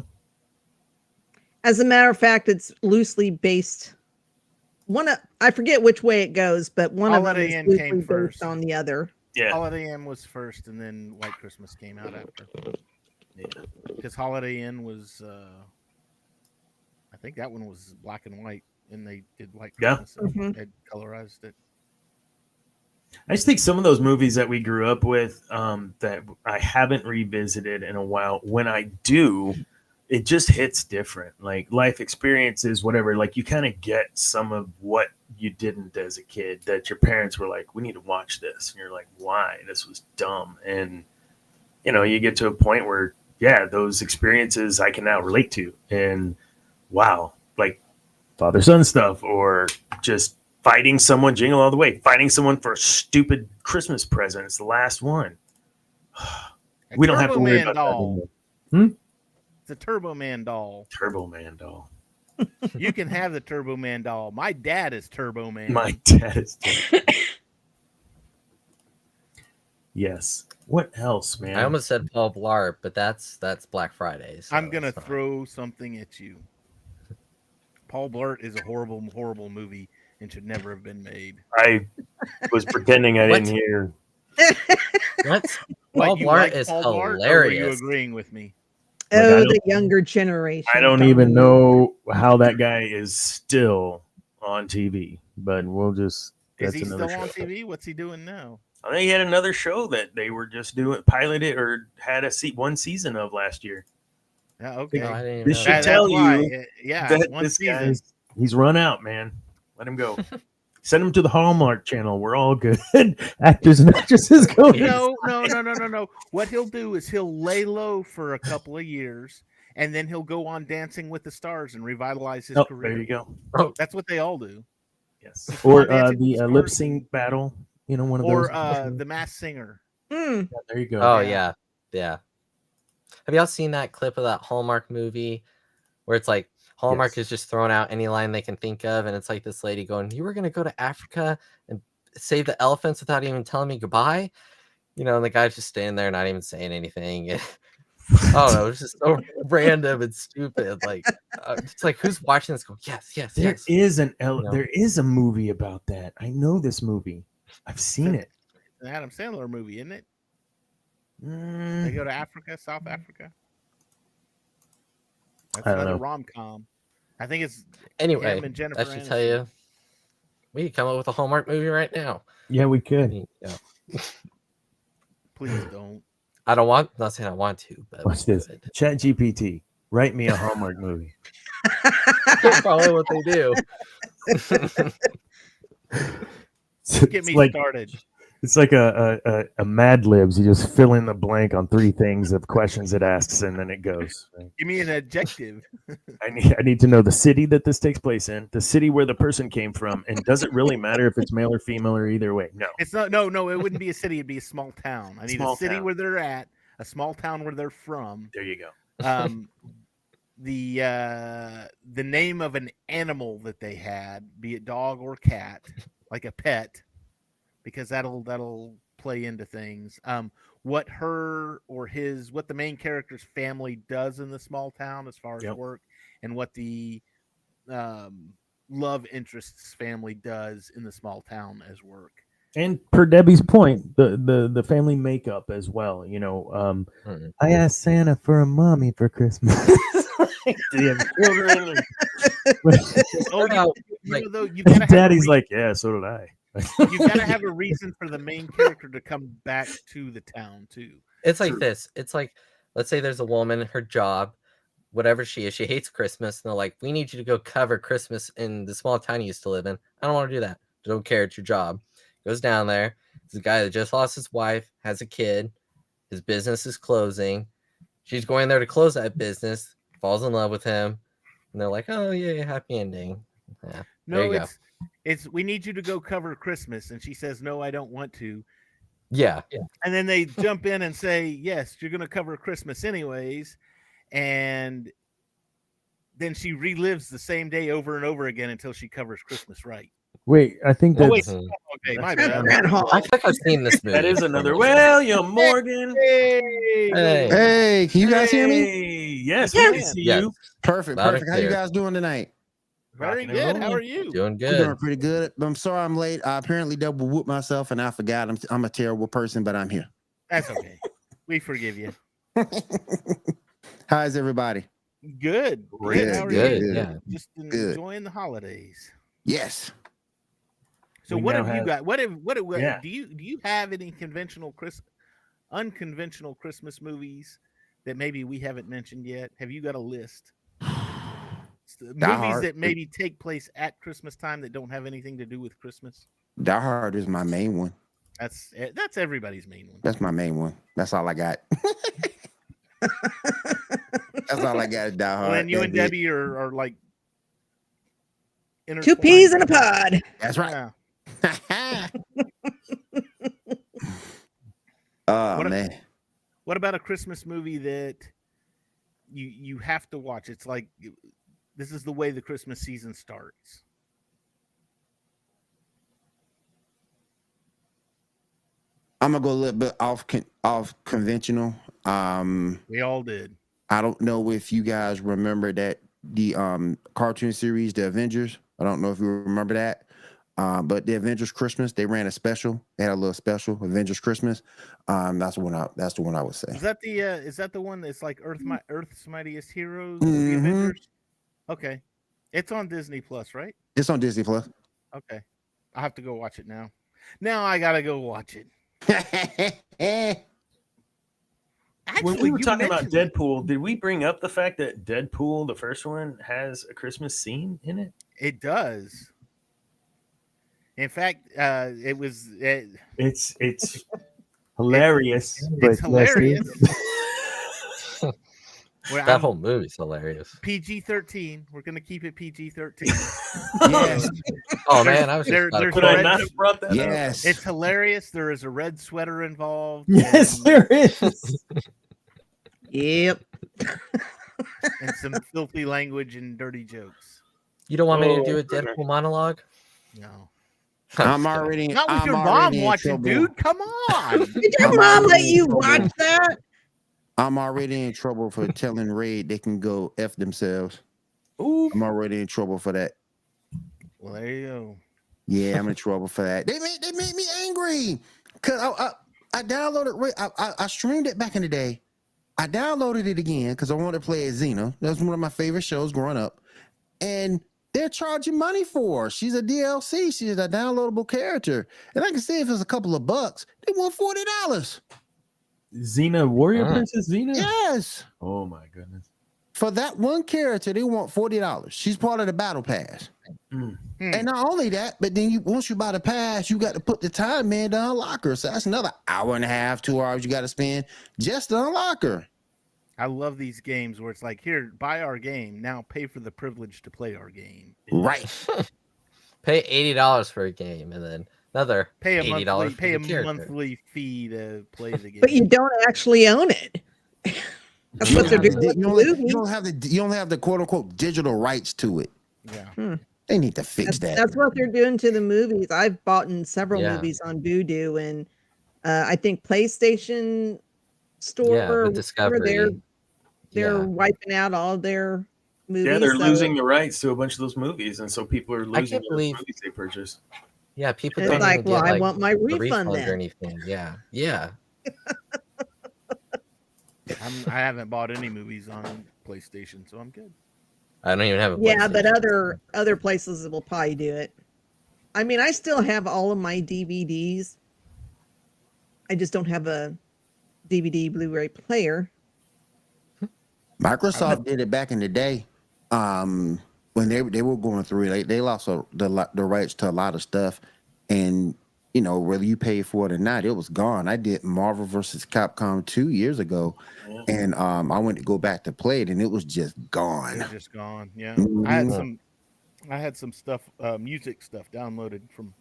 [SPEAKER 2] As a matter of fact, it's loosely based. One of I forget which way it goes, but one
[SPEAKER 1] Holiday
[SPEAKER 2] of
[SPEAKER 1] Inn
[SPEAKER 2] them is
[SPEAKER 1] came
[SPEAKER 2] loosely based
[SPEAKER 1] first.
[SPEAKER 2] on the other.
[SPEAKER 3] Yeah.
[SPEAKER 1] Holiday Inn was first, and then White Christmas came out after.
[SPEAKER 3] Yeah.
[SPEAKER 1] Because Holiday Inn was, uh, I think that one was black and white, and they did White
[SPEAKER 3] Yeah.
[SPEAKER 1] Christmas and
[SPEAKER 2] Mhm.
[SPEAKER 1] had colorized it.
[SPEAKER 3] I just think some of those movies that we grew up with um, that I haven't revisited in a while. When I do, it just hits different. Like life experiences, whatever. Like you kind of get some of what you didn't as a kid that your parents were like, "We need to watch this," and you're like, "Why? This was dumb." And you know, you get to a point where, yeah, those experiences I can now relate to, and wow, like father son stuff, or just fighting someone jingle all the way fighting someone for a stupid christmas present it's the last one
[SPEAKER 1] A
[SPEAKER 3] we don't have
[SPEAKER 1] Turbo
[SPEAKER 3] to worry
[SPEAKER 1] Man
[SPEAKER 3] about that
[SPEAKER 1] doll.
[SPEAKER 3] anymore.
[SPEAKER 1] The Turbo Man doll.
[SPEAKER 3] turbo man doll
[SPEAKER 1] You can have the Turbo Man doll. My dad is Turbo Man.
[SPEAKER 3] my dad is dead. yes what else man
[SPEAKER 4] I almost said Paul Blart, but that's that's Black Friday. so
[SPEAKER 1] I'm gonna
[SPEAKER 4] it's fine.
[SPEAKER 1] throw something at you. Paul Blart is a horrible, horrible movie and should never have been made.
[SPEAKER 3] i was pretending i
[SPEAKER 4] What?
[SPEAKER 3] didn't hear
[SPEAKER 4] What?
[SPEAKER 1] Like,
[SPEAKER 4] Paul
[SPEAKER 1] you
[SPEAKER 4] Blart
[SPEAKER 1] like
[SPEAKER 4] is
[SPEAKER 1] Paul Blart, or Were you
[SPEAKER 4] hilarious.
[SPEAKER 1] agreeing with me?
[SPEAKER 3] I
[SPEAKER 2] oh,
[SPEAKER 3] don't-
[SPEAKER 2] the younger generation.
[SPEAKER 3] i don't even know how that guy is still on tv but we'll just
[SPEAKER 1] Is
[SPEAKER 3] that's
[SPEAKER 1] he still
[SPEAKER 3] another
[SPEAKER 1] on
[SPEAKER 3] show.
[SPEAKER 1] TV? What's he doing now?
[SPEAKER 3] I think he had another show that they were just doing piloted or had a seat one season of last year
[SPEAKER 1] Yeah,
[SPEAKER 4] No,
[SPEAKER 1] okay.
[SPEAKER 4] I didn't even
[SPEAKER 3] This
[SPEAKER 4] know
[SPEAKER 3] should
[SPEAKER 1] That-
[SPEAKER 4] that.
[SPEAKER 1] that's
[SPEAKER 3] tell you
[SPEAKER 1] why, uh, Yeah,
[SPEAKER 3] that
[SPEAKER 1] one
[SPEAKER 3] this
[SPEAKER 1] season.
[SPEAKER 3] guy's he's run out, man. Let him go. Send him to the Hallmark Channel. We're all good. Actors and actresses go.
[SPEAKER 1] No, no, no, no, no, no. What he'll do is he'll lay low for a couple of years, and then he'll go on Dancing with the Stars and revitalize his
[SPEAKER 3] Oh,
[SPEAKER 1] career.
[SPEAKER 3] there you go.
[SPEAKER 1] That's what they all do.
[SPEAKER 3] Yes.
[SPEAKER 1] It's
[SPEAKER 3] Or
[SPEAKER 1] called
[SPEAKER 3] uh,
[SPEAKER 1] Dancing with
[SPEAKER 3] the uh,
[SPEAKER 1] Stars.
[SPEAKER 3] lip sync battle. You know, one of those.
[SPEAKER 1] Or uh, the Mass Singer.
[SPEAKER 2] Mm,
[SPEAKER 3] Yeah, there you go.
[SPEAKER 4] Oh
[SPEAKER 1] Yeah.
[SPEAKER 4] yeah, yeah. Have y'all seen that clip of that Hallmark movie where it's like Hallmark
[SPEAKER 3] Yes.
[SPEAKER 4] is just throwing out any line they can think of, and it's like this lady going, "You were gonna go to Africa and save the elephants without even telling me goodbye," you know, and the guy's just standing there, not even saying anything. I don't know, it's just so random and stupid. Like, uh, it's like who's watching this? Going, yes, yes,
[SPEAKER 3] There
[SPEAKER 4] yes.
[SPEAKER 3] is an L-
[SPEAKER 4] Yeah.
[SPEAKER 3] there is a movie about that. I know this movie. I've seen it.
[SPEAKER 1] An Adam Sandler movie, isn't it? They
[SPEAKER 3] Mm,
[SPEAKER 1] go to Africa, South Africa. That's
[SPEAKER 3] I don't
[SPEAKER 1] another
[SPEAKER 3] know.
[SPEAKER 1] rom com. I think it's
[SPEAKER 4] Anyway,
[SPEAKER 1] him and Jennifer.
[SPEAKER 4] that should
[SPEAKER 1] Aniston.
[SPEAKER 4] tell you. We could come up with a Hallmark movie right now.
[SPEAKER 3] yeah, we
[SPEAKER 4] I
[SPEAKER 3] could.
[SPEAKER 4] mean, yeah.
[SPEAKER 1] Please don't.
[SPEAKER 4] I don't want. Not saying I want to, but
[SPEAKER 3] Watch this.
[SPEAKER 4] could.
[SPEAKER 3] Chat GPT, write me a Hallmark movie.
[SPEAKER 4] That's probably what they do.
[SPEAKER 3] It's,
[SPEAKER 1] Get me
[SPEAKER 3] like
[SPEAKER 1] started.
[SPEAKER 3] it's like a, a, a, a Mad Libs. You just fill in the blank on three things of questions it asks, and then it goes.
[SPEAKER 1] Give me an adjective.
[SPEAKER 3] I need I need to know the city that this takes place in, the city where the person came from, and does it really matter if it's male or female or either way? No.
[SPEAKER 1] It's not. No, no. It wouldn't be a city. It'd be a small town. I need
[SPEAKER 3] Small
[SPEAKER 1] a city
[SPEAKER 3] town.
[SPEAKER 1] where they're at. A small town where they're from.
[SPEAKER 3] There you go.
[SPEAKER 1] Um, the uh, the name of an animal that they had, be it dog or cat, like a pet, because that'll that'll play into things. Um, what her or his, what the main character's family does in the small town as far as
[SPEAKER 3] Yep.
[SPEAKER 1] work, and what the um, love interest's family does in the small town as work.
[SPEAKER 3] And per Debbie's point, the the the family makeup as well. You know, um,
[SPEAKER 4] Mm.
[SPEAKER 3] I asked Santa for a mommy for Christmas. Do you have children?
[SPEAKER 1] Oh, you, you
[SPEAKER 4] Now, uh, like-
[SPEAKER 1] know, though, you've gotta
[SPEAKER 3] And
[SPEAKER 1] have a
[SPEAKER 3] Daddy's
[SPEAKER 1] reason-
[SPEAKER 3] like, yeah, so did I.
[SPEAKER 1] you've got to have a reason for the main character to come back to the town too.
[SPEAKER 4] It's like
[SPEAKER 3] True.
[SPEAKER 4] this. It's like, let's say there's a woman, her job, whatever she is, she hates Christmas, and they're like, "We need you to go cover Christmas in the small town you used to live in." I don't want to do that. Don't care. It's your job. Goes down there. It's a guy that just lost his wife, has a kid. His business is closing. She's going there to close that business. Falls in love with him, and they're like, "Oh yeah, happy ending." Yeah. There
[SPEAKER 1] No,
[SPEAKER 4] you go.
[SPEAKER 1] it's it's we need you to go cover Christmas, and she says no, I don't want to.
[SPEAKER 4] Yeah.
[SPEAKER 1] And then they jump in and say yes, you're going to cover Christmas anyways, and then she relives the same day over and over again until she covers Christmas right.
[SPEAKER 3] Wait, I think
[SPEAKER 1] Oh, wait.
[SPEAKER 3] that's
[SPEAKER 4] Mhm.
[SPEAKER 1] Okay, my
[SPEAKER 3] That's
[SPEAKER 1] bad.
[SPEAKER 3] right.
[SPEAKER 4] I
[SPEAKER 2] Groundhog.
[SPEAKER 4] think I've seen this movie.
[SPEAKER 3] that is another.
[SPEAKER 4] somewhere.
[SPEAKER 3] Well, you Morgan.
[SPEAKER 1] Hey,
[SPEAKER 4] Hey.
[SPEAKER 5] Hey, can you guys hear me?
[SPEAKER 3] Hey, Yes,
[SPEAKER 2] Yeah.
[SPEAKER 3] we can see
[SPEAKER 4] Yes.
[SPEAKER 3] you.
[SPEAKER 5] Perfect,
[SPEAKER 4] Loud and
[SPEAKER 5] perfect. How you
[SPEAKER 4] clear.
[SPEAKER 5] guys doing tonight?
[SPEAKER 1] very
[SPEAKER 3] Rocking and
[SPEAKER 1] good. How
[SPEAKER 3] rolling.
[SPEAKER 1] are you?
[SPEAKER 4] Doing
[SPEAKER 5] I'm doing
[SPEAKER 4] good.
[SPEAKER 5] pretty good. I'm sorry I'm late. I apparently double whooped myself and I forgot. I'm, I'm a terrible person, but I'm here.
[SPEAKER 1] That's okay. We forgive you.
[SPEAKER 5] How is everybody?
[SPEAKER 1] Good.
[SPEAKER 3] Great.
[SPEAKER 1] How are
[SPEAKER 5] Good,
[SPEAKER 1] you?
[SPEAKER 5] good.
[SPEAKER 4] Yeah.
[SPEAKER 1] Just
[SPEAKER 5] Good.
[SPEAKER 1] enjoying the holidays.
[SPEAKER 5] Yes.
[SPEAKER 1] So
[SPEAKER 3] We
[SPEAKER 1] what
[SPEAKER 3] now
[SPEAKER 1] have, you
[SPEAKER 3] have-
[SPEAKER 1] got? What have what, have- what
[SPEAKER 3] Yeah.
[SPEAKER 1] do you do you have any conventional Chris unconventional Christmas movies that maybe we haven't mentioned yet? Have you got a list? S- uh, Movies
[SPEAKER 5] Hard.
[SPEAKER 1] that maybe take place at Christmas time that don't have anything to do with Christmas.
[SPEAKER 5] Die Hard is my main one.
[SPEAKER 1] That's eh, that's everybody's main one.
[SPEAKER 5] That's my main one. That's all I got. That's all I got is Die Hard.
[SPEAKER 1] Well, and you
[SPEAKER 5] That's
[SPEAKER 1] and
[SPEAKER 5] it.
[SPEAKER 1] Debbie are, are like
[SPEAKER 2] Two peas in
[SPEAKER 1] intertwined.
[SPEAKER 2] a pod.
[SPEAKER 5] That's right.
[SPEAKER 1] Yeah.
[SPEAKER 5] oh,
[SPEAKER 1] What a-
[SPEAKER 5] man.
[SPEAKER 1] What about a Christmas movie that you you have to watch? It's like you- this is the way the Christmas season starts.
[SPEAKER 5] I'm gonna go a little bit off con- off conventional. Um,
[SPEAKER 1] We all did.
[SPEAKER 5] I don't know if you guys remember that the um cartoon series, The Avengers. I don't know if you remember that. Um, but the Avengers Christmas, they ran a special. They had a little special, Avengers Christmas. Um, that's the one I that's the one I would say.
[SPEAKER 1] Is that the uh, is that the one that's like Earth Mi- Earth's Mightiest Heroes? The
[SPEAKER 3] Mm-hmm.
[SPEAKER 5] Mhm.
[SPEAKER 1] Avengers? Okay, it's on Disney Plus, right?
[SPEAKER 5] It's on Disney Plus.
[SPEAKER 1] Okay, I have to go watch it now. Now I gotta go watch it.
[SPEAKER 3] When we were
[SPEAKER 1] you
[SPEAKER 3] talking about
[SPEAKER 1] mentioned it.
[SPEAKER 3] Deadpool, did we bring up the fact that Deadpool, the first one, has a Christmas scene in it?
[SPEAKER 1] it does. In fact, uh, it was it,
[SPEAKER 3] It's it's hilarious. but
[SPEAKER 1] it's
[SPEAKER 3] yes,
[SPEAKER 1] hilarious. Where
[SPEAKER 4] That
[SPEAKER 1] I'm
[SPEAKER 4] whole movie's hilarious.
[SPEAKER 1] PG thirteen. We're gonna keep it PG thirteen.
[SPEAKER 5] yes,
[SPEAKER 4] Oh
[SPEAKER 1] There's-
[SPEAKER 4] man, I was just
[SPEAKER 1] there-
[SPEAKER 4] about to
[SPEAKER 1] there's
[SPEAKER 3] Could
[SPEAKER 4] cry.
[SPEAKER 3] I not have brought that up?
[SPEAKER 5] yes.
[SPEAKER 1] It's hilarious. There is a red sweater involved.
[SPEAKER 3] Yes,
[SPEAKER 1] and-
[SPEAKER 3] there is.
[SPEAKER 2] Yep.
[SPEAKER 1] and some filthy language and dirty jokes.
[SPEAKER 4] You don't want me to do
[SPEAKER 3] Oh,
[SPEAKER 4] a
[SPEAKER 3] goodness.
[SPEAKER 4] Deadpool monologue?
[SPEAKER 1] No.
[SPEAKER 4] I'm
[SPEAKER 5] I'm
[SPEAKER 4] just kidding.
[SPEAKER 5] already
[SPEAKER 1] Not with
[SPEAKER 5] I'm
[SPEAKER 1] your mom
[SPEAKER 5] already in
[SPEAKER 1] watching,
[SPEAKER 5] trouble.
[SPEAKER 1] dude. Come on.
[SPEAKER 2] Did your
[SPEAKER 5] I'm
[SPEAKER 2] mom let
[SPEAKER 5] already in
[SPEAKER 2] you
[SPEAKER 5] trouble.
[SPEAKER 2] watch that?
[SPEAKER 5] I'm already in trouble for telling Raid they can go F themselves.
[SPEAKER 3] Ooh,
[SPEAKER 5] I'm already in trouble for that.
[SPEAKER 1] well, there you go.
[SPEAKER 5] Yeah, I'm in trouble for that. They made they made me angry because I, I I downloaded Ra- I, I I streamed it back in the day. I downloaded it again because I wanted to play as Xena. That was one of my favorite shows growing up, and they're charging money for. her. She's a DLC. She's a downloadable character, and I can see if it's a couple of bucks, they want forty dollars.
[SPEAKER 3] Xena Warrior
[SPEAKER 5] Uh-huh.
[SPEAKER 4] Ah.
[SPEAKER 3] Princess Xena.
[SPEAKER 5] Yes,
[SPEAKER 3] Oh my goodness.
[SPEAKER 5] for that one character, they want forty dollars. She's part of the battle pass,
[SPEAKER 3] Mm.
[SPEAKER 1] Hmm.
[SPEAKER 5] and not only that, but then you once you buy the pass, you got to put the time in to unlock her. So that's another hour and a half, two hours you got to spend just to unlock her.
[SPEAKER 1] I love these games where it's like, here, buy our game. Now pay for the privilege to play our game.
[SPEAKER 5] Right.
[SPEAKER 4] Pay eighty dollars for a game and then another
[SPEAKER 1] Pay a
[SPEAKER 4] $80
[SPEAKER 1] monthly,
[SPEAKER 4] for
[SPEAKER 1] pay
[SPEAKER 4] the
[SPEAKER 1] a
[SPEAKER 4] character.
[SPEAKER 1] monthly fee to play the game.
[SPEAKER 2] But you don't actually own it. That's
[SPEAKER 5] You
[SPEAKER 2] what
[SPEAKER 5] don't,
[SPEAKER 2] they're doing.
[SPEAKER 5] have the,
[SPEAKER 2] with
[SPEAKER 5] you,
[SPEAKER 2] the
[SPEAKER 5] don't,
[SPEAKER 2] movies.
[SPEAKER 5] you don't have the you don't have the quote unquote digital rights to it.
[SPEAKER 1] yeah.
[SPEAKER 5] They need to
[SPEAKER 2] That's,
[SPEAKER 5] fix that.
[SPEAKER 2] that's what they're doing to the movies. I've bought in several
[SPEAKER 4] Yeah.
[SPEAKER 2] movies on Vudu, and uh, I think PlayStation Store.
[SPEAKER 4] yeah,
[SPEAKER 2] or
[SPEAKER 4] with
[SPEAKER 2] whatever,
[SPEAKER 4] Discovery.
[SPEAKER 2] they're they're
[SPEAKER 4] Yeah.
[SPEAKER 2] wiping out all their movies.
[SPEAKER 3] Yeah, they're
[SPEAKER 2] so-
[SPEAKER 3] losing the rights to a bunch of those movies, and so people are losing
[SPEAKER 4] can't
[SPEAKER 3] those
[SPEAKER 4] believe-
[SPEAKER 3] movies they purchase.
[SPEAKER 4] Yeah, people
[SPEAKER 2] It's
[SPEAKER 4] don't
[SPEAKER 2] like,
[SPEAKER 4] even get,
[SPEAKER 2] well, I
[SPEAKER 4] like,
[SPEAKER 2] want my
[SPEAKER 4] a
[SPEAKER 2] refund then.
[SPEAKER 4] or anything. Yeah, yeah.
[SPEAKER 1] I'm, I haven't bought any movies on PlayStation, so I'm good.
[SPEAKER 4] I don't even have a.
[SPEAKER 2] Yeah, but
[SPEAKER 4] PlayStation.
[SPEAKER 2] other other places will probably do it. I mean, I still have all of my DVDs. I just don't have a DVD Blu-ray player.
[SPEAKER 5] Microsoft did it back in the day. Um, when they they were going through it, they, they lost a, the li- the rights to a lot of stuff, and you know whether you paid for it or not, it was gone. I did Marvel versus Capcom two years ago,
[SPEAKER 3] Yeah.
[SPEAKER 5] and um, I went to go back to play it, and it was just gone.
[SPEAKER 1] They're just gone. Yeah,
[SPEAKER 5] Mhm.
[SPEAKER 1] I had
[SPEAKER 4] Yeah.
[SPEAKER 1] some, I had some stuff, uh, music stuff downloaded from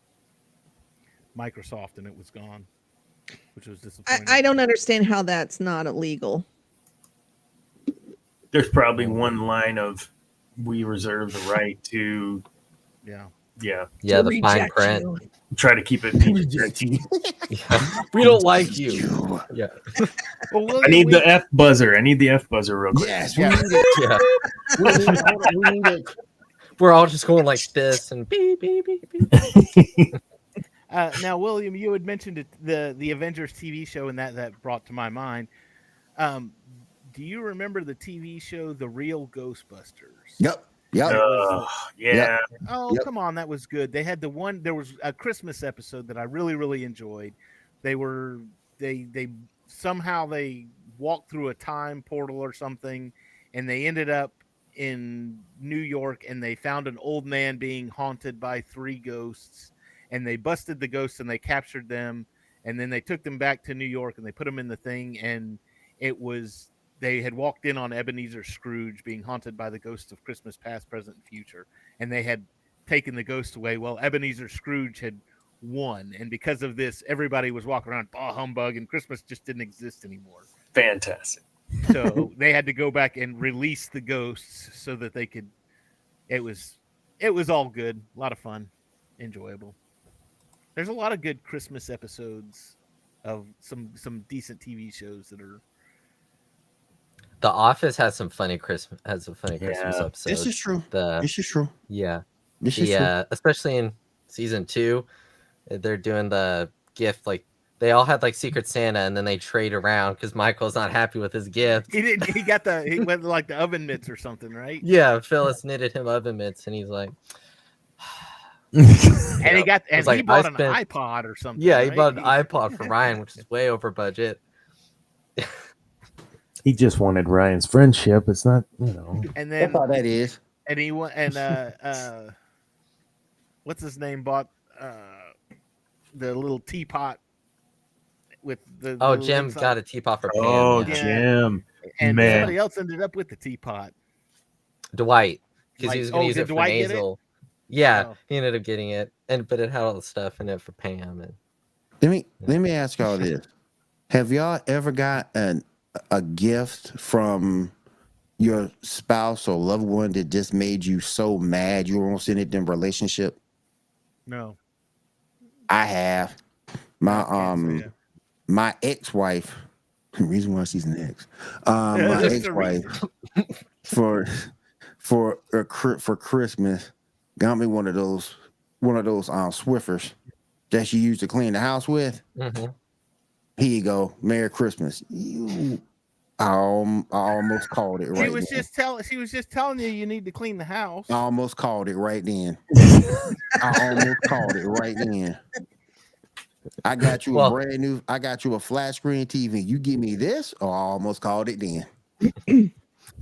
[SPEAKER 1] Microsoft, and it was gone, which was
[SPEAKER 2] I,
[SPEAKER 1] disappointing.
[SPEAKER 2] I don't understand how that's not illegal.
[SPEAKER 3] There's probably one line of we reserve the right to
[SPEAKER 1] Yeah,
[SPEAKER 3] yeah,
[SPEAKER 4] yeah,
[SPEAKER 2] To
[SPEAKER 4] the fine
[SPEAKER 2] reject
[SPEAKER 4] print.
[SPEAKER 2] you.
[SPEAKER 3] try to keep it PG-13.
[SPEAKER 4] Yeah. we don't like you. Yeah,
[SPEAKER 1] well,
[SPEAKER 3] I
[SPEAKER 1] William
[SPEAKER 3] need the
[SPEAKER 1] Wheat-
[SPEAKER 3] F buzzer. I need the F buzzer real quick.
[SPEAKER 5] Yes, we
[SPEAKER 1] Yeah.
[SPEAKER 5] need it.
[SPEAKER 4] yeah.
[SPEAKER 5] We need it. Hold on, we need it.
[SPEAKER 4] We're all just going like this and beep beep beep beep.
[SPEAKER 1] Uh, now, William, you had mentioned it, the the Avengers TV show, and that that brought to my mind. Um, do you remember the TV show The Real Ghostbusters?
[SPEAKER 5] Yep,
[SPEAKER 3] Ugh,
[SPEAKER 5] yep.
[SPEAKER 3] Uh, yeah,
[SPEAKER 1] Oh,
[SPEAKER 5] Yep.
[SPEAKER 1] come on, that was good. They had the one. There was a Christmas episode that I really, really enjoyed. They were they they somehow they walked through a time portal or something, and they ended up in New York, and they found an old man being haunted by three ghosts, and they busted the ghosts and they captured them, and then they took them back to New York and they put them in the thing, and it was. They had walked in on Ebenezer Scrooge being haunted by the ghosts of Christmas past, present, and future and they had taken the ghost away. Well, Ebenezer Scrooge had won, and because of this, everybody was walking around bah humbug, and Christmas just didn't exist anymore.
[SPEAKER 3] fantastic.
[SPEAKER 1] So they had to go back and release the ghosts so that they could. It was, it was all good, a lot of fun, enjoyable. There's a lot of good Christmas episodes of some some decent TV shows that are.
[SPEAKER 4] The Office has some funny Christmas has some funny Christmas
[SPEAKER 3] Yeah.
[SPEAKER 4] episodes.
[SPEAKER 5] This is true.
[SPEAKER 4] the
[SPEAKER 5] This is true.
[SPEAKER 4] yeah
[SPEAKER 5] This is
[SPEAKER 4] yeah especially in season two, eh, they're doing the gift like they all had like Secret Santa and then they trade around because Michael's not happy with his gift.
[SPEAKER 1] He didn't. He got the. He went like the oven mitts or something, right?
[SPEAKER 4] Yeah, Phyllis knitted him oven mitts and he's like,
[SPEAKER 1] And he got. And
[SPEAKER 4] like,
[SPEAKER 1] he
[SPEAKER 4] I
[SPEAKER 1] bought an
[SPEAKER 4] spent-
[SPEAKER 1] iPod or something.
[SPEAKER 4] yeah, he
[SPEAKER 1] right?
[SPEAKER 4] bought an iPod for Ryan, which is way over budget.
[SPEAKER 3] He just wanted Ryan's friendship. It's not, you know.
[SPEAKER 1] And then
[SPEAKER 5] That's how that is.
[SPEAKER 1] and he went and uh uh what's his name bought uh the little teapot with the
[SPEAKER 4] Oh, Jim got a teapot for Pam.
[SPEAKER 3] Oh,
[SPEAKER 4] yeah.
[SPEAKER 1] yeah.
[SPEAKER 3] Jim.
[SPEAKER 1] it and
[SPEAKER 3] man.
[SPEAKER 1] somebody else ended up with the teapot
[SPEAKER 4] Dwight because
[SPEAKER 1] Like,
[SPEAKER 4] he was going to
[SPEAKER 1] oh,
[SPEAKER 4] use
[SPEAKER 1] did
[SPEAKER 4] it for
[SPEAKER 1] Dwight get it?
[SPEAKER 4] nasal. Yeah,
[SPEAKER 1] Oh.
[SPEAKER 4] he ended up getting it, and but it had all the stuff in it for Pam. And
[SPEAKER 5] Let me let me ask y'all this: Have y'all ever got an a gift from your spouse or loved one that just made you so mad you were almost in it in a relationship?
[SPEAKER 1] no
[SPEAKER 5] I have. My
[SPEAKER 1] can't say
[SPEAKER 5] um
[SPEAKER 1] that.
[SPEAKER 5] my ex wife. Reason why she's an ex. Um,
[SPEAKER 1] Yeah,
[SPEAKER 5] my
[SPEAKER 1] there's
[SPEAKER 5] ex
[SPEAKER 1] a
[SPEAKER 5] wife
[SPEAKER 1] reason.
[SPEAKER 5] for for a, cri- for Christmas got me one of those one of those um Swiffers that she
[SPEAKER 4] mm-hmm.
[SPEAKER 5] used to clean the house with.
[SPEAKER 4] Mhm.
[SPEAKER 5] Here you go. Merry Christmas. You I, al- I almost called it
[SPEAKER 1] She
[SPEAKER 5] right. Uh,
[SPEAKER 1] was
[SPEAKER 5] then.
[SPEAKER 1] just telling. She was just telling you you need to clean the house.
[SPEAKER 5] I almost called it right then. I almost called it right then. I got you
[SPEAKER 4] Well-
[SPEAKER 5] a brand new. I got you a flat screen TV. You give me this, or I almost called it then.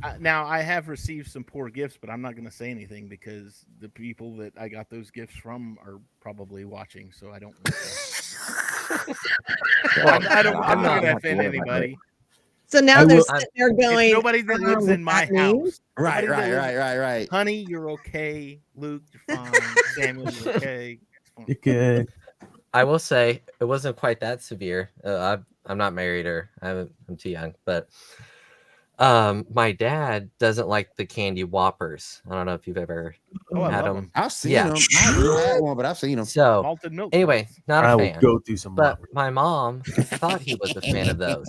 [SPEAKER 1] I- now I have received some poor gifts, but I'm not going to say anything because the people that I got those gifts from are probably watching, so I don't. I'm, I don't, I'm not going to offend anybody.
[SPEAKER 2] So now
[SPEAKER 3] I
[SPEAKER 2] they're
[SPEAKER 3] will-
[SPEAKER 2] sitting there
[SPEAKER 1] It's
[SPEAKER 2] going,
[SPEAKER 1] nobody that lives
[SPEAKER 2] "Oh,
[SPEAKER 1] in my
[SPEAKER 2] that means-
[SPEAKER 1] house.
[SPEAKER 5] Right,
[SPEAKER 1] Nobody
[SPEAKER 5] right,
[SPEAKER 1] that
[SPEAKER 5] right, right, right.
[SPEAKER 1] Honey, you're okay. Luke, you're fine. Samuel, you're okay. It's fine.
[SPEAKER 3] You could.
[SPEAKER 4] I will say it wasn't quite that severe. Uh, I, I'm not married or I haven't- I'm too young, but um, my dad doesn't like the candy whoppers. I don't know if you've ever.
[SPEAKER 1] Oh, I love
[SPEAKER 4] Adam.
[SPEAKER 1] 'em.
[SPEAKER 5] I've seen
[SPEAKER 4] Yeah.
[SPEAKER 5] them. I haven't had one, but I've seen them.
[SPEAKER 4] So
[SPEAKER 1] Malted milk.
[SPEAKER 4] anyway, not
[SPEAKER 3] I
[SPEAKER 4] a
[SPEAKER 3] will
[SPEAKER 4] fan.
[SPEAKER 3] go through some.
[SPEAKER 4] But
[SPEAKER 3] Robert.
[SPEAKER 4] my mom thought he was a fan of those.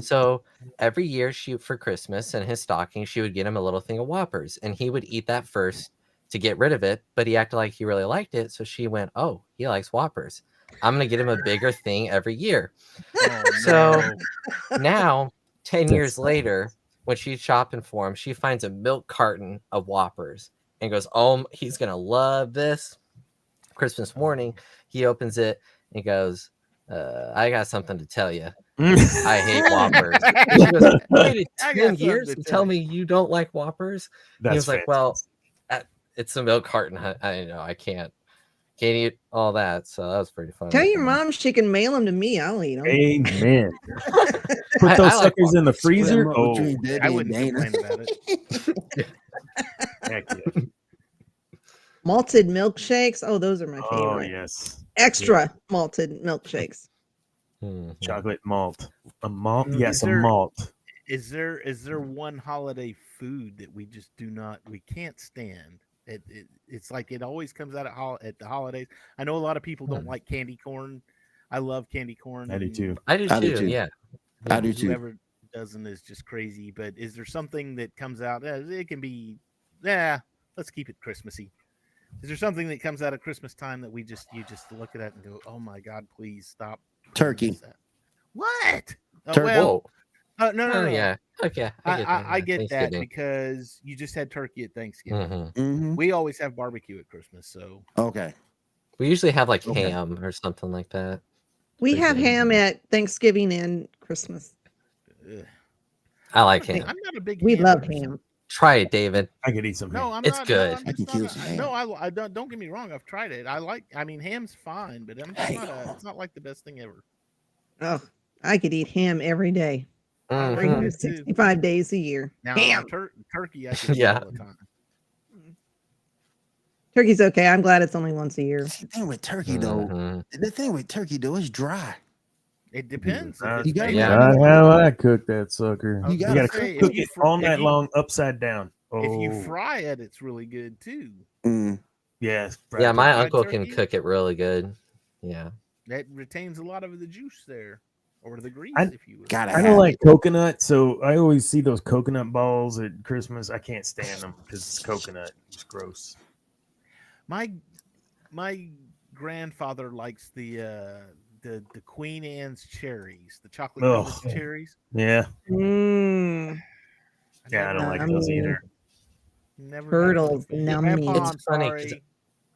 [SPEAKER 4] So every year, she for Christmas in his stocking, she would get him a little thing of Whoppers, and he would eat that first to get rid of it. But he acted like he really liked it, so she went, "Oh, he likes Whoppers. I'm gonna get him a bigger thing every year."
[SPEAKER 1] Oh,
[SPEAKER 4] So-
[SPEAKER 1] no.
[SPEAKER 4] Now, ten years
[SPEAKER 3] That's-
[SPEAKER 4] later, when she's shopping for him, she finds a milk carton of Whoppers and goes, "Oh, m- he's gonna love this." Christmas morning, he opens it and goes, uh, "I got something to tell you." I hate Whoppers. And she goes, "You waited
[SPEAKER 1] I got
[SPEAKER 4] 10
[SPEAKER 1] something
[SPEAKER 4] years
[SPEAKER 1] to
[SPEAKER 4] to
[SPEAKER 1] tell
[SPEAKER 4] tell me you don't like Whoppers?
[SPEAKER 3] That's
[SPEAKER 4] he was like, well,
[SPEAKER 3] fantastic.
[SPEAKER 4] uh, it's a milk carton. I, I know, I can't. Can't eat all that. So that was pretty funny.
[SPEAKER 2] Tell your
[SPEAKER 4] Um,
[SPEAKER 2] mom she can mail them to me. I'll eat them.
[SPEAKER 3] amen.
[SPEAKER 4] I- I
[SPEAKER 3] Put those
[SPEAKER 4] like
[SPEAKER 3] suckers in the
[SPEAKER 4] Whoppers. These
[SPEAKER 5] Put
[SPEAKER 3] freezer.
[SPEAKER 5] 'em up
[SPEAKER 3] Oh,
[SPEAKER 5] between Debbie
[SPEAKER 1] I
[SPEAKER 5] and
[SPEAKER 1] wouldn't
[SPEAKER 5] Dana.
[SPEAKER 1] complain about it.
[SPEAKER 3] heck yeah.
[SPEAKER 2] Malted milkshakes. Oh, those are my
[SPEAKER 3] Oh,
[SPEAKER 2] favorite.
[SPEAKER 3] yes.
[SPEAKER 2] Extra malted milkshakes.
[SPEAKER 4] mhm.
[SPEAKER 3] Chocolate malt. A malt?
[SPEAKER 1] Mm,
[SPEAKER 3] Yes,
[SPEAKER 1] is
[SPEAKER 3] a
[SPEAKER 1] there-
[SPEAKER 3] malt.
[SPEAKER 1] Is there is there one holiday food that we just do not we can't stand? It, it it's like it always comes out at hol- at the holidays. I know a lot of people don't
[SPEAKER 4] Hmm.
[SPEAKER 1] like candy corn. I love candy corn.
[SPEAKER 3] I do
[SPEAKER 1] and
[SPEAKER 3] too.
[SPEAKER 4] I do
[SPEAKER 5] I do
[SPEAKER 4] too.
[SPEAKER 5] too.
[SPEAKER 4] Yeah.
[SPEAKER 5] I do too.
[SPEAKER 1] Whoever doesn't is just crazy. But is there something that comes out? eh, It can be. Yeah, let's keep it Christmassy. Is there something that comes out at Christmas time that we just you just look at it and go, "Oh my God, please stop." doing
[SPEAKER 5] Turkey.
[SPEAKER 1] this." What? Oh,
[SPEAKER 5] Turkey.
[SPEAKER 1] well,
[SPEAKER 4] Whoa.
[SPEAKER 1] uh, no, no, no,
[SPEAKER 4] Oh,
[SPEAKER 1] no.
[SPEAKER 4] yeah. Okay.
[SPEAKER 1] I, I, I
[SPEAKER 4] yeah,
[SPEAKER 1] get that
[SPEAKER 4] Thanksgiving.
[SPEAKER 1] because you just had turkey at Thanksgiving.
[SPEAKER 4] Mhm.
[SPEAKER 5] Mhm.
[SPEAKER 1] We always have barbecue at Christmas, so
[SPEAKER 5] Okay.
[SPEAKER 4] We usually have like
[SPEAKER 5] Okay.
[SPEAKER 4] ham or something like that.
[SPEAKER 2] We have
[SPEAKER 4] Appreciate it.
[SPEAKER 2] ham at Thanksgiving and Christmas.
[SPEAKER 1] ugh.
[SPEAKER 4] I like
[SPEAKER 1] I'm
[SPEAKER 4] ham.
[SPEAKER 1] not a big.
[SPEAKER 2] We
[SPEAKER 1] ham
[SPEAKER 2] love
[SPEAKER 1] person.
[SPEAKER 2] ham.
[SPEAKER 4] Try it, David.
[SPEAKER 3] I could eat some.
[SPEAKER 1] No,
[SPEAKER 3] No,
[SPEAKER 1] I'm
[SPEAKER 4] It's
[SPEAKER 1] not.
[SPEAKER 4] good.
[SPEAKER 1] No,
[SPEAKER 4] I
[SPEAKER 1] I'm
[SPEAKER 5] can
[SPEAKER 1] just
[SPEAKER 5] kill
[SPEAKER 1] not
[SPEAKER 5] some
[SPEAKER 1] a-
[SPEAKER 5] ham.
[SPEAKER 1] no, I, I don't. Don't get me wrong. I've tried it. I like. I mean, ham's fine, but I'm just
[SPEAKER 5] Hang
[SPEAKER 1] not. A,
[SPEAKER 5] on.
[SPEAKER 1] it's not like the best thing ever.
[SPEAKER 2] Oh, I could eat ham every day,
[SPEAKER 1] I do
[SPEAKER 4] Mhm.
[SPEAKER 1] too.
[SPEAKER 2] 365 days a year.
[SPEAKER 1] Now,
[SPEAKER 2] ham.
[SPEAKER 1] tur- turkey, I can eat
[SPEAKER 4] Yeah.
[SPEAKER 1] all the time.
[SPEAKER 2] Turkey's okay. I'm glad it's only once a year.
[SPEAKER 5] That's the thing with turkey though.
[SPEAKER 4] Mhm.
[SPEAKER 5] The thing with turkey though, it's dry.
[SPEAKER 1] It depends.
[SPEAKER 3] Uh,
[SPEAKER 1] if it's
[SPEAKER 5] You gotta
[SPEAKER 1] made
[SPEAKER 4] Yeah.
[SPEAKER 1] out of-
[SPEAKER 3] Not how I cook that sucker.
[SPEAKER 1] I
[SPEAKER 5] You
[SPEAKER 1] was
[SPEAKER 5] gotta
[SPEAKER 1] gonna
[SPEAKER 5] cook-
[SPEAKER 1] say, if
[SPEAKER 3] Cook
[SPEAKER 1] you
[SPEAKER 3] it
[SPEAKER 1] fr-
[SPEAKER 3] all
[SPEAKER 1] if
[SPEAKER 3] night
[SPEAKER 1] you-
[SPEAKER 3] long, upside down. Oh,
[SPEAKER 1] If you fry it, it's really good too.
[SPEAKER 5] Mm.
[SPEAKER 3] yes.
[SPEAKER 4] Yeah,
[SPEAKER 3] fried
[SPEAKER 4] my
[SPEAKER 1] fried
[SPEAKER 4] uncle can
[SPEAKER 1] turkey?
[SPEAKER 4] cook it really good. Yeah.
[SPEAKER 1] That retains a lot of the juice there, or the grease,
[SPEAKER 3] I-
[SPEAKER 1] if you will.
[SPEAKER 5] Gotta
[SPEAKER 3] I
[SPEAKER 5] have
[SPEAKER 3] don't
[SPEAKER 5] it.
[SPEAKER 3] like coconut, so I always see those coconut balls at Christmas. I can't stand them because it's coconut. It's gross.
[SPEAKER 1] my my grandfather likes the uh the the queen anne's cherries the chocolate
[SPEAKER 3] Ugh.
[SPEAKER 1] covered cherries
[SPEAKER 3] Yeah,
[SPEAKER 2] Mm,
[SPEAKER 3] yeah, I don't like
[SPEAKER 2] I
[SPEAKER 3] those
[SPEAKER 2] mean,
[SPEAKER 3] either.
[SPEAKER 1] never
[SPEAKER 2] turtles,
[SPEAKER 1] no
[SPEAKER 2] nummy.
[SPEAKER 1] Grandpa,
[SPEAKER 4] It's
[SPEAKER 1] I'm
[SPEAKER 4] funny 'cause-
[SPEAKER 1] sorry.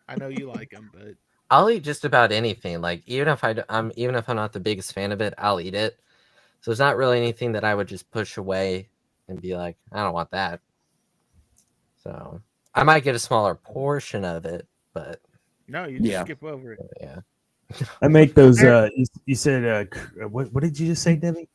[SPEAKER 1] i know you like them but
[SPEAKER 4] I'll eat just about anything. Like even if I am even if I'm not the biggest fan of it, I'll eat it. So it's not really anything that I would just push away and be like, I don't want that. So I might get a smaller portion of it, but
[SPEAKER 1] no you just
[SPEAKER 5] Yeah.
[SPEAKER 1] skip over it
[SPEAKER 4] yeah.
[SPEAKER 3] I make those. Uh, you, you said uh, cr- uh, what? What did you just say,
[SPEAKER 1] Mm-hmm.
[SPEAKER 3] Debbie?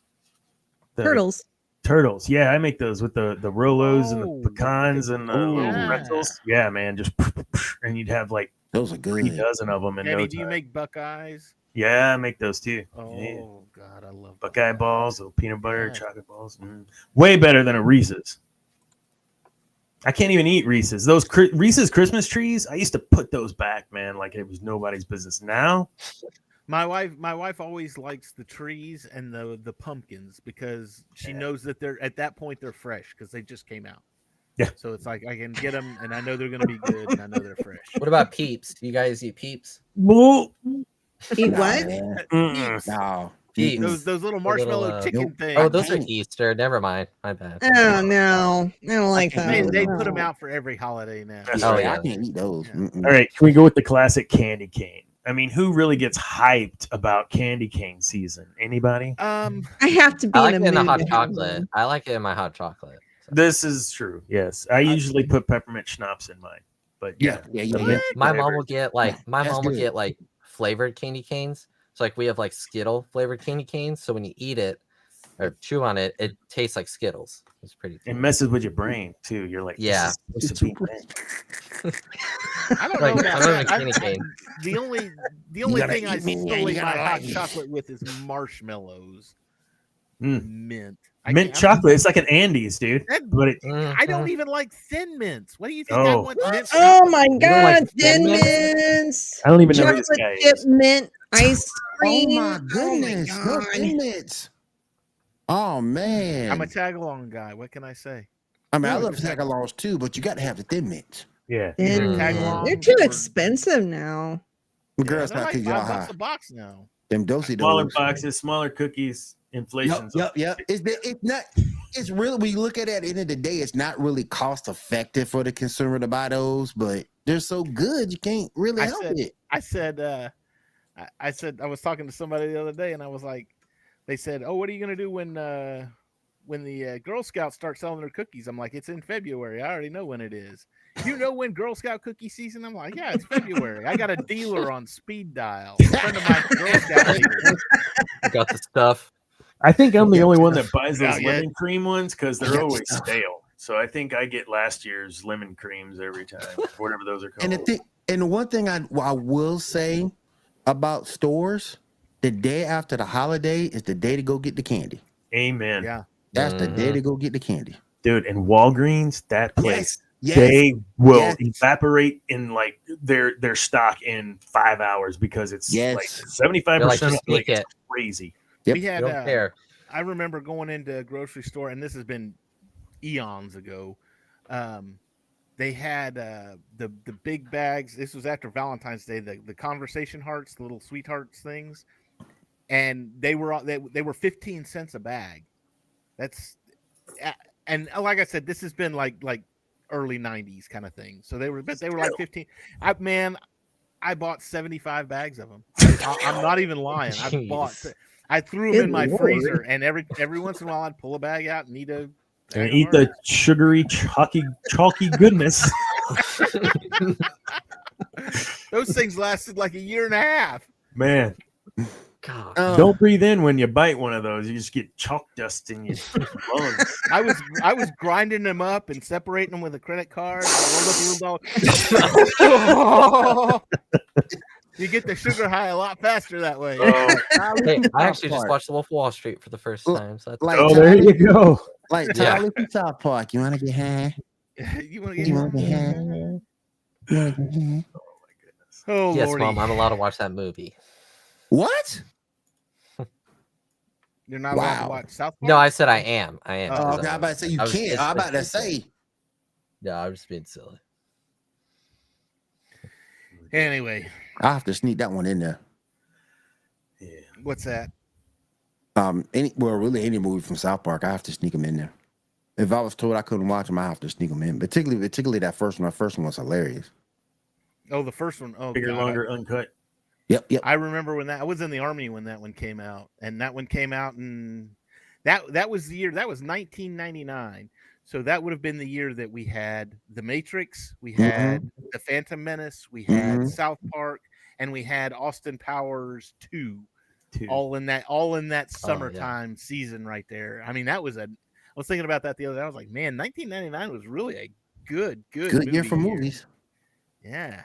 [SPEAKER 3] The
[SPEAKER 2] turtles.
[SPEAKER 3] Turtles. Yeah, I make those with the the Rolos
[SPEAKER 1] Oh,
[SPEAKER 3] and the pecans and the little
[SPEAKER 1] yeah.
[SPEAKER 3] pretzels. Yeah, man, just and you'd have like
[SPEAKER 5] Those are
[SPEAKER 3] three
[SPEAKER 5] good.
[SPEAKER 3] dozen of them in
[SPEAKER 1] Debbie,
[SPEAKER 3] no
[SPEAKER 1] do you
[SPEAKER 3] time.
[SPEAKER 1] make buckeyes
[SPEAKER 3] yeah, I make those too.
[SPEAKER 1] oh
[SPEAKER 3] Yeah.
[SPEAKER 1] god i love
[SPEAKER 3] Buckeye balls, little peanut butter,
[SPEAKER 1] Yeah.
[SPEAKER 3] chocolate balls. Mm. Way better than a Reese's. I can't even eat Reese's. Those Chri- Reese's Christmas trees, I used to put those back, man, like it was nobody's business. Now,
[SPEAKER 1] my wife my wife always likes the trees and the the pumpkins because she
[SPEAKER 3] Yeah.
[SPEAKER 1] knows that they're at that point they're fresh because they just came out
[SPEAKER 3] Yeah.
[SPEAKER 1] so it's like i can get them and i know they're gonna be good and i know they're fresh
[SPEAKER 4] What about peeps? Do you guys eat peeps?
[SPEAKER 3] Whoa.
[SPEAKER 2] Eat
[SPEAKER 5] Nah,
[SPEAKER 2] what?
[SPEAKER 3] Mm.
[SPEAKER 5] man.
[SPEAKER 3] Mm-mm.
[SPEAKER 5] No,
[SPEAKER 4] Peeps.
[SPEAKER 1] Those those little
[SPEAKER 4] The little,
[SPEAKER 1] marshmallow
[SPEAKER 4] uh,
[SPEAKER 1] chicken
[SPEAKER 5] Nope.
[SPEAKER 1] things.
[SPEAKER 4] Oh, those are
[SPEAKER 5] Dang.
[SPEAKER 4] Easter. Never mind. My bad.
[SPEAKER 2] Oh no, I don't like uh,
[SPEAKER 4] can't
[SPEAKER 1] they,
[SPEAKER 2] that.
[SPEAKER 5] Oh,
[SPEAKER 1] they put them out for every holiday now.
[SPEAKER 3] Yeah.
[SPEAKER 5] Oh,
[SPEAKER 4] Oh,
[SPEAKER 5] yeah,
[SPEAKER 4] yeah.
[SPEAKER 5] I can't eat those.
[SPEAKER 1] Yeah.
[SPEAKER 5] Mm-mm.
[SPEAKER 3] All right, can we go with the classic candy cane? I mean, who really gets hyped about candy cane season? Anybody?
[SPEAKER 1] Um,
[SPEAKER 2] I have to be
[SPEAKER 4] I like
[SPEAKER 2] in
[SPEAKER 4] it
[SPEAKER 2] a
[SPEAKER 4] in the
[SPEAKER 2] mood
[SPEAKER 4] hot
[SPEAKER 2] to have
[SPEAKER 4] chocolate.
[SPEAKER 2] one.
[SPEAKER 4] I like it in my hot chocolate.
[SPEAKER 3] This is true. Yes, I usually put peppermint schnapps in mine, but
[SPEAKER 5] Yeah,
[SPEAKER 3] yeah,
[SPEAKER 5] yeah, yeah.
[SPEAKER 1] What?
[SPEAKER 5] yeah.
[SPEAKER 4] My mom
[SPEAKER 3] Flavored.
[SPEAKER 4] will get like my
[SPEAKER 5] That's
[SPEAKER 4] mom will
[SPEAKER 5] good.
[SPEAKER 4] get like flavored candy canes. So like we have like Skittle flavored candy canes. So when you eat it or chew on it, it tastes like Skittles. It's pretty.
[SPEAKER 3] it
[SPEAKER 4] cool.
[SPEAKER 3] messes with your brain too. You're like, this
[SPEAKER 4] Yeah.
[SPEAKER 3] is supposed to be bad.
[SPEAKER 1] I don't know about
[SPEAKER 4] Like, I don't
[SPEAKER 1] that.
[SPEAKER 4] have a
[SPEAKER 1] I-
[SPEAKER 4] candy cane.
[SPEAKER 1] the only the only
[SPEAKER 5] gotta
[SPEAKER 1] thing I
[SPEAKER 5] eat me, yeah, you
[SPEAKER 1] sully my
[SPEAKER 5] gotta
[SPEAKER 1] hot
[SPEAKER 5] like me.
[SPEAKER 1] chocolate with is marshmallows,
[SPEAKER 3] Mm.
[SPEAKER 5] Hmm.
[SPEAKER 1] mint, I
[SPEAKER 3] mint
[SPEAKER 1] can't-
[SPEAKER 3] chocolate. It's like an Andes, dude.
[SPEAKER 1] That-
[SPEAKER 3] But it,
[SPEAKER 1] I
[SPEAKER 4] Mm-hmm.
[SPEAKER 5] Uh-huh.
[SPEAKER 1] don't even like thin mints. What do you think I
[SPEAKER 3] Oh.
[SPEAKER 1] want? Mint
[SPEAKER 2] Oh my
[SPEAKER 4] don't like
[SPEAKER 2] god, thin
[SPEAKER 4] thin mints?
[SPEAKER 2] mints,
[SPEAKER 3] I don't even know who
[SPEAKER 2] chocolate
[SPEAKER 3] this guy
[SPEAKER 2] chip
[SPEAKER 3] is.
[SPEAKER 2] mint ice
[SPEAKER 5] Oh
[SPEAKER 2] cream.
[SPEAKER 5] my goodness,
[SPEAKER 2] Oh
[SPEAKER 5] no
[SPEAKER 2] my God.
[SPEAKER 5] limits. Oh man,
[SPEAKER 1] I'm a tag along guy. What can I say?
[SPEAKER 5] I mean, I
[SPEAKER 1] Ooh.
[SPEAKER 5] love tag alongs too, but you got to have the thin mints.
[SPEAKER 3] Yeah,
[SPEAKER 2] Thin
[SPEAKER 4] Mm.
[SPEAKER 2] mints.
[SPEAKER 4] Tagalong
[SPEAKER 2] They're too
[SPEAKER 1] or-
[SPEAKER 2] expensive now.
[SPEAKER 5] Girls,
[SPEAKER 1] they're
[SPEAKER 5] not
[SPEAKER 1] like
[SPEAKER 5] cause y'all
[SPEAKER 1] five bucks
[SPEAKER 5] high.
[SPEAKER 1] a box now.
[SPEAKER 5] Them dosey
[SPEAKER 3] smaller
[SPEAKER 5] dogs.
[SPEAKER 3] boxes, smaller cookies.
[SPEAKER 5] Yep,
[SPEAKER 3] Inflation's
[SPEAKER 5] yep, yep. It's, been- it's not. It's really. We look at it at the end of the day. It's not really cost effective for the consumer to buy those, but they're so good you can't really
[SPEAKER 1] I
[SPEAKER 5] help
[SPEAKER 1] said-
[SPEAKER 5] it.
[SPEAKER 1] I said, uh, I, I said, I was talking to somebody the other day, and I was like, they said, "Oh, what are you gonna do when uh, when the uh, Girl Scouts start selling their cookies?" I'm like, "It's in February. I already know when it is. You know when Girl Scout cookie season?" I'm like, "Yeah, it's February. I got a dealer on speed dial. A friend of mine, Girl Scout dealer.
[SPEAKER 4] got the stuff.
[SPEAKER 3] I think I'm the
[SPEAKER 5] Yeah.
[SPEAKER 3] only one that buys
[SPEAKER 1] Yeah,
[SPEAKER 3] those
[SPEAKER 1] yeah.
[SPEAKER 3] lemon cream ones because
[SPEAKER 5] Yeah.
[SPEAKER 3] they're always stale. So I think I get last year's lemon creams every time, whatever those are
[SPEAKER 5] And
[SPEAKER 3] called.
[SPEAKER 5] the thing, and the one thing I I will say about stores, the day after the holiday is the day to go get the candy.
[SPEAKER 3] Amen,
[SPEAKER 1] Yeah.
[SPEAKER 5] That's the day
[SPEAKER 4] Mhm.
[SPEAKER 5] to go get the candy.
[SPEAKER 3] dude. And Walgreens, that place,
[SPEAKER 5] Yes.
[SPEAKER 3] they will
[SPEAKER 5] Yes.
[SPEAKER 3] evaporate in like their their stock in five hours because it's like
[SPEAKER 5] Yes.
[SPEAKER 3] seventy five
[SPEAKER 4] They're like,
[SPEAKER 3] percent
[SPEAKER 4] just
[SPEAKER 3] like
[SPEAKER 4] sneak
[SPEAKER 3] it's
[SPEAKER 4] it.
[SPEAKER 3] crazy.
[SPEAKER 5] Yep.
[SPEAKER 1] We
[SPEAKER 4] You
[SPEAKER 1] had.
[SPEAKER 4] don't
[SPEAKER 1] Uh,
[SPEAKER 4] care.
[SPEAKER 1] I remember going into a grocery store, and this has been eons ago. Um, they had uh, the the big bags. This was after Valentine's Day. The the conversation hearts, the little sweethearts things, and they were on- they they were fifteen cents a bag. That's a- and uh, like I said, this has been like like early '90s kind of thing. So they were, but they were like fifteen. I man, I bought seventy five bags of them. I, I'm not even lying. I bought.
[SPEAKER 4] Jeez.
[SPEAKER 1] I threw them
[SPEAKER 2] Good
[SPEAKER 1] in my
[SPEAKER 2] lord.
[SPEAKER 1] freezer, and every every once in a while I'd pull a bag out and eat a.
[SPEAKER 3] And
[SPEAKER 1] bag of
[SPEAKER 3] eat
[SPEAKER 1] hard-
[SPEAKER 3] the sugary, chalky, chalky goodness.
[SPEAKER 1] Those things lasted like a year and a half.
[SPEAKER 3] Man,
[SPEAKER 4] God.
[SPEAKER 5] Uh,
[SPEAKER 3] don't breathe in when you bite one of those. You just get chalk dust in your lungs.
[SPEAKER 1] I was I was grinding them up and separating them with a credit card. I rolled up a little ball. you get the sugar high a lot faster that way.
[SPEAKER 3] Oh,
[SPEAKER 4] Hey, I
[SPEAKER 5] South
[SPEAKER 4] actually just
[SPEAKER 5] Park.
[SPEAKER 4] watched The Wolf of Wall Street for the first
[SPEAKER 5] Well,
[SPEAKER 4] time. So that's
[SPEAKER 5] Like,
[SPEAKER 3] oh, there
[SPEAKER 5] Tyler,
[SPEAKER 3] you go.
[SPEAKER 5] like
[SPEAKER 4] Yeah.
[SPEAKER 5] Tyler from South Park. You want to get high?
[SPEAKER 1] you want to get
[SPEAKER 5] You want to get high?
[SPEAKER 2] Mm-hmm.
[SPEAKER 5] You wanna get high?
[SPEAKER 1] Oh
[SPEAKER 4] yes,
[SPEAKER 1] lordy,
[SPEAKER 4] mom, I'm allowed to watch that movie.
[SPEAKER 5] What?
[SPEAKER 1] you're not allowed to
[SPEAKER 5] Wow.
[SPEAKER 1] watch South Park.
[SPEAKER 4] No, I said I am. I am.
[SPEAKER 1] Oh,
[SPEAKER 5] Oh,
[SPEAKER 4] 'cause
[SPEAKER 5] okay,
[SPEAKER 4] I'm-
[SPEAKER 5] I'm about to say you
[SPEAKER 4] I was
[SPEAKER 5] can't. I'm about to
[SPEAKER 4] expecting-
[SPEAKER 5] say.
[SPEAKER 4] No, I'm just being silly.
[SPEAKER 1] Anyway,
[SPEAKER 5] I have to sneak that one in there.
[SPEAKER 3] Yeah.
[SPEAKER 1] what's that?
[SPEAKER 5] Um, any well, really any movie from South Park, I have to sneak them in there. If I was told I couldn't watch them, I have to sneak them in. Particularly, particularly that first one. That first one was hilarious.
[SPEAKER 1] Oh, the first one. Oh,
[SPEAKER 3] Bigger,
[SPEAKER 1] God.
[SPEAKER 3] longer, uncut.
[SPEAKER 5] Yep, yep.
[SPEAKER 1] I remember when that I was in the army when that one came out, and that one came out and that that was the year that was 1999. So that would have been the year that we had The Matrix, we
[SPEAKER 5] Mhm.
[SPEAKER 1] had The Phantom Menace, we had
[SPEAKER 5] Mhm.
[SPEAKER 1] South Park, and we had Austin Powers 2
[SPEAKER 3] Two.
[SPEAKER 1] all in that all in that
[SPEAKER 4] Oh, yeah.
[SPEAKER 1] summertime season right there. I mean, that was a I was thinking about that the other day. I was like, man, 1999 was really a good good
[SPEAKER 5] Good year
[SPEAKER 1] movie
[SPEAKER 5] for movies.
[SPEAKER 1] Yeah.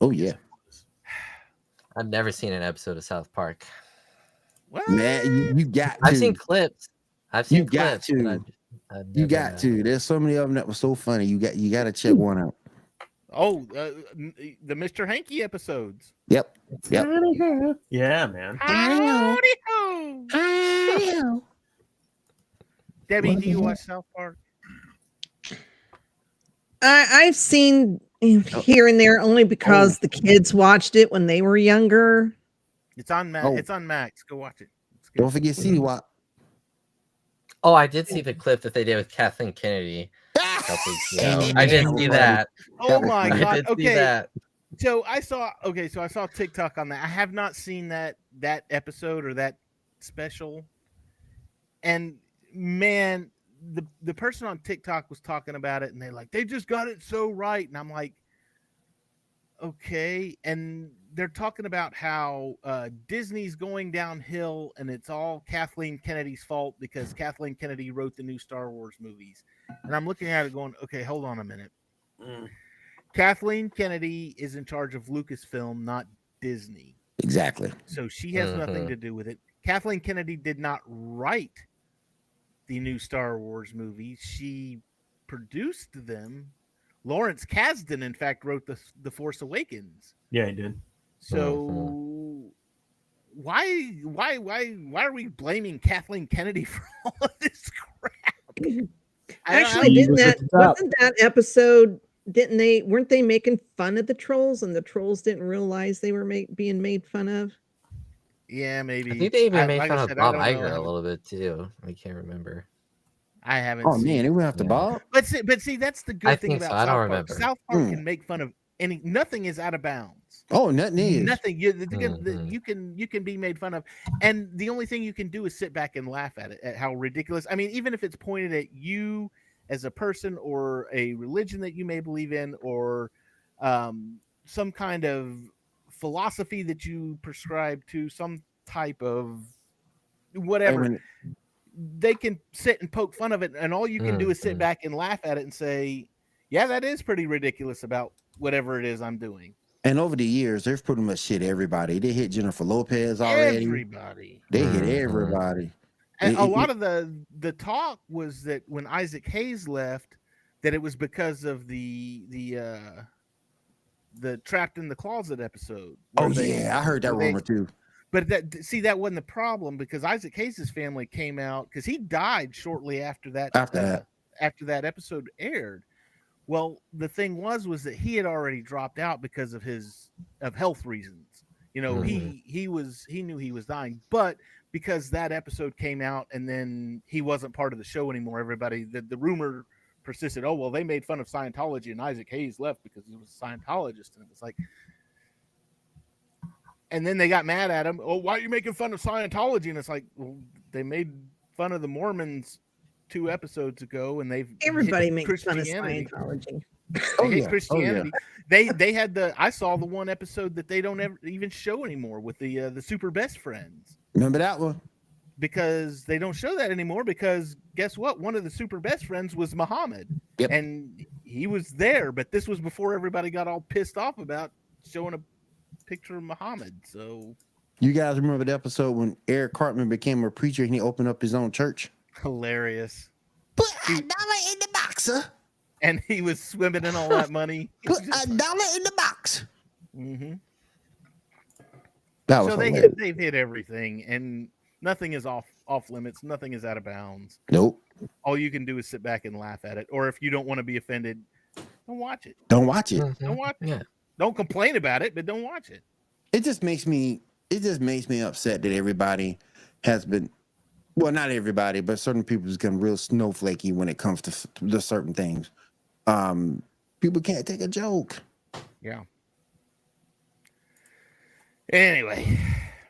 [SPEAKER 5] Oh yeah,
[SPEAKER 4] I've never seen an episode of South Park.
[SPEAKER 1] What?
[SPEAKER 5] man, you, you got. To.
[SPEAKER 4] I've seen clips. I've seen
[SPEAKER 5] You got
[SPEAKER 4] clips. but
[SPEAKER 5] to.
[SPEAKER 4] I've- I've
[SPEAKER 5] You
[SPEAKER 4] never,
[SPEAKER 5] got
[SPEAKER 4] uh,
[SPEAKER 5] to. There's so many of them that were so funny. You got. You got to check one out.
[SPEAKER 1] Oh, uh, n- the Mr. Hanky episodes.
[SPEAKER 5] Yep.
[SPEAKER 3] Yeah, man.
[SPEAKER 1] Howdy ho. Debbie, do you watch South Park?
[SPEAKER 2] I, I've
[SPEAKER 3] Oh.
[SPEAKER 2] seen here and there only because the kids watched it when they were younger.
[SPEAKER 1] It's on Max.
[SPEAKER 5] Oh.
[SPEAKER 1] It's on Max. Go watch it. It's good.
[SPEAKER 5] Don't forget CD Wop.
[SPEAKER 4] Oh, I did see the clip that they did with Kathleen Kennedy. a couple weeks ago. I did see that.
[SPEAKER 1] Oh my
[SPEAKER 4] I
[SPEAKER 1] god.
[SPEAKER 4] did see
[SPEAKER 1] Okay.
[SPEAKER 4] that.
[SPEAKER 1] So I saw okay, so I saw TikTok on that. I have not seen that that episode or that special. And man, the the person on TikTok was talking about it and they like they just got it so right and I'm like okay, and they're talking about how uh, Disney's going downhill and it's all Kathleen Kennedy's fault because Kathleen Kennedy wrote the new Star Wars movies. And I'm looking at it going, okay, hold on a minute.
[SPEAKER 3] Mm.
[SPEAKER 1] Kathleen Kennedy is in charge of Lucasfilm, not Disney.
[SPEAKER 5] Exactly.
[SPEAKER 1] So she has nothing
[SPEAKER 4] Mhm.
[SPEAKER 1] to do with it. Kathleen Kennedy did not write the new Star Wars movies. She produced them. Lawrence Kasdan, in fact, wrote the the Force Awakens.
[SPEAKER 3] Yeah, I did.
[SPEAKER 1] So why why why why are we blaming Kathleen Kennedy for all of this crap? I don't- I
[SPEAKER 2] Actually,
[SPEAKER 1] don't-
[SPEAKER 2] didn't
[SPEAKER 3] was
[SPEAKER 2] that
[SPEAKER 3] at the top.
[SPEAKER 2] wasn't that episode? Didn't they? Weren't they making fun of the trolls, and the trolls didn't realize they were make, being made fun of?
[SPEAKER 1] yeah, maybe.
[SPEAKER 4] I think they even
[SPEAKER 1] I-
[SPEAKER 4] made
[SPEAKER 1] like I
[SPEAKER 4] fun of
[SPEAKER 1] said, I
[SPEAKER 4] Bob
[SPEAKER 1] don't know. I
[SPEAKER 4] Iger a
[SPEAKER 1] haven't-
[SPEAKER 4] little bit too. I can't remember.
[SPEAKER 1] I haven't.
[SPEAKER 5] Oh
[SPEAKER 1] seen
[SPEAKER 5] man, it went after
[SPEAKER 4] Yeah.
[SPEAKER 5] Bob.
[SPEAKER 1] But see, but see, that's the good
[SPEAKER 4] I
[SPEAKER 1] thing
[SPEAKER 4] think so.
[SPEAKER 1] about
[SPEAKER 4] I
[SPEAKER 1] South
[SPEAKER 4] don't
[SPEAKER 1] Park.
[SPEAKER 4] remember.
[SPEAKER 1] South Park
[SPEAKER 5] Hmm.
[SPEAKER 1] can make fun of any. Nothing is out of bounds.
[SPEAKER 5] Oh, nothing is.
[SPEAKER 1] Nothing. You, the, the- the-
[SPEAKER 4] Mhm.
[SPEAKER 1] you can you can be made fun of, and the only thing you can do is sit back and laugh at it at how ridiculous. I mean, even if it's pointed at you as a person or a religion that you may believe in, or um, some kind of philosophy that you prescribe to, some type of
[SPEAKER 5] Hey,
[SPEAKER 1] whatever
[SPEAKER 5] when-
[SPEAKER 1] they can sit and poke fun of it, and all you can do is sit
[SPEAKER 5] Mm-hmm.
[SPEAKER 4] Mhm.
[SPEAKER 1] back and laugh at it and say, "Yeah, that is pretty ridiculous about whatever it is I'm doing."
[SPEAKER 5] And over the years, they've pretty much hit everybody. They hit Jennifer Lopez already.
[SPEAKER 1] Everybody,
[SPEAKER 5] They hit
[SPEAKER 4] Mhm.
[SPEAKER 5] everybody.
[SPEAKER 1] and
[SPEAKER 5] It-
[SPEAKER 1] a
[SPEAKER 5] it-
[SPEAKER 1] lot of the the talk was that when Isaac Hayes left, that it was because of the the uh the trapped in the closet episode. where
[SPEAKER 5] Oh
[SPEAKER 1] they-
[SPEAKER 5] yeah, I heard that
[SPEAKER 1] where they-
[SPEAKER 5] rumor too.
[SPEAKER 1] But that see that wasn't the problem because Isaac Hayes' family came out because he died shortly after that
[SPEAKER 5] After that.
[SPEAKER 1] after that episode aired. Well, the thing was was that he had already dropped out because of his of health reasons. You know,
[SPEAKER 5] Mm-hmm.
[SPEAKER 1] he he was he knew he was dying, but because that episode came out and then he wasn't part of the show anymore, everybody the, the rumor persisted, oh well, they made fun of Scientology and Isaac Hayes left because he was a Scientologist and it was like and then they got mad at him. Oh, why are you making fun of Scientology? And it's like well, they made fun of the Mormons two episodes ago, and they've hit
[SPEAKER 2] Everybody makes fun of
[SPEAKER 1] Christianity.
[SPEAKER 2] Scientology.
[SPEAKER 5] Oh,
[SPEAKER 1] They hate
[SPEAKER 5] yeah. Oh, yeah.
[SPEAKER 1] Christianity. They they had the I saw the one episode that they don't ever even show anymore with the uh, the super best friends
[SPEAKER 5] Remember that one?
[SPEAKER 1] because they don't show that anymore because guess what? One of the super best friends was Muhammad,
[SPEAKER 5] Yep.
[SPEAKER 1] and he was there, but this was before everybody got all pissed off about showing a picture of Muhammad. So
[SPEAKER 5] You guys remember the episode when Eric Cartman became a preacher and he opened up his own church?
[SPEAKER 1] hilarious.
[SPEAKER 5] Put
[SPEAKER 1] He-
[SPEAKER 5] dollar in the box, sir.
[SPEAKER 1] and he was swimming in all that money.
[SPEAKER 5] uh, dollar in the box.
[SPEAKER 1] hmm
[SPEAKER 5] That was
[SPEAKER 1] So they
[SPEAKER 5] hilarious.
[SPEAKER 1] hit, they've hit everything, and nothing is off off limits. Nothing is out of bounds.
[SPEAKER 5] Nope.
[SPEAKER 1] All you can do is sit back and laugh at it, or if you don't want to be offended, don't watch it.
[SPEAKER 5] Don't watch it.
[SPEAKER 1] Don't watch it.
[SPEAKER 4] Mm-hmm. Yeah.
[SPEAKER 1] Don't complain about it, but don't watch it.
[SPEAKER 5] It just makes me it just makes me upset that everybody has been well, not everybody, but certain people become real snowflakey when it comes to, s- to certain things. Um, people can't take a joke.
[SPEAKER 1] Yeah. Anyway,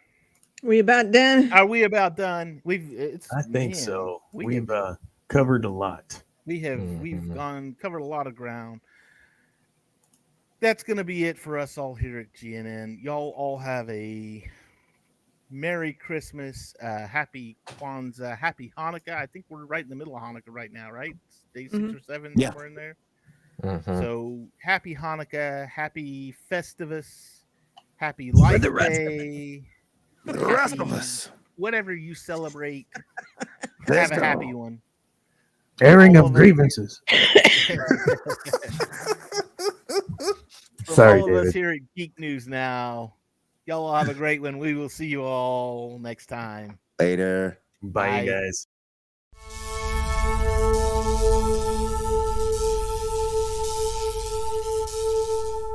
[SPEAKER 2] We about done?
[SPEAKER 1] are we about done? We've. It's,
[SPEAKER 3] I think
[SPEAKER 1] man,
[SPEAKER 3] so.
[SPEAKER 1] we
[SPEAKER 3] We have
[SPEAKER 1] have-
[SPEAKER 3] uh, covered a lot.
[SPEAKER 1] We have we've
[SPEAKER 4] Mhm.
[SPEAKER 1] gone covered a lot of ground. That's gonna be it for us all here at GNN. Y'all all have a Merry Christmas, uh, Happy Kwanzaa, Happy Hanukkah. I think we're right in the middle of Hanukkah right now, right? It's day 6 or seven,
[SPEAKER 5] Yeah.
[SPEAKER 1] somewhere in there.
[SPEAKER 4] Mhm.
[SPEAKER 1] So Happy Hanukkah, Happy Festivus, Happy Life
[SPEAKER 2] the rest of
[SPEAKER 1] Day,
[SPEAKER 5] The rest of us.
[SPEAKER 1] whatever you celebrate.
[SPEAKER 5] Let's
[SPEAKER 1] have a
[SPEAKER 5] go.
[SPEAKER 1] happy one.
[SPEAKER 3] Airing
[SPEAKER 1] All
[SPEAKER 3] of
[SPEAKER 1] of it.
[SPEAKER 3] grievances.
[SPEAKER 1] From
[SPEAKER 3] Sorry,
[SPEAKER 1] all of us
[SPEAKER 3] David.
[SPEAKER 1] here at Geek News now. Y'all will have a great one. We will see you all next time.
[SPEAKER 5] Later.
[SPEAKER 3] Bye,
[SPEAKER 1] Bye.
[SPEAKER 3] you guys.